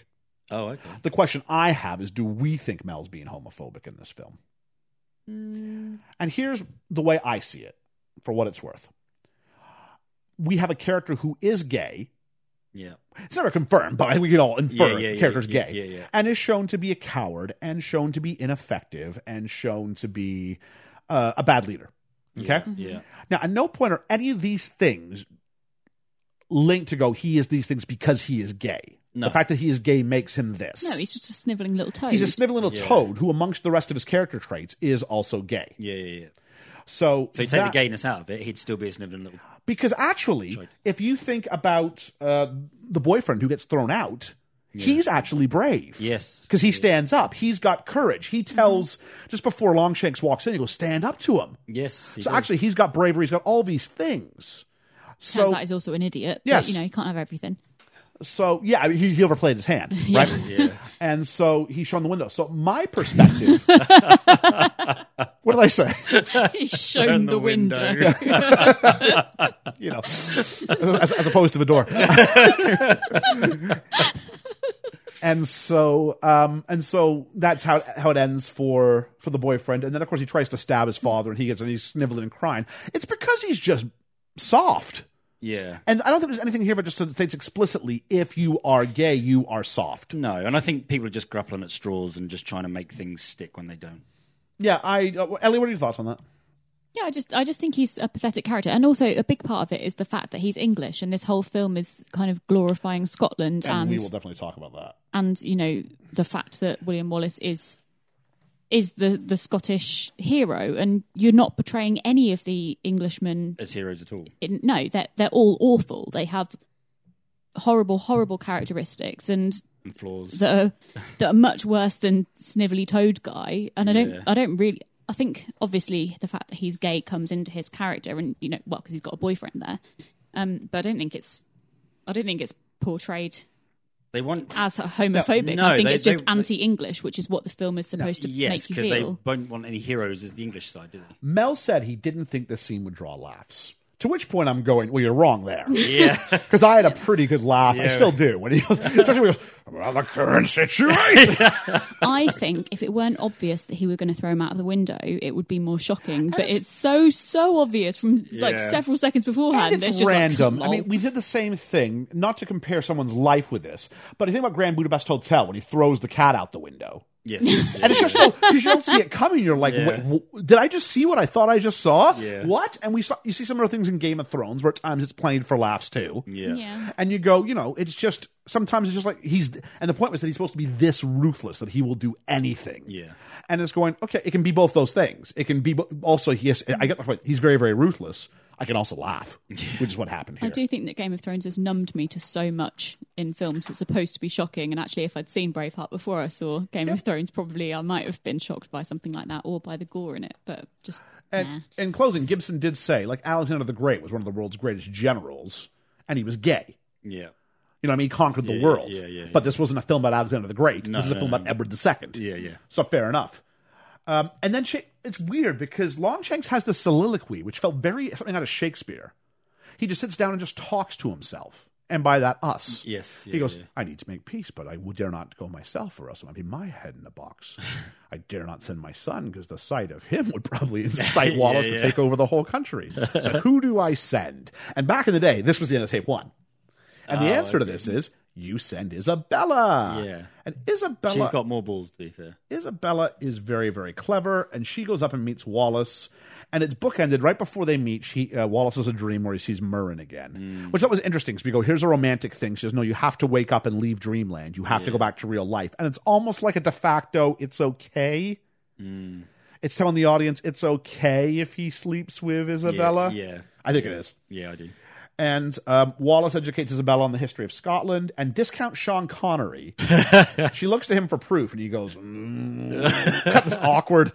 F: Oh, okay.
D: The question I have is do we think Mel's being homophobic in this film? And here's the way I see it, for what it's worth. We have a character who is gay.
F: Yeah.
E: Mm-hmm.
D: It's never confirmed, but we can all infer
F: Yeah, yeah,
D: the
F: yeah,
D: character's
F: yeah,
D: gay.
F: yeah, yeah.
D: And is shown to be a coward and shown to be ineffective and shown to be uh, a bad leader. Okay?
F: Yeah.
D: Now, at no point are any of these things linked to go, he is these things because he is gay.
F: No.
D: The fact that he is gay makes him this.
E: No, he's just a sniveling little toad.
D: He's a sniveling little
F: Yeah.
D: toad who, amongst the rest of his character traits, is also gay.
F: Yeah, yeah, yeah.
D: So,
F: So you take
D: that-
F: the gayness out of it, he'd still be a sniveling little.
D: because actually, if you think about uh, the boyfriend who gets thrown out, he's actually brave.
F: Yes.
D: Because he stands up. He's got courage. He tells, just before Longshanks walks in, he goes, stand up to him.
F: Yes. he
D: So
F: does.
D: actually, he's got bravery. He's got all these things.
E: Turns
D: So,
E: out he's also an idiot.
D: Yes.
E: But, you know, you can't have everything.
D: so yeah, I mean, he, he overplayed his hand, right? And so he's shown the window. So my perspective. what did I say?
E: He's shown the, window.
D: you know, as, as opposed to the door. and so, um, and so that's how how it ends for for the boyfriend. And then, of course, he tries to stab his father, and he gets and he's sniveling and crying. It's because he's just soft.
F: yeah.
D: And I don't think there's anything here, but just states explicitly: if you are gay, you are soft.
F: No, and I think people are just grappling at straws and just trying to make things stick when they don't.
D: Yeah, I uh, Ellie, what are your thoughts on that?
E: Yeah, I just I just think he's a pathetic character, and also a big part of it is the fact that he's English, and this whole film is kind of glorifying Scotland
D: And
E: and
D: we
E: and,
D: will definitely talk about that.
E: you know the fact that William Wallace is is the the Scottish hero, and you're not portraying any of the Englishmen.
F: As heroes at all.
E: In, no, they're they're all awful. They have horrible, horrible characteristics, and
F: And flaws.
E: that are that are much worse than snivelly toad guy and i don't
F: Yeah.
E: i don't really i think obviously the fact that he's gay comes into his character and you know well because he's got a boyfriend there um but i don't think it's i don't think it's portrayed
F: they want.
E: as homophobic
F: No,
E: i think
F: they-
E: it's just
F: they- they-
E: anti-english which is what the film is supposed to
F: Yes,
E: make
F: because
E: you
F: they
E: feel
F: won't want any heroes as the English side, do they?
D: Mel said he didn't think this scene would draw laughs. To which point I'm going, well, you're wrong there.
F: Yeah.
D: Because I had a pretty good laugh. I still do. When he goes, especially when he goes, well, the current situation.
E: i think if it weren't obvious that he were going to throw him out of the window it would be more shocking but it's so so obvious from like
F: Yeah.
E: several seconds beforehand
D: And it's
E: there's just like,
D: random. I
E: lol.
D: mean, we did the same thing, not to compare someone's life with this, but I think about Grand Budapest Hotel when he throws the cat out the window.
F: Yes.
D: And it's just so, because you don't see it coming. You're like,
F: Yeah.
D: "Wait, wh- did I just see what I thought I just saw?
F: Yeah.
D: What? And we saw, you see similar things in Game of Thrones where at times it's played for laughs too.
F: Yeah.
E: yeah
D: And you go, you know, it's just, sometimes it's just like he's, and the point was that he's supposed to be this ruthless that he will do anything.
F: Yeah.
D: and it's going okay. It can be both those things. It can be bo- also yes. I get my point. He's very very ruthless. I can also laugh, which is what happened here.
E: I do think that Game of Thrones has numbed me to so much in films that's supposed to be shocking. And actually, if I'd seen Braveheart before I saw Game of Thrones, probably I might have been shocked by something like that or by the gore in it. But just
D: And
E: nah.
D: in closing, Gibson did say like Alexander the Great was one of the world's greatest generals, and he was gay.
F: Yeah.
D: You know, what I mean, he conquered the
F: Yeah,
D: world.
F: yeah, yeah,
D: But this wasn't a film about Alexander the Great. this is a
F: no,
D: film
F: no.
D: about Edward II.
F: Yeah, yeah.
D: So fair enough. Um, and then she, it's weird because Longshanks has this soliloquy, which felt very something out of Shakespeare. He just sits down and just talks to himself. And by that, us.
F: Yes,
D: he
F: yeah,
D: goes,
F: yeah.
D: I need to make peace, but I would dare not go myself, or else it might be my head in a box. I dare not send my son because the sight of him would probably incite Wallace
F: yeah.
D: to take over the whole country. So who do I send? And back in the day, this was the end of tape one. And the answer to this is you send Isabella.
F: Oh, Yeah.
D: And Isabella
F: She's got more balls, to be fair.
D: Isabella is very, very clever, and she goes up and meets Wallace. And it's bookended right before they meet. She, uh, Wallace has a dream where he sees Murren
F: Hmm.
D: again, which that was interesting. Because we go, here's a romantic thing. She says, no, you have to wake up and leave Dreamland. You have to go back to real life. And it's almost like a de facto, it's okay.
F: Hmm.
D: It's telling the audience it's okay if he sleeps with Isabella.
F: yeah.
D: I think it is.
F: Yeah, I do.
D: And um, Wallace educates Isabella on the history of Scotland and discounts Sean Connery. she looks to him for proof, and he goes, mm, cut this awkward,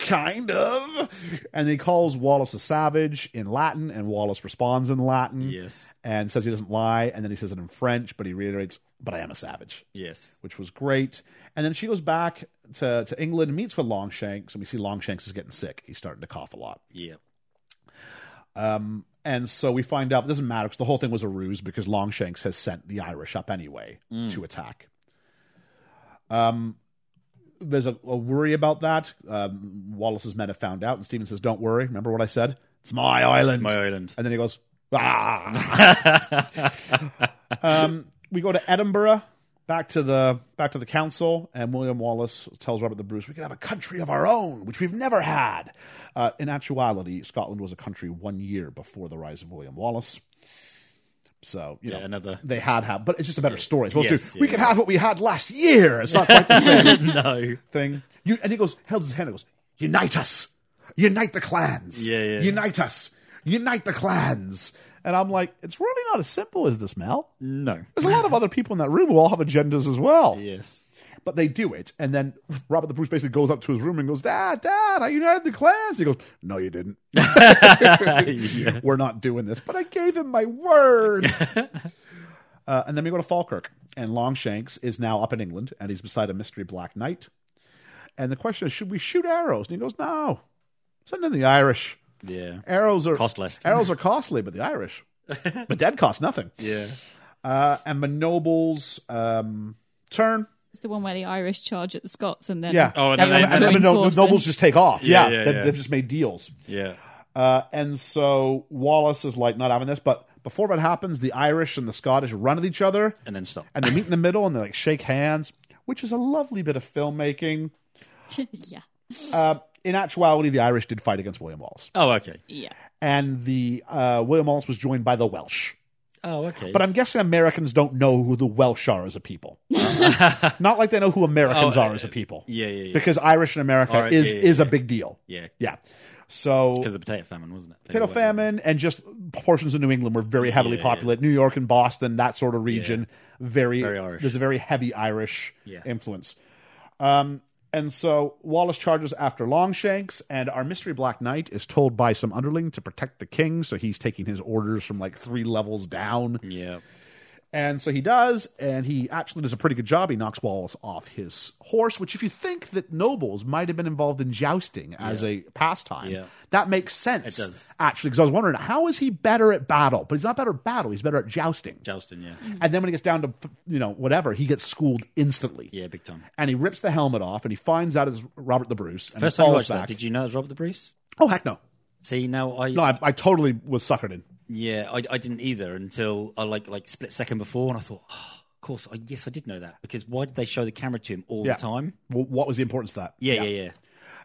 D: kind of. And he calls Wallace a savage in Latin, and Wallace responds in Latin
F: Yes.
D: and says he doesn't lie, and then he says it in French, but he reiterates, but I am a savage
F: Yes.
D: which was great. And then she goes back to, to England and meets with Longshanks, and we see Longshanks is getting sick. He's starting to cough a lot.
F: Yeah.
D: And so we find out it doesn't matter because the whole thing was a ruse because Longshanks has sent the Irish up anyway
F: Mm.
D: to attack. Um, there's a, a worry about that. Um, Wallace's men have found out, and Stephen says, "Don't worry. Remember what I said? It's my island.
F: My island.
D: And then he goes, "Ah." um, we go to Edinburgh, back to the back to the council, and William Wallace tells Robert the Bruce, "We can have a country of our own, which we've never had." Uh, in actuality, Scotland was a country one year before the rise of William Wallace. So you
F: Yeah,
D: know,
F: another-
D: they had had, but it's just a better story. It's supposed
F: Yes,
D: to, we
F: yeah,
D: can
F: yeah.
D: have what we had last year. It's not quite the same
F: No.
D: thing. You, and he goes, held his hand and goes, Unite us. Unite the clans.
F: Yeah, yeah.
D: Unite us. Unite the clans. And I'm like, it's really not as simple as this, Mel.
F: No.
D: There's a lot of other people in that room who all have agendas as well.
F: Yes.
D: But they do it. And then Robert the Bruce basically goes up to his room and goes, Dad, Dad, I united the clans. He goes, No, you didn't.
F: yeah.
D: We're not doing this. But I gave him my word. uh, and then we go to Falkirk. And Longshanks is now up in England and he's beside a mystery black knight. And the question is, should we shoot arrows? And he goes, No. Send in the Irish.
F: Yeah.
D: Arrows are
F: Cost less.
D: Arrows are costly, but the Irish. but dead cost nothing.
F: Yeah.
D: Uh, and Manoble's um, turn.
E: it's the one where the Irish charge at the Scots and then
D: Yeah.
F: Oh, and
E: they
F: then they-
E: all
D: and,
F: and
E: join
D: then Mano-
E: forces.
D: nobles just take off. Yeah,
F: Yeah, yeah,
D: They've,
F: yeah.
D: they've just made deals.
F: Yeah.
D: Uh, and so Wallace is like not having this, but before that happens, the Irish and the Scottish run at each other,
F: And then stop.
D: and they meet in the middle, and they like shake hands, which is a lovely bit of filmmaking.
E: yeah,
D: Uh, in actuality, the Irish did fight against William Wallace,
F: Oh, okay.
E: yeah.
D: and the uh, William Wallace was joined by the Welsh.
F: Oh, okay.
D: But I'm guessing Americans don't know who the Welsh are as a people. Not like they know who Americans
F: Oh,
D: are
F: uh,
D: as a people.
F: yeah, yeah, yeah.
D: Because Irish in America
F: Alright,
D: is
F: yeah, yeah,
D: is a big deal.
F: Yeah.
D: Yeah. So
F: Because of the potato famine, wasn't it?
D: potato famine and just portions of New England were very heavily
F: Yeah,
D: populated. New York and Boston, that sort of region, very,
F: Very Irish.
D: there's a very heavy Irish
F: Yeah.
D: influence. Um, and so Wallace charges after Longshanks, and our mystery Black Knight is told by some underling to protect the king, so he's taking his orders from like three levels down.
F: Yeah.
D: And so he does, and he actually does a pretty good job. He knocks Wallace off his horse, which, if you think that nobles might have been involved in jousting as a pastime,
F: Yeah.
D: that makes sense.
F: It does.
D: Actually, because I was wondering, how is he better at battle? But he's not better at battle, he's better at jousting.
F: Jousting, yeah.
D: And then when he gets down to, you know, whatever, he gets schooled instantly.
F: Yeah, big time.
D: And he rips the helmet off, and he finds out it's Robert the Bruce. And
F: First
D: he
F: time I
D: falls
F: watched
D: back.
F: that, did you know it was Robert the Bruce?
D: Oh, heck no.
F: See, now I.
D: No, I, I totally was suckered in.
F: Yeah, I, I didn't either until I like like split second before, and I thought, oh, of course, I, yes, I did know that because why did they show the camera to him all
D: Yeah.
F: the time?
D: W- What was the importance of that?
F: Yeah, yeah, yeah,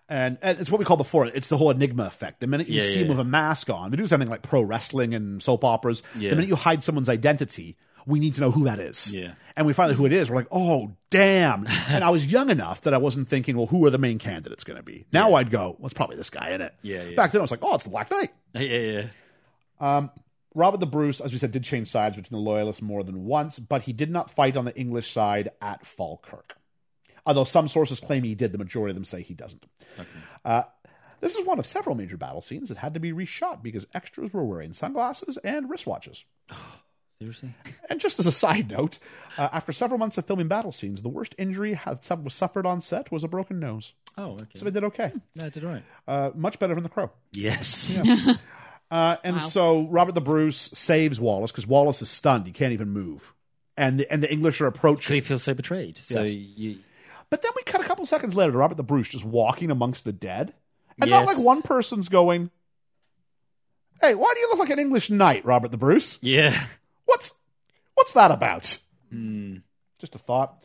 D: and, and it's what we call before it. It's the whole enigma effect. The minute you
F: Yeah,
D: see
F: yeah,
D: him with a mask on, they do something like pro wrestling and soap operas.
F: Yeah.
D: The minute you hide someone's identity, we need to know who that is.
F: Yeah.
D: And we find out who it is. We're like, oh, damn. and I was young enough that I wasn't thinking, well, who are the main candidates going to be? Now I'd go, well, it's probably this guy in it.
F: Yeah, yeah.
D: Back then I was like, oh, it's the Black Knight.
F: yeah, yeah.
D: Robert the Bruce, as we said, did change sides between the Loyalists more than once, but he did not fight on the English side at Falkirk. Although some sources claim he did, the majority of them say he doesn't. Uh, this is one of several major battle scenes that had to be reshot because extras were wearing sunglasses and wristwatches.
F: Seriously?
D: And just as a side note, uh, after several months of filming battle scenes, the worst injury had, sub- was suffered on set was a broken nose.
F: Oh, okay.
D: So they did okay.
F: no, I did right.
D: Uh, much better than The Crow.
F: Yes.
D: Uh, and so Robert the Bruce saves Wallace because Wallace is stunned; he can't even move. And the, and the English are
F: Because
D: approaching.
F: he feels so betrayed. So
D: Yes.
F: you,
D: But then we cut a couple seconds later to Robert the Bruce just walking amongst the dead, and not
F: Yes.
D: like one person's going, "Hey, why do you look like an English knight, Robert the Bruce?
F: yeah.
D: What's what's that about?"
F: Hmm.
D: Just a thought.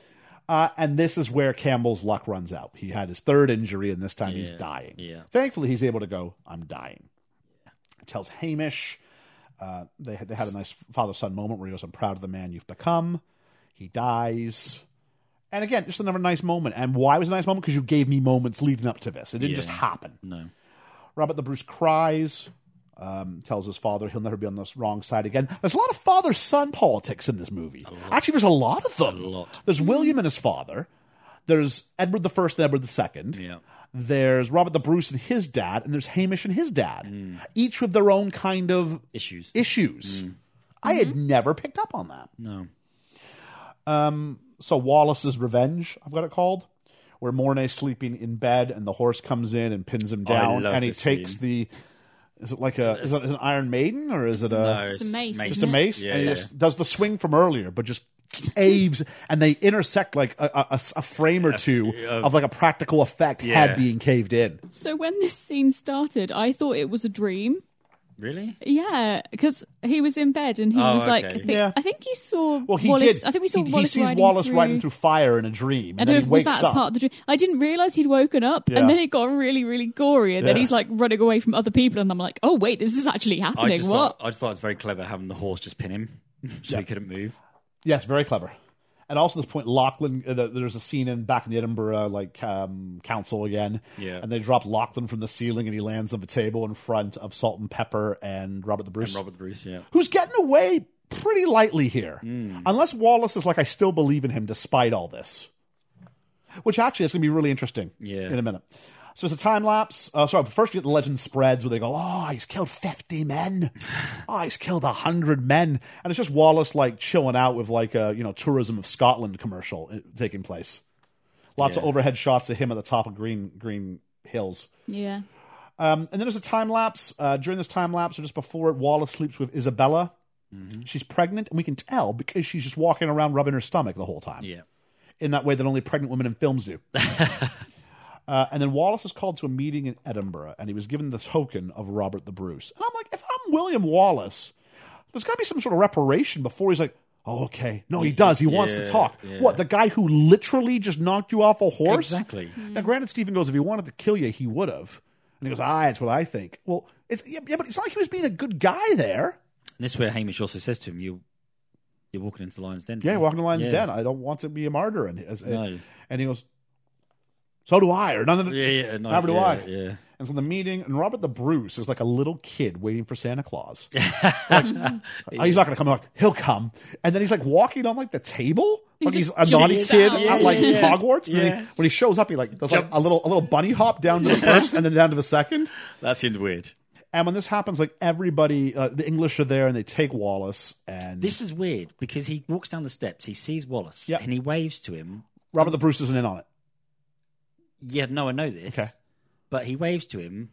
D: Uh, and this is where Campbell's luck runs out. He had his third injury, and this time he's
F: Yeah.
D: dying.
F: Yeah.
D: Thankfully, he's able to go, I'm dying. Tells Hamish. Uh, they, had- they had a nice father son moment where he goes, I'm proud of the man you've become. He dies. And again, just another nice moment. And why was it a nice moment? Because you gave me moments leading up to this. It didn't just
F: Yeah.
D: happen.
F: No.
D: Robert the Bruce cries, um, tells his father he'll never be on this wrong side again. There's a lot of father son politics in this movie. Actually, there's a lot of them.
F: A lot.
D: There's William and his father. There's Edward the First and Edward the Second.
F: Yeah.
D: There's Robert the Bruce and his dad, and there's Hamish and his dad, each with their own kind of
F: Issues. Mm-hmm.
D: issues. I had never picked up on that. Um,
F: no.
D: So Wallace's Revenge, I've got it called, where Mornay's sleeping in bed and the horse comes in and pins him
F: I
D: down,
F: love
D: and he
F: this
D: takes
F: scene.
D: the. Is it like a is it is it an Iron Maiden or is it a
F: no.
E: It's a mace,
D: just a
E: Yeah.
D: mace?
F: Yeah.
D: and he
F: yeah.
D: just does the swing from earlier, but just caves and they intersect like a, a- a s- a frame or two of like a practical effect
F: Yeah.
D: had being caved in.
E: So when this scene started, I thought it was a dream.
F: Really?
E: Yeah, because he was in bed and he
F: Oh,
E: was like,
F: okay.
E: I think,
D: Yeah.
E: I think he saw
D: Well, he
E: Wallace.
D: did.
E: I think we saw
D: he,
E: Wallace
D: He sees
E: riding
D: Wallace
E: through.
D: riding through fire in a dream, and
E: I
D: then
E: don't know
D: he
E: if was
D: wakes
E: that as
D: up.
E: part of the dream. I didn't realize he'd woken up,
D: Yeah.
E: and then it got really, really gory. And then
D: Yeah.
E: he's like running away from other people, and I'm like, oh wait, this is actually
F: I
E: happening.
F: just,
E: What?
F: thought, I just thought it was very clever having the horse just pin him so he couldn't move.
D: Yes, very clever. And also, this point, Lachlan. Uh, the, there's a scene in back in the Edinburgh like um, council again,
F: Yeah.
D: and they drop Lachlan from the ceiling, and he lands on the table in front of Salt and Pepper and Robert the Bruce,
F: And Robert Bruce, yeah.
D: who's getting away pretty lightly here,
F: Hmm.
D: unless Wallace is like, I still believe in him despite all this, which actually is going to be really interesting
F: Yeah.
D: in a minute. So it's a time lapse. Uh, sorry, but first we get the legend spreads where they go, "Oh, he's killed fifty men. Oh, he's killed hundred men," and it's just Wallace like chilling out with like a you know tourism of Scotland commercial uh, taking place. Lots of
F: Yeah.
D: overhead shots of him at the top of green green hills.
E: yeah.
D: Um, and then there's a time lapse. Uh, during this time lapse, or just before it, Wallace sleeps with Isabella. She's pregnant, and we can tell because she's just walking around rubbing her stomach the whole time
F: Yeah.
D: in that way that only pregnant women in films do. Uh, and then Wallace was called to a meeting in Edinburgh, and he was given the token of Robert the Bruce. And I'm like, if I'm William Wallace, there's got to be some sort of reparation before he's like, oh, okay. No, he does. He wants to
F: Yeah,
D: talk.
F: yeah.
D: What, the guy who literally just knocked you off a horse?
F: Exactly.
D: Now, granted, Stephen goes, if he wanted to kill you, he would have. And he goes, ah, that's what I think. Well, it's, yeah, yeah, but it's not like he was being a good guy there.
F: And this is where Hamish also says to him, you, You're walking into the lion's den.
D: Yeah,
F: mate."
D: walking the lion's
F: Yeah.
D: den. I don't want to be a martyr. And, as-
F: No.
D: and he goes, so do I, or none of the,
F: Yeah, yeah. No,
D: Neither do
F: yeah,
D: I.
F: Yeah.
D: And so the meeting, and Robert the Bruce is like a little kid waiting for Santa Claus. Like, He's not going to come. Like, he'll come. And then he's like walking on like the table. Like he's
E: just
D: a naughty
E: jumps
D: kid
E: out.
D: at like
F: Yeah, yeah, yeah.
D: Hogwarts. And then
F: Yeah.
D: he, when he shows up, he like does like a
F: Jumps.
D: little a little bunny hop down to the first and then down to the second.
F: That seemed weird.
D: And when this happens, like everybody, uh, the English are there and they take Wallace and
F: This is weird because he walks down the steps, he sees Wallace,
D: Yeah.
F: and he waves to him.
D: Robert the Bruce isn't in on it.
F: Yeah, no, I know this.
D: Okay.
F: But he waves to him,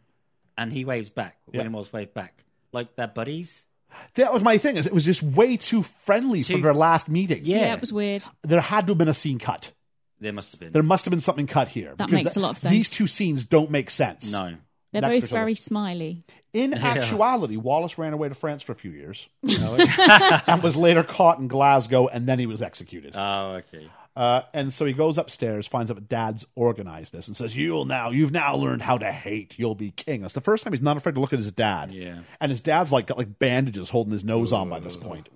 F: and he waves back.
D: Yeah.
F: William Wallace waves back. Like they're buddies.
D: That was my thing. Is it was just way too friendly for
F: Too-
D: their last meeting.
F: Yeah.
E: yeah, it was weird.
D: There had to have been a scene cut.
F: There must have been.
D: There must have been something cut here.
E: That
D: because
E: makes a lot of
D: These
E: sense.
D: two scenes don't make sense.
F: no.
E: They're
D: Next to
E: both
D: each other.
E: very smiley.
D: In actuality, Wallace ran away to France for a few years and was later caught in Glasgow and then he was executed.
F: Oh, okay.
D: Uh, and so he goes upstairs, finds out that dad's organized this and says, You'll now, you've now learned how to hate. You'll be king. That's the first time he's not afraid to look at his dad.
F: Yeah.
D: And his dad's like got like bandages holding his nose on by this point.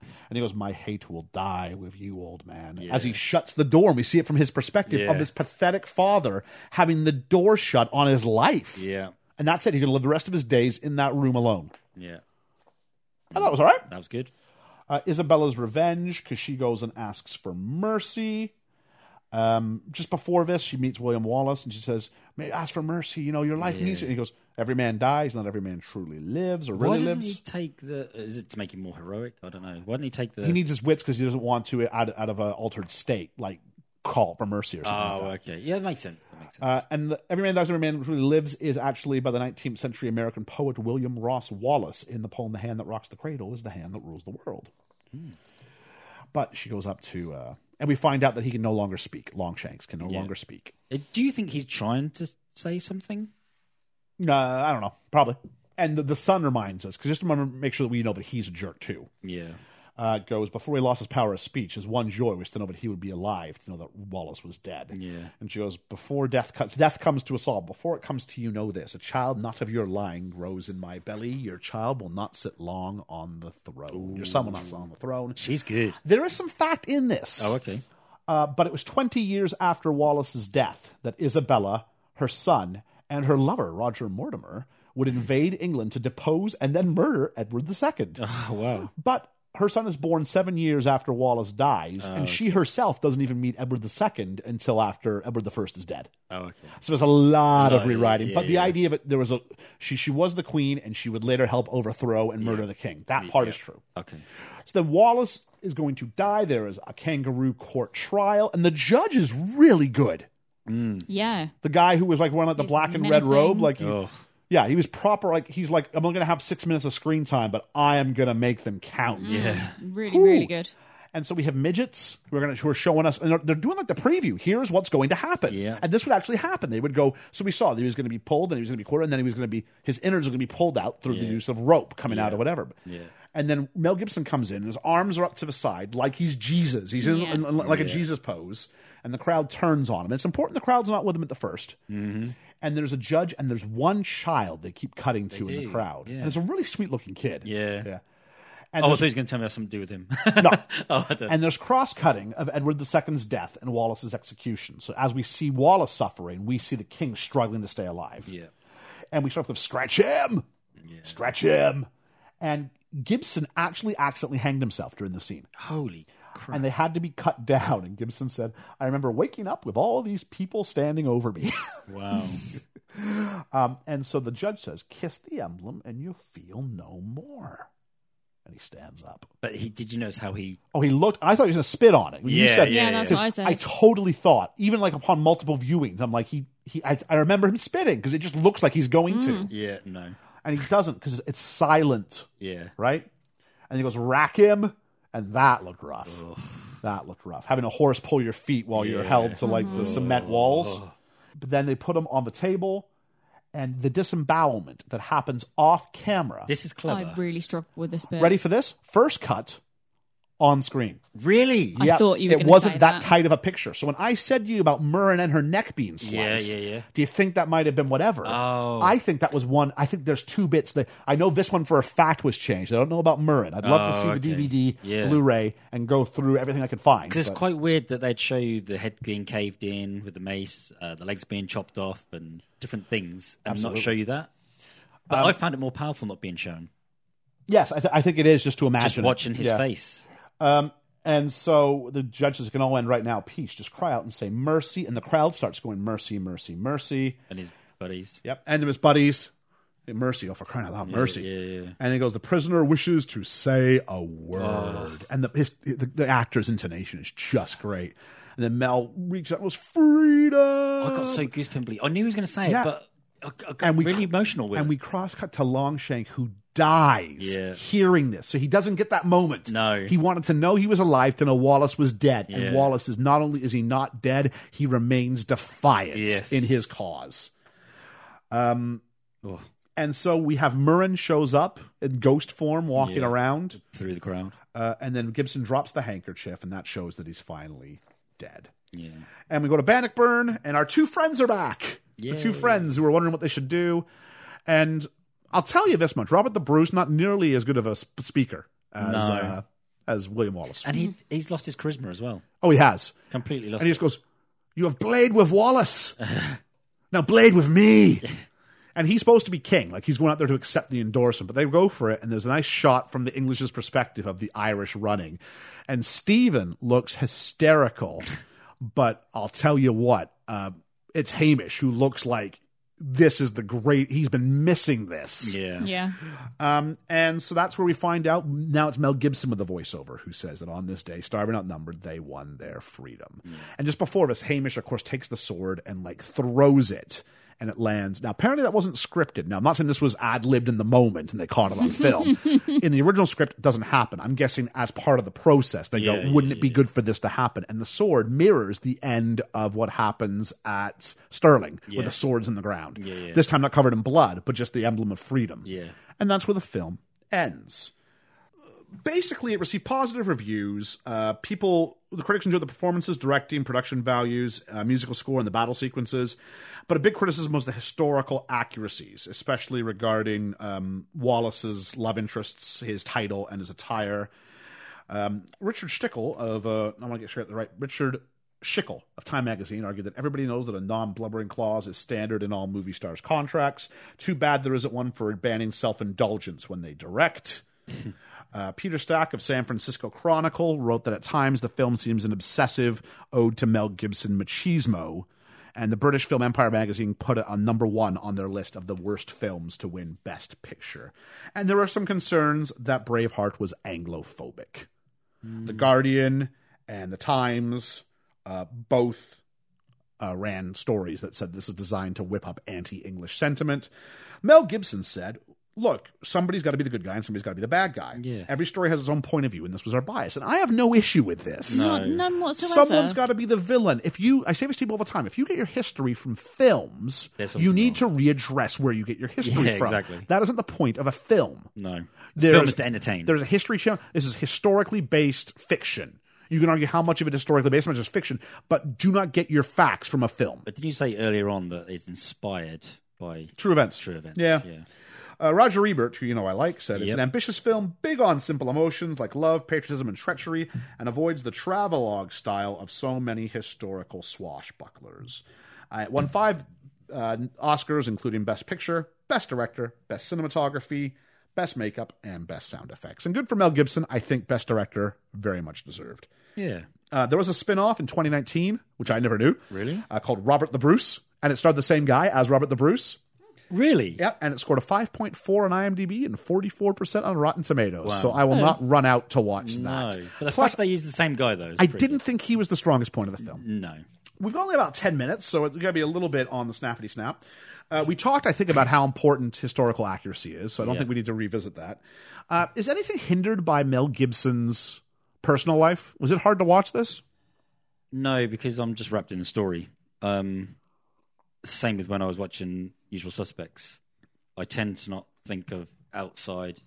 D: and he goes, "My hate will die with you, old man." As he shuts the door, and we see it from his perspective of
F: Yeah.
D: his pathetic father having the door shut on his life.
F: Yeah.
D: and that's it. He's gonna live the rest of his days in that room alone.
F: Yeah.
D: I thought it was all right.
F: That was good.
D: Uh, Isabella's revenge because she goes and asks for mercy. Um, just before this, she meets William Wallace and she says, "May I ask for mercy? You know, your life needs it." And he goes, "Every man dies, not every man truly lives or
F: Why
D: really
F: doesn't
D: lives."
F: he take the? uh, Is it to make him more heroic? I don't know. Why didn't he take the?
D: he needs his wits because he doesn't want to out, out of an altered state like call for mercy or something.
F: oh,
D: like that.
F: okay. Yeah, that makes sense. That makes
D: Uh,
F: sense.
D: and the, every man dies, every man truly lives is actually by the 19th century American poet William Ross Wallace in the poem "The Hand That Rocks the Cradle" is the hand that rules the world. But she goes up to, uh, and we find out that he can no longer speak. Longshanks can no longer speak.
F: Uh, Do you think he's trying to say something?
D: Uh, I don't know, probably. And the, the son reminds us because just remember, make sure that we know that he's a jerk too.
F: Yeah.
D: uh, goes, Before he lost his power of speech, his one joy was to know that he would be alive, to know that Wallace was dead.
F: Yeah.
D: And she goes, Before death cuts, death comes to us all. Before it comes to you, know this. A child not of your line grows in my belly. Your child will not sit long on the throne. Your son will not sit on the throne.
F: She's good.
D: There is some fact in this.
F: Oh, okay.
D: Uh, but it was 20 years after Wallace's death that Isabella, her son, and her lover, Roger Mortimer, would invade England to depose and then murder Edward II.
F: Oh, wow.
D: But her son is born seven years after Wallace dies,
F: Oh,
D: and she herself doesn't even meet Edward II until after Edward I is dead.
F: Oh, okay.
D: So there's a lot of
F: Oh, yeah,
D: rewriting.
F: yeah,
D: but the
F: yeah.
D: idea of it, there was a she she was the queen, and she would later help overthrow and murder the king. That part is true.
F: Okay.
D: So then Wallace is going to die. There is a kangaroo court trial, and the judge is really good.
E: Yeah.
D: The guy who was like wearing like the
E: He's
D: black and
E: menacing.
D: red robe, like he,
F: Oh,
D: yeah, he was proper. Like he's like, I'm only gonna have six minutes of screen time, but I am gonna make them count.
F: yeah.
E: Really, really
D: Ooh.
E: good.
D: And so we have midgets who are going to who are showing us, and they're, they're doing like the preview. Here's what's going to happen,
F: Yeah.
D: and this would actually happen. They would go. So we saw that he was going to be pulled, and he was going to be quartered, and then he was going to be his innards were going to be pulled out through the use of rope coming out or whatever.
F: Yeah.
D: And then Mel Gibson comes in, and his arms are up to the side like he's Jesus. He's in,
E: Yeah.
D: in- in like a Jesus pose, and the crowd turns on him. And it's important the crowd's not with him at the 1st
F: Mm-hmm.
D: And there's a judge, and there's one child they keep cutting to in the
F: do,
D: crowd,
F: yeah.
D: and it's a really sweet looking kid.
F: Yeah.
D: yeah. And
F: Oh, I
D: there's-
F: thought he was going to tell me that's something to do with him.
D: no.
F: oh, I don't.
D: And there's cross cutting of Edward II's death and Wallace's execution. So as we see Wallace suffering, we see the king struggling to stay alive.
F: yeah.
D: And we start with scratch him, scratch him. And Gibson actually accidentally hanged himself during the scene.
F: Holy crap.
D: And they had to be cut down. And Gibson said, I remember waking up with all these people standing over me.
F: Wow.
D: um, and so the judge says, Kiss the emblem and you feel no more. And he stands up.
F: But he did you notice how he?
D: Oh, he looked. I thought he was going to spit on it. When you
F: Yeah,
D: said,
E: Yeah, that's
D: because
E: what I said.
D: totally thought, even like upon multiple viewings, I'm like, he, he I, I remember him spitting because it just looks like he's going
E: Mm.
D: to,
F: Yeah. No.
D: and he doesn't because it's silent,
F: Yeah.
D: right? And he goes rack him, and that looked rough. That looked rough. Having a horse pull your feet while you're held to like
E: Mm-hmm.
D: the cement walls, but then they put him on the table, and the disembowelment that happens off camera.
F: This is
E: I
F: clever.
E: really struggled with this bit.
D: Ready for this? First cut on screen.
F: really?
E: I thought you were
D: it
E: gonna
D: wasn't
E: say
D: that,
E: that.
D: tight of a picture. So when I said to you about Murren and her neck being
F: Yeah,
D: sliced,
F: yeah, yeah.
D: do you think that might have been whatever?
F: Oh.
D: I think that was one. I think there's two bits that I know this one for a fact was changed. I don't know about Murren. I'd love to
F: Oh,
D: see
F: okay.
D: the DVD,
F: Yeah.
D: Blu-ray, and go through everything I could find.
F: Because
D: but-
F: it's quite weird that they'd show you the head being caved in with the mace, uh, the legs being chopped off, and different things, and not show you that. But
D: Um,
F: I found it more powerful not being shown.
D: yes, I, th- I think it is just to imagine
F: Just
D: it.
F: watching his
D: Yeah.
F: face.
D: And so the judges can all end right now. Peace. Just cry out and say mercy, and the crowd starts going mercy, mercy, mercy.
F: and his buddies.
D: Yep. And to his buddies, hey, mercy, oh, for crying out loud, mercy. And he goes, the prisoner wishes to say a word. And the, his, the, the actor's intonation is just great. And then Mel reaches out and goes, freedom.
F: Oh, I got so goosebumpy. I knew he was going to say
D: Yeah.
F: it, but I, I got really emotional with
D: And
F: it.
D: we cross cut to Longshank, who dies
F: Yeah.
D: hearing this. So he doesn't get that moment.
F: No.
D: He wanted to know he was alive, to know Wallace was dead.
F: Yeah.
D: And Wallace is not only is he not dead, he remains defiant
F: Yes.
D: in his cause. Um,
F: Oh,
D: And so we have Murren shows up in ghost form walking
F: Yeah.
D: around,
F: through the crowd.
D: uh, and then Gibson drops the handkerchief, and that shows that he's finally dead.
F: Yeah.
D: And we go to Bannockburn, and our two friends are back. The two
F: Yay.
D: friends who were wondering what they should do. And I'll tell you this much Robert the Bruce, not nearly as good of a sp- speaker as,
F: No.
D: uh, as William Wallace.
F: And he he's lost his charisma as well.
D: Oh, he has.
F: Completely lost.
D: And he just goes, You have blade with Wallace. now blade with me. And he's supposed to be king. Like he's going out there to accept the endorsement, but they go for it. And there's a nice shot from the English's perspective of the Irish running. And Stephen looks hysterical. but I'll tell you what, uh, it's Hamish who looks like this is the great, he's been missing this.
F: yeah.
E: Yeah.
D: Um, and so that's where we find out. Now it's Mel Gibson with the voiceover who says that on this day, starving outnumbered, they won their freedom.
F: Mm.
D: And just before this, Hamish, of course, takes the sword and like throws it and it lands. Now, apparently that wasn't scripted. Now, I'm not saying this was ad libbed in the moment and they caught it on film. in the original script, it doesn't happen. I'm guessing as part of the process, they
F: Yeah,
D: go,
F: yeah,
D: wouldn't it be good for this to happen? And the sword mirrors the end of what happens at Sterling with the swords in the ground. This time not covered in blood, but just the emblem of freedom.
F: Yeah.
D: And that's where the film ends. Basically, it received positive reviews. Uh, people, the critics enjoyed the performances, directing, production values, uh, musical score, and the battle sequences. But a big criticism was the historical accuracies, especially regarding um, Wallace's love interests, his title, and his attire. Richard Stickle of uh, I want to get sure at the right Richard Schickel of Time Magazine argued that everybody knows that a non-blubbering clause is standard in all movie stars' contracts. Too bad there isn't one for banning self-indulgence when they direct. Uh, Peter Stack of San Francisco Chronicle wrote that at times the film seems an obsessive ode to Mel Gibson machismo, and the British Film Empire magazine put it on number one on their list of the worst films to win Best Picture. And there are some concerns that Braveheart was Anglophobic. The Guardian and The Times uh, both uh, ran stories that said this is designed to whip up anti English sentiment. Mel Gibson said, Look, somebody's got to be the good guy and somebody's got to be the bad guy.
F: Yeah.
D: Every story has its own point of view, and this was our bias. And I have no issue with this.
E: Not, none whatsoever.
D: Someone's got to be the villain. If you, I say this to people all the time. If you get your history from films,
F: There's something
D: you need to readdress where you get your history
F: Yeah,
D: from.
F: exactly.
D: That isn't the point of a film.
F: No.
D: There's-
F: Film is to entertain.
D: There's a history show. This is historically based fiction. You can argue how much of it is historically based, how much is fiction, but do not get your facts from a film.
F: But didn't you say earlier on that it's inspired by
D: True events.
F: true events?
D: Yeah.
F: yeah.
D: Uh, Roger Ebert, who you know I like, said it's
F: Yep.
D: an ambitious film, big on simple emotions like love, patriotism, and treachery, and avoids the travelogue style of so many historical swashbucklers. Uh, it won five uh, Oscars, including Best Picture, Best Director, Best Cinematography, Best Makeup, and Best Sound Effects. And good for Mel Gibson. I think Best Director very much deserved.
F: Yeah.
D: Uh, there was a spin off in 2019, which I never knew.
F: Really?
D: Uh, called Robert the Bruce. And it starred the same guy as Robert the Bruce.
F: Really?
D: Yeah, and it scored a 5.4 on IMDb and 44% on Rotten Tomatoes. So I will not run out to watch
F: No.
D: that.
F: But the
D: Plus,
F: fact they used the same guy though. is
D: I
F: pretty-
D: didn't think he was the strongest point of the film.
F: No.
D: We've got only about 10 minutes, so it's going to be a little bit on the snappity snap. Uh, we talked, I think, about how important historical accuracy is, so I don't think we need to revisit that. Uh, is anything hindered by Mel Gibson's personal life? Was it hard to watch this?
F: No, because I'm just wrapped in the story. Um, same with when I was watching Usual Suspects. I tend to not think of outside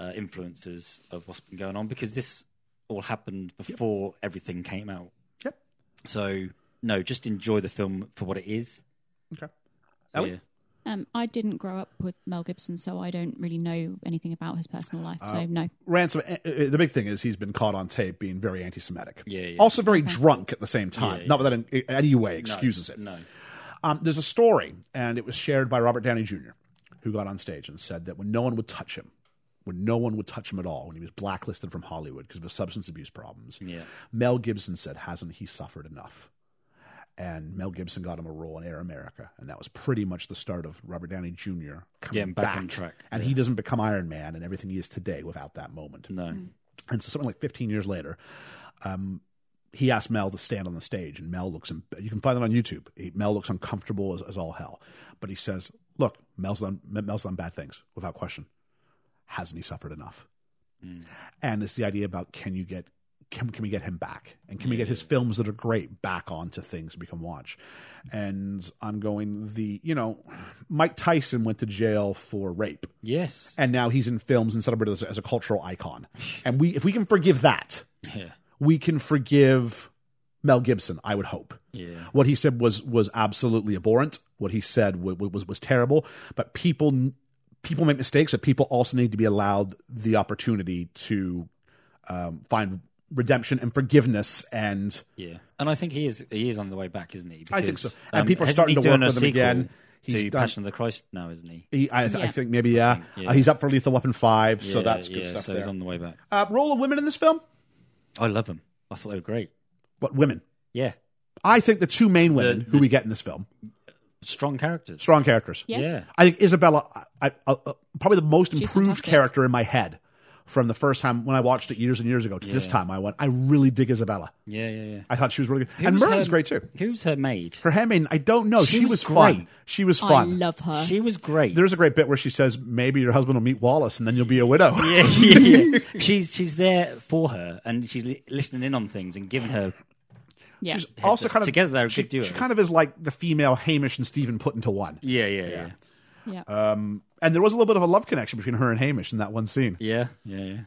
F: uh, influences of what's been going on because this all happened before everything came out.
D: Yep.
F: So no, just enjoy the film for what it is.
D: Okay. Ellie?
F: Yeah.
E: Um, I didn't grow up with Mel Gibson, so I don't really know anything about his personal life.
D: Oh.
E: So no.
D: ransom. uh, uh, The big thing is he's been caught on tape being very anti-Semitic.
F: Yeah, yeah.
D: Also very drunk at the same time. Not that in in any way excuses it.
F: No.
D: Um, there's a story, and it was shared by Robert Downey Jr., who got on stage and said that when no one would touch him, when no one would touch him at all, when he was blacklisted from Hollywood because of his substance abuse problems,
F: Yeah.
D: Mel Gibson said, "Hasn't he suffered enough?" And Mel Gibson got him a role in Air America, and that was pretty much the start of Robert Downey Jr. coming
F: Getting back on track.
D: And he doesn't become Iron Man and everything he is today without that moment.
F: No.
D: And so, something like 15 years later, um, he asked Mel to stand on the stage, and Mel looks. You can find it on YouTube. He, Mel looks uncomfortable as, as all hell, but he says, "Look, Mel's done Mel's done bad things without question. Hasn't he suffered enough?" And it's the idea about can you get can, can we get him back, and can we get his films that are great back onto things we can watch? And I'm going the you know, Mike Tyson went to jail for rape
F: Yes.
D: and now he's in films and celebrated as a, as a cultural icon. And we, if we can forgive that,
F: Yeah.
D: we can forgive Mel Gibson. I would hope.
F: Yeah.
D: What he said was was absolutely abhorrent. What he said was was, was terrible. But people people make mistakes, but people also need to be allowed the opportunity to um, find redemption and forgiveness and
F: Yeah, and I think he is he is on the way back, isn't he?
D: I think
F: Because, um,
D: so. And people are
F: hasn't
D: starting
F: he
D: to work
F: done a
D: with him again.
F: sequel
D: He's
F: to
D: done-
F: Passion of the Christ now, isn't he?
D: He, I, I
E: Yeah.
D: think maybe yeah.
F: yeah.
D: Uh, he's up for Lethal Weapon five, so
F: Yeah,
D: that's good
F: yeah,
D: stuff
F: So
D: there.
F: he's on the way back.
D: uh, role of women in this film?
F: I love them. I thought they were great.
D: What women?
F: Yeah,
D: I think the two main women
F: The-
D: who we get in this film,
F: strong characters.
D: strong characters.
E: Yeah.
F: Yeah,
D: I think Isabella, I, I, uh, probably the most
E: She's
D: improved
E: fantastic.
D: character in my head from the first time when I watched it years and years ago to this time. I went, I really dig Isabella.
F: yeah, yeah, yeah.
D: I thought she was really good,
F: Who
D: and
F: was
D: Merlin's
F: her-
D: great too.
F: Who's her maid?
D: Her handmaiden, I don't know. She,
F: She
D: was,
F: was
D: fun.
F: great.
D: She was
E: I
D: fun.
E: love her.
F: She was great.
D: There's a great bit where she says, "Maybe your husband will meet Wallace, and then you'll be a widow."
F: yeah, yeah, yeah. she's she's there for her, and she's li- listening in on things and giving her.
E: yeah.
D: also kind of
F: Together they're a
D: she,
F: good duo.
D: she kind of is like the female Hamish and Stephen put into one.
F: Yeah, yeah, yeah,
E: yeah.
D: And there was a little bit of a love connection between her and Hamish in that one scene.
F: yeah, yeah,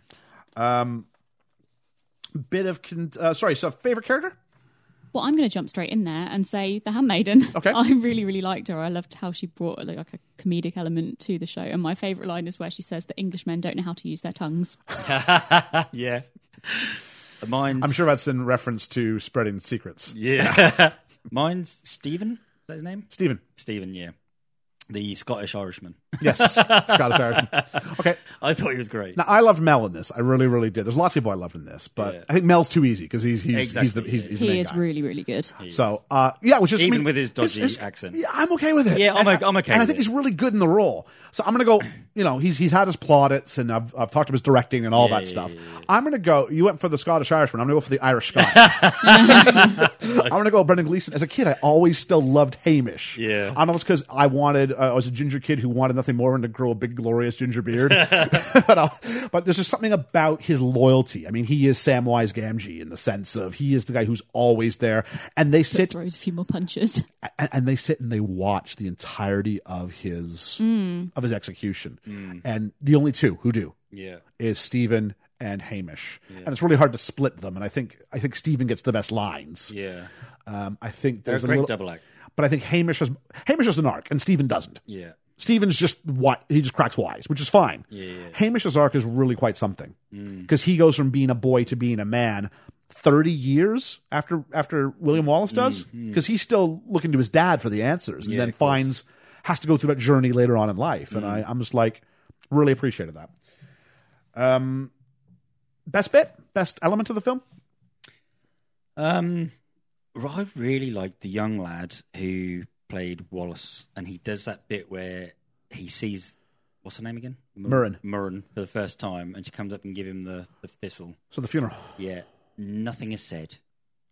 F: yeah.
D: Bit of con- uh, sorry, so favorite character?
E: Well, I'm going to jump straight in there and say The Handmaiden.
D: Okay.
E: I really, really liked her. I loved how she brought like, like a comedic element to the show. And my favourite line is where she says that Englishmen don't know how to use their tongues.
F: yeah. Uh, Mine's,
D: I'm sure that's in reference to spreading secrets.
F: Yeah, mine's Stephen. Is that his name?
D: Stephen,
F: Stephen. Yeah, the Scottish Irishman.
D: yes, that's Scottish Irishman. Okay,
F: I thought he was great.
D: now I loved Mel in this. I really, really did. There's lots of people I loved in this, but
F: Yeah.
D: I think Mel's too easy because he's he's he's the
F: Exactly,
D: he's,
F: yeah.
D: he's the main
E: he is
D: guy.
E: really, really good.
D: So uh, yeah, which is
F: Even
D: I mean,
F: with his dodgy
D: it's- it's-
F: accent.
D: Yeah, I'm okay with it.
F: Yeah, I'm
D: And
F: o- I'm okay
D: And I
F: with
D: think he's
F: it.
D: really good in the role. So I'm gonna go. You know, he's he's had his plaudits, and I've I've talked about his directing and all that stuff. I'm gonna go. You went for the Scottish Irishman. I'm gonna go for the Irish Scot. I'm gonna go Brendan Gleeson. As a kid, I always still loved Hamish.
F: Yeah.
D: I know it's because I wanted. Uh, I was a ginger kid who wanted nothing more than to grow a big, glorious ginger beard. but, uh, but there's just something about his loyalty. I mean, he is Samwise Gamgee in the sense of he is the guy who's always there, and they sit
E: Throws a few more punches.
D: and, and they sit and they watch the entirety of his of his execution.
F: Mm.
D: And the only two who do
F: yeah,
D: is Stephen and Hamish, and it's really hard to split them. And I think I think Stephen gets the best lines.
F: yeah.
D: Um, I think
F: They're a
D: there's a
F: great
D: little,
F: double act.
D: but I think Hamish has Hamish has an arc, and Stephen doesn't.
F: Yeah,
D: Stephen's just what he just cracks wise, which is fine.
F: yeah. Mm.
D: Hamish's arc is really quite something because he goes from being a boy to being a man. Thirty years after after William Wallace does, because he's still looking to his dad for the answers, and then
F: Mm, of course. Mm.
D: finds has to go through that journey later on in life. And I, I'm just like, really appreciated that. Um, best bit, best element of the film.
F: Um, I really liked the young lad who played Wallace, and he does that bit where he sees what's her name again,
D: Murren.
F: Murren for the first time, and she comes up and give him the, the thistle.
D: So the funeral,
F: Yeah, nothing is said.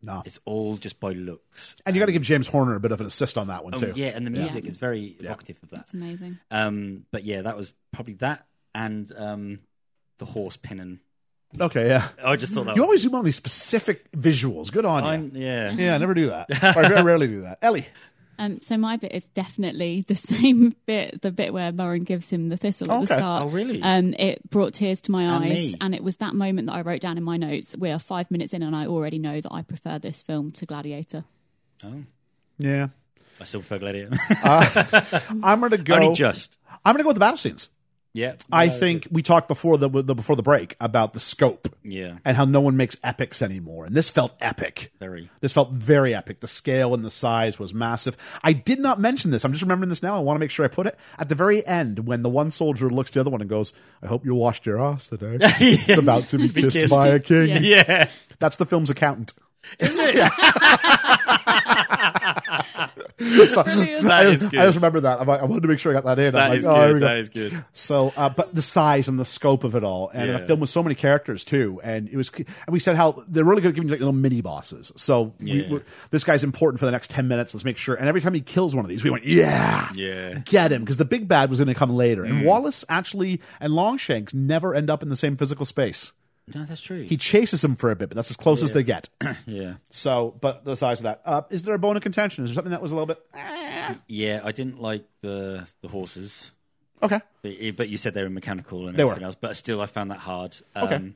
D: no,
F: It's all just by looks.
D: and you got to give James Horner a bit of an assist on that one
F: Oh
D: too.
F: yeah, and the music is very evocative of that.
E: That's amazing.
F: Um, but yeah, that was probably that, and um, the horse pinning.
D: Okay, yeah.
F: I just thought that.
D: You
F: was,
D: always zoom in on these specific visuals. Good on you.
F: Oh. I'm, yeah,
D: Yeah, I never do that. Or I very rarely do that. Ellie.
E: Um, so my bit is definitely the same bit, the bit where Murren gives him the thistle at
D: Okay.
E: the start.
F: Oh, really?
E: Um, it brought tears to my
F: And
E: eyes,
F: me.
E: and it was that moment that I wrote down in my notes. We are five minutes in, and I already know that I prefer this film to Gladiator.
D: Yeah.
F: I still prefer Gladiator.
D: I'm gonna go.
F: Only just.
D: I'm gonna go with the battle scenes.
F: Yeah,
D: I think we talked before the, the before the break about the scope
F: Yeah,
D: and how no one makes epics anymore, and this felt epic.
F: very.
D: This felt very epic. The scale and the size was massive. I did not mention this. I'm just remembering this now. I want to make sure I put it at the very end when the one soldier looks to the other one and goes, "I hope you washed your ass today. It's about to be kissed,
F: kissed.
D: by a king."
E: Yeah.
F: Yeah.
D: That's the film's accountant.
F: Is it?
D: So-
E: Brilliant.
F: That
D: I
F: is
D: just,
F: good.
D: I just remembered that. I'm like, I wanted to make sure I got that in. I'm
F: That
D: like,
F: is
D: oh, here we
F: good.
D: go.
F: That is good.
D: So, uh, but the size and the scope of it all, and a
F: Yeah.
D: film with so many characters too, and it was, and we said how they're really good at giving you like little mini bosses. So we,
F: Yeah.
D: we, this guy's important for the next ten minutes. Let's make sure. And every time he kills one of these, we went, yeah,
F: Yeah. Mm.
D: get him, because the big bad was going to come later. And Wallace actually and Longshanks never end up in the same physical space.
F: No, that's true.
D: He chases him for a bit, but that's as close as they get.
F: yeah.
D: so, but the size of that. Uh, is there a bone of contention? Is there something that was a little bit "Ah"?
F: Yeah, I didn't like the the horses,
D: okay?
F: but, but you said they were mechanical and
D: They were.
F: everything else. But still, I found that hard. Um,
D: Okay.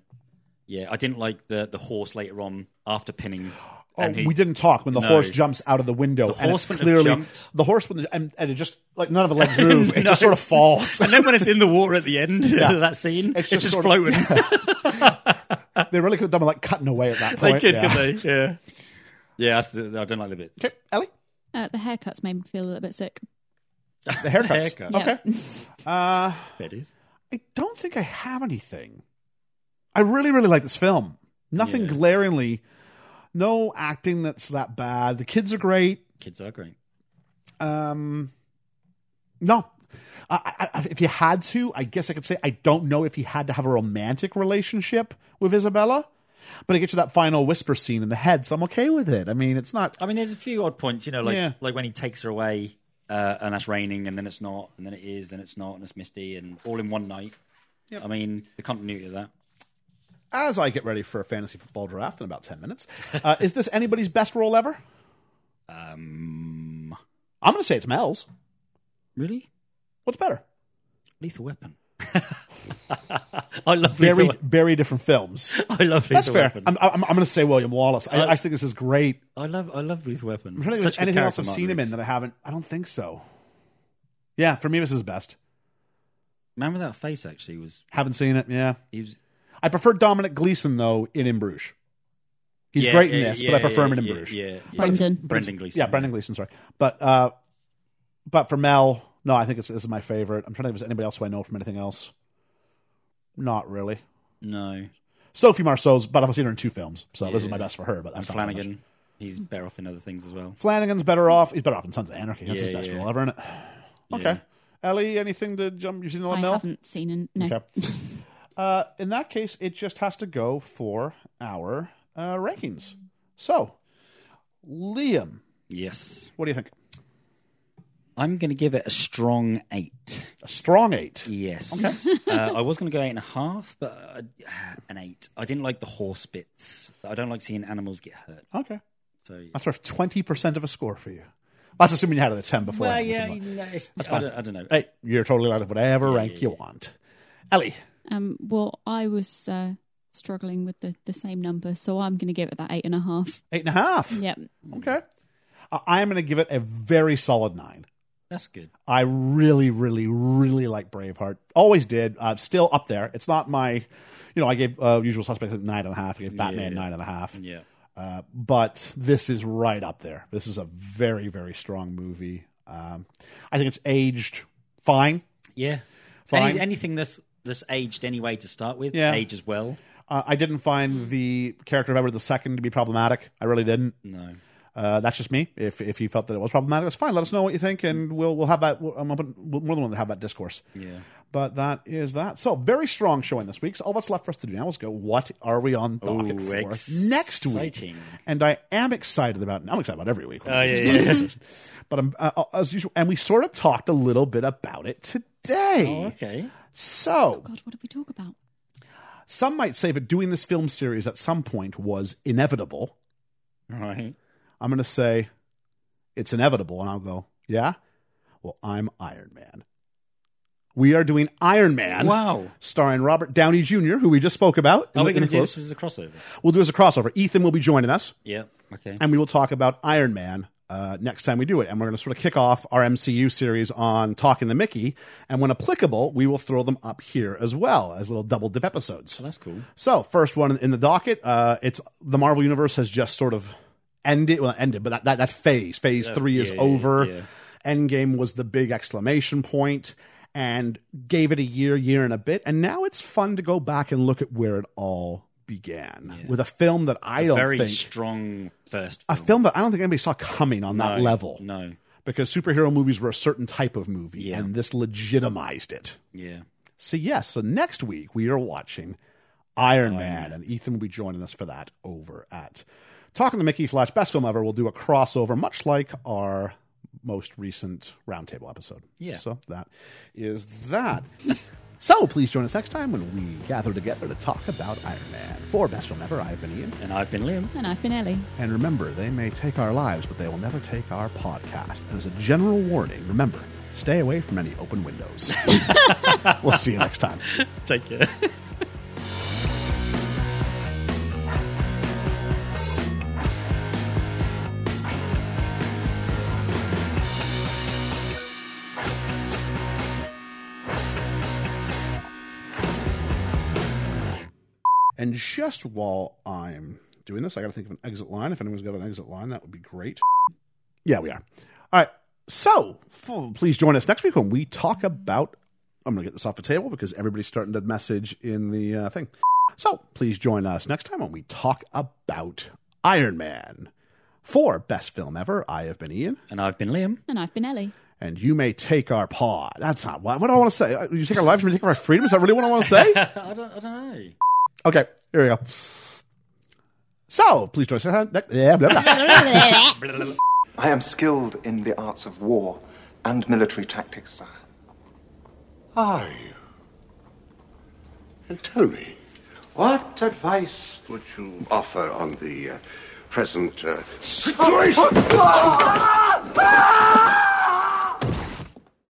F: Yeah, I didn't like the the horse later on after pinning.
D: Oh,
F: and he-
D: we didn't talk when the
F: No.
D: horse jumps out of the window.
F: The
D: and
F: horse
D: it's
F: wouldn't have
D: clearly
F: jumped.
D: the horse wouldn't, and, and it just like none of the legs move. It just sort of falls.
F: And then when it's in the water at the end of that scene, it's
D: It's just
F: just,
D: sort of-
F: floating.
D: they really could have done with like cutting away at that
F: they
D: point.
F: could,
D: yeah.
F: could they? Yeah. Yeah, that's the, I don't like the bit.
D: Okay, Ellie,
E: Uh, the haircuts made me feel a little bit sick.
D: the haircuts.
F: Haircut.
E: Yeah.
D: Okay. Uh,
F: There it is.
D: I don't think I have anything. I really, really like this film. Nothing
F: Yeah.
D: glaringly, no acting that's that bad. The kids are great.
F: Kids are great.
D: Um, no. I, I, I- if you had to, I guess I could say I don't know if he had to have a romantic relationship with Isabella, but I get you that final whisper scene in the head, so I'm okay with it. I mean, it's not.
F: I mean, there's a few odd points, you know, like
D: Yeah.
F: like when he takes her away, uh, and that's raining, and then it's not, and then it is, then it's not, and it's misty, and all in one night. I mean, the continuity of that.
D: As I get ready for a fantasy football draft in about 10 minutes, uh, is this anybody's best role ever?
F: Um,
D: I'm going to say it's Mel's.
F: really,
D: What's better?
F: Lethal Weapon. I love
D: Very,
F: Lethal. Weapon.
D: very different films.
F: I love Lethal
D: That's fair.
F: Weapon.
D: I'm, I'm, I'm going to say William Wallace. I, I think this is great.
F: I love I love Lethal Weapon.
D: I'm trying to think if there's anything else I've seen him in that I haven't. I don't think so. Yeah, for me, this is best.
F: Man without a face actually was
D: Haven't seen it. Yeah,
F: he was
D: I prefer Dominic Gleeson though in In Bruges. He's
F: Yeah,
D: great in
F: yeah,
D: this,
F: yeah,
D: but I prefer him in In
F: yeah,
D: Bruges.
F: Yeah, yeah.
E: Brendan.
F: Brendan Gleeson.
D: Yeah, Brendan Gleeson. Sorry, but uh, but for Mel, no, I think it's, this is my favorite. I'm trying to think if there's anybody else who I know from anything else. Not really.
F: No,
D: Sophie Marceau's, but I've seen her in two films, so this is my best for her. But
F: and
D: that's not that much.
F: Flanagan. He's better off in other things as well.
D: Flanagan's better off. He's better off in Sons of Anarchy. That's
F: Yeah,
D: his best
F: yeah.
D: role ever, isn't it? Okay. Ellie, anything to jump? You've seen a lot
E: I
D: of Mel?
E: haven't seen an no.
D: Okay. uh, in that case, it just has to go for our uh, rankings. So, Liam,
F: Yes,
D: what do you think?
F: I'm going to give it a strong eight.
D: A strong eight.
F: Yes. uh, I was going to go eight and a half, but uh, an eight. I didn't like the horse bits. I don't like seeing animals get hurt.
D: Okay.
F: So.
D: That's worth 20% of a score for you. That's assuming you had it at 10 before.
F: Well,
D: anything
F: yeah,
D: was in
F: you
D: there.
F: know, it's, I, don't, I don't know.
D: Hey, you're totally allowed to whatever rank you want. Ellie,
E: Um, well, I was uh, struggling with the, the same number, so I'm going to give it that eight and a half.
D: eight and a half.
E: Yep.
D: Okay. I- I am going to give it a very solid nine.
F: That's good.
D: I really, really, really like Braveheart. Always did. Uh, still up there. It's not my, you know, I gave uh, Usual Suspects like nine and a half. I gave Batman nine and a half.
F: Yeah.
D: Uh, but this is right up there. This is a very, very strong movie. Um, I think it's aged fine.
F: Yeah.
D: Fine.
F: Any, anything that's that's aged anyway to start with,
D: Yeah.
F: age as well.
D: Uh, I didn't
F: Hmm.
D: find the character of Edward II to be problematic. I really didn't.
F: No.
D: Uh, that's just me. If if you felt that it was problematic, that's fine. Let us know what you think, and we'll we'll have that. I'm open, we're more than willing to have that discourse.
F: Hmm. Yeah.
D: But that is that. So very strong showing this week. So all that's left for us to do now is go. What are we on docket
F: Ooh,
D: for
F: exciting.
D: next week? And I am excited about. I'm excited about every week.
F: Oh, yeah, yeah.
D: But I'm uh, as usual, and we sort of talked a little bit about it today.
F: oh, okay.
D: So
E: God, what did we talk about?
D: some might say that doing this film series at some point was inevitable.
F: Right.
D: I'm going to say it's inevitable. And I'll go, yeah? Well, I'm Iron Man. We are doing Iron Man.
F: Wow.
D: Starring Robert Downey Jr., who we just spoke about. in the-
F: Are we
D: in
F: going
D: the
F: to do
D: close.
F: this as a crossover?
D: We'll do as a crossover. Ethan will be joining us,
F: Yeah. Okay.
D: and we will talk about Iron Man uh, next time we do it. And we're going to sort of kick off our MCU series on Talking the Mickey. And when applicable, we will throw them up here as well as little double dip episodes.
F: That's cool.
D: So, first one in the docket, uh, it's the Marvel Universe has just sort of ended, well, ended, but that, that, that phase, phase three is
F: yeah, yeah,
D: over.
F: yeah.
D: Endgame was the big exclamation point and gave it a year, year and a bit. And now it's fun to go back and look at where it all began with a film that I don't
F: Very
D: think.
F: strong first.
D: a
F: film.
D: film that I don't think anybody saw coming on that
F: No,
D: level
F: No.
D: because superhero movies were a certain type of movie
F: Yeah.
D: and this legitimized it.
F: Yeah.
D: So yes, so next week we are watching Iron Man, and Ethan will be joining us for that over at Talking to Mickey slash Best Film Ever. We'll do a crossover, much like our most recent roundtable episode.
F: Yeah.
D: So that is that. so please join us next time when we gather together to talk about Iron Man. For Best Film Ever, I've been Ian.
F: And I've been Liam.
E: And I've been Ellie.
D: And remember, they may take our lives, but they will never take our podcast. And as a general warning, remember, stay away from any open windows. we'll see you next time.
F: Take care.
D: And just while I'm doing this, I got to think of an exit line. If anyone's got an exit line, that would be great. Yeah, we are. All right. So f- please join us next week when we talk about. I'm going to get this off the table because everybody's starting to message in the uh, thing. So please join us next time when we talk about Iron Man. For Best Film Ever, I have been Ian,
F: And I've been Liam.
E: And I've been Ellie.
D: and you may take our paw. That's not what, what do I want to say. Uh, You take our lives, you take our freedom. Is that really what I want to say?
F: I don't, I don't know.
D: Okay, here we go. So, please join us. next- Yeah, blah, blah.
G: I am skilled in the arts of war and military tactics, sire.
H: Are you? And tell me, what advice would you offer on the uh, present uh, situation?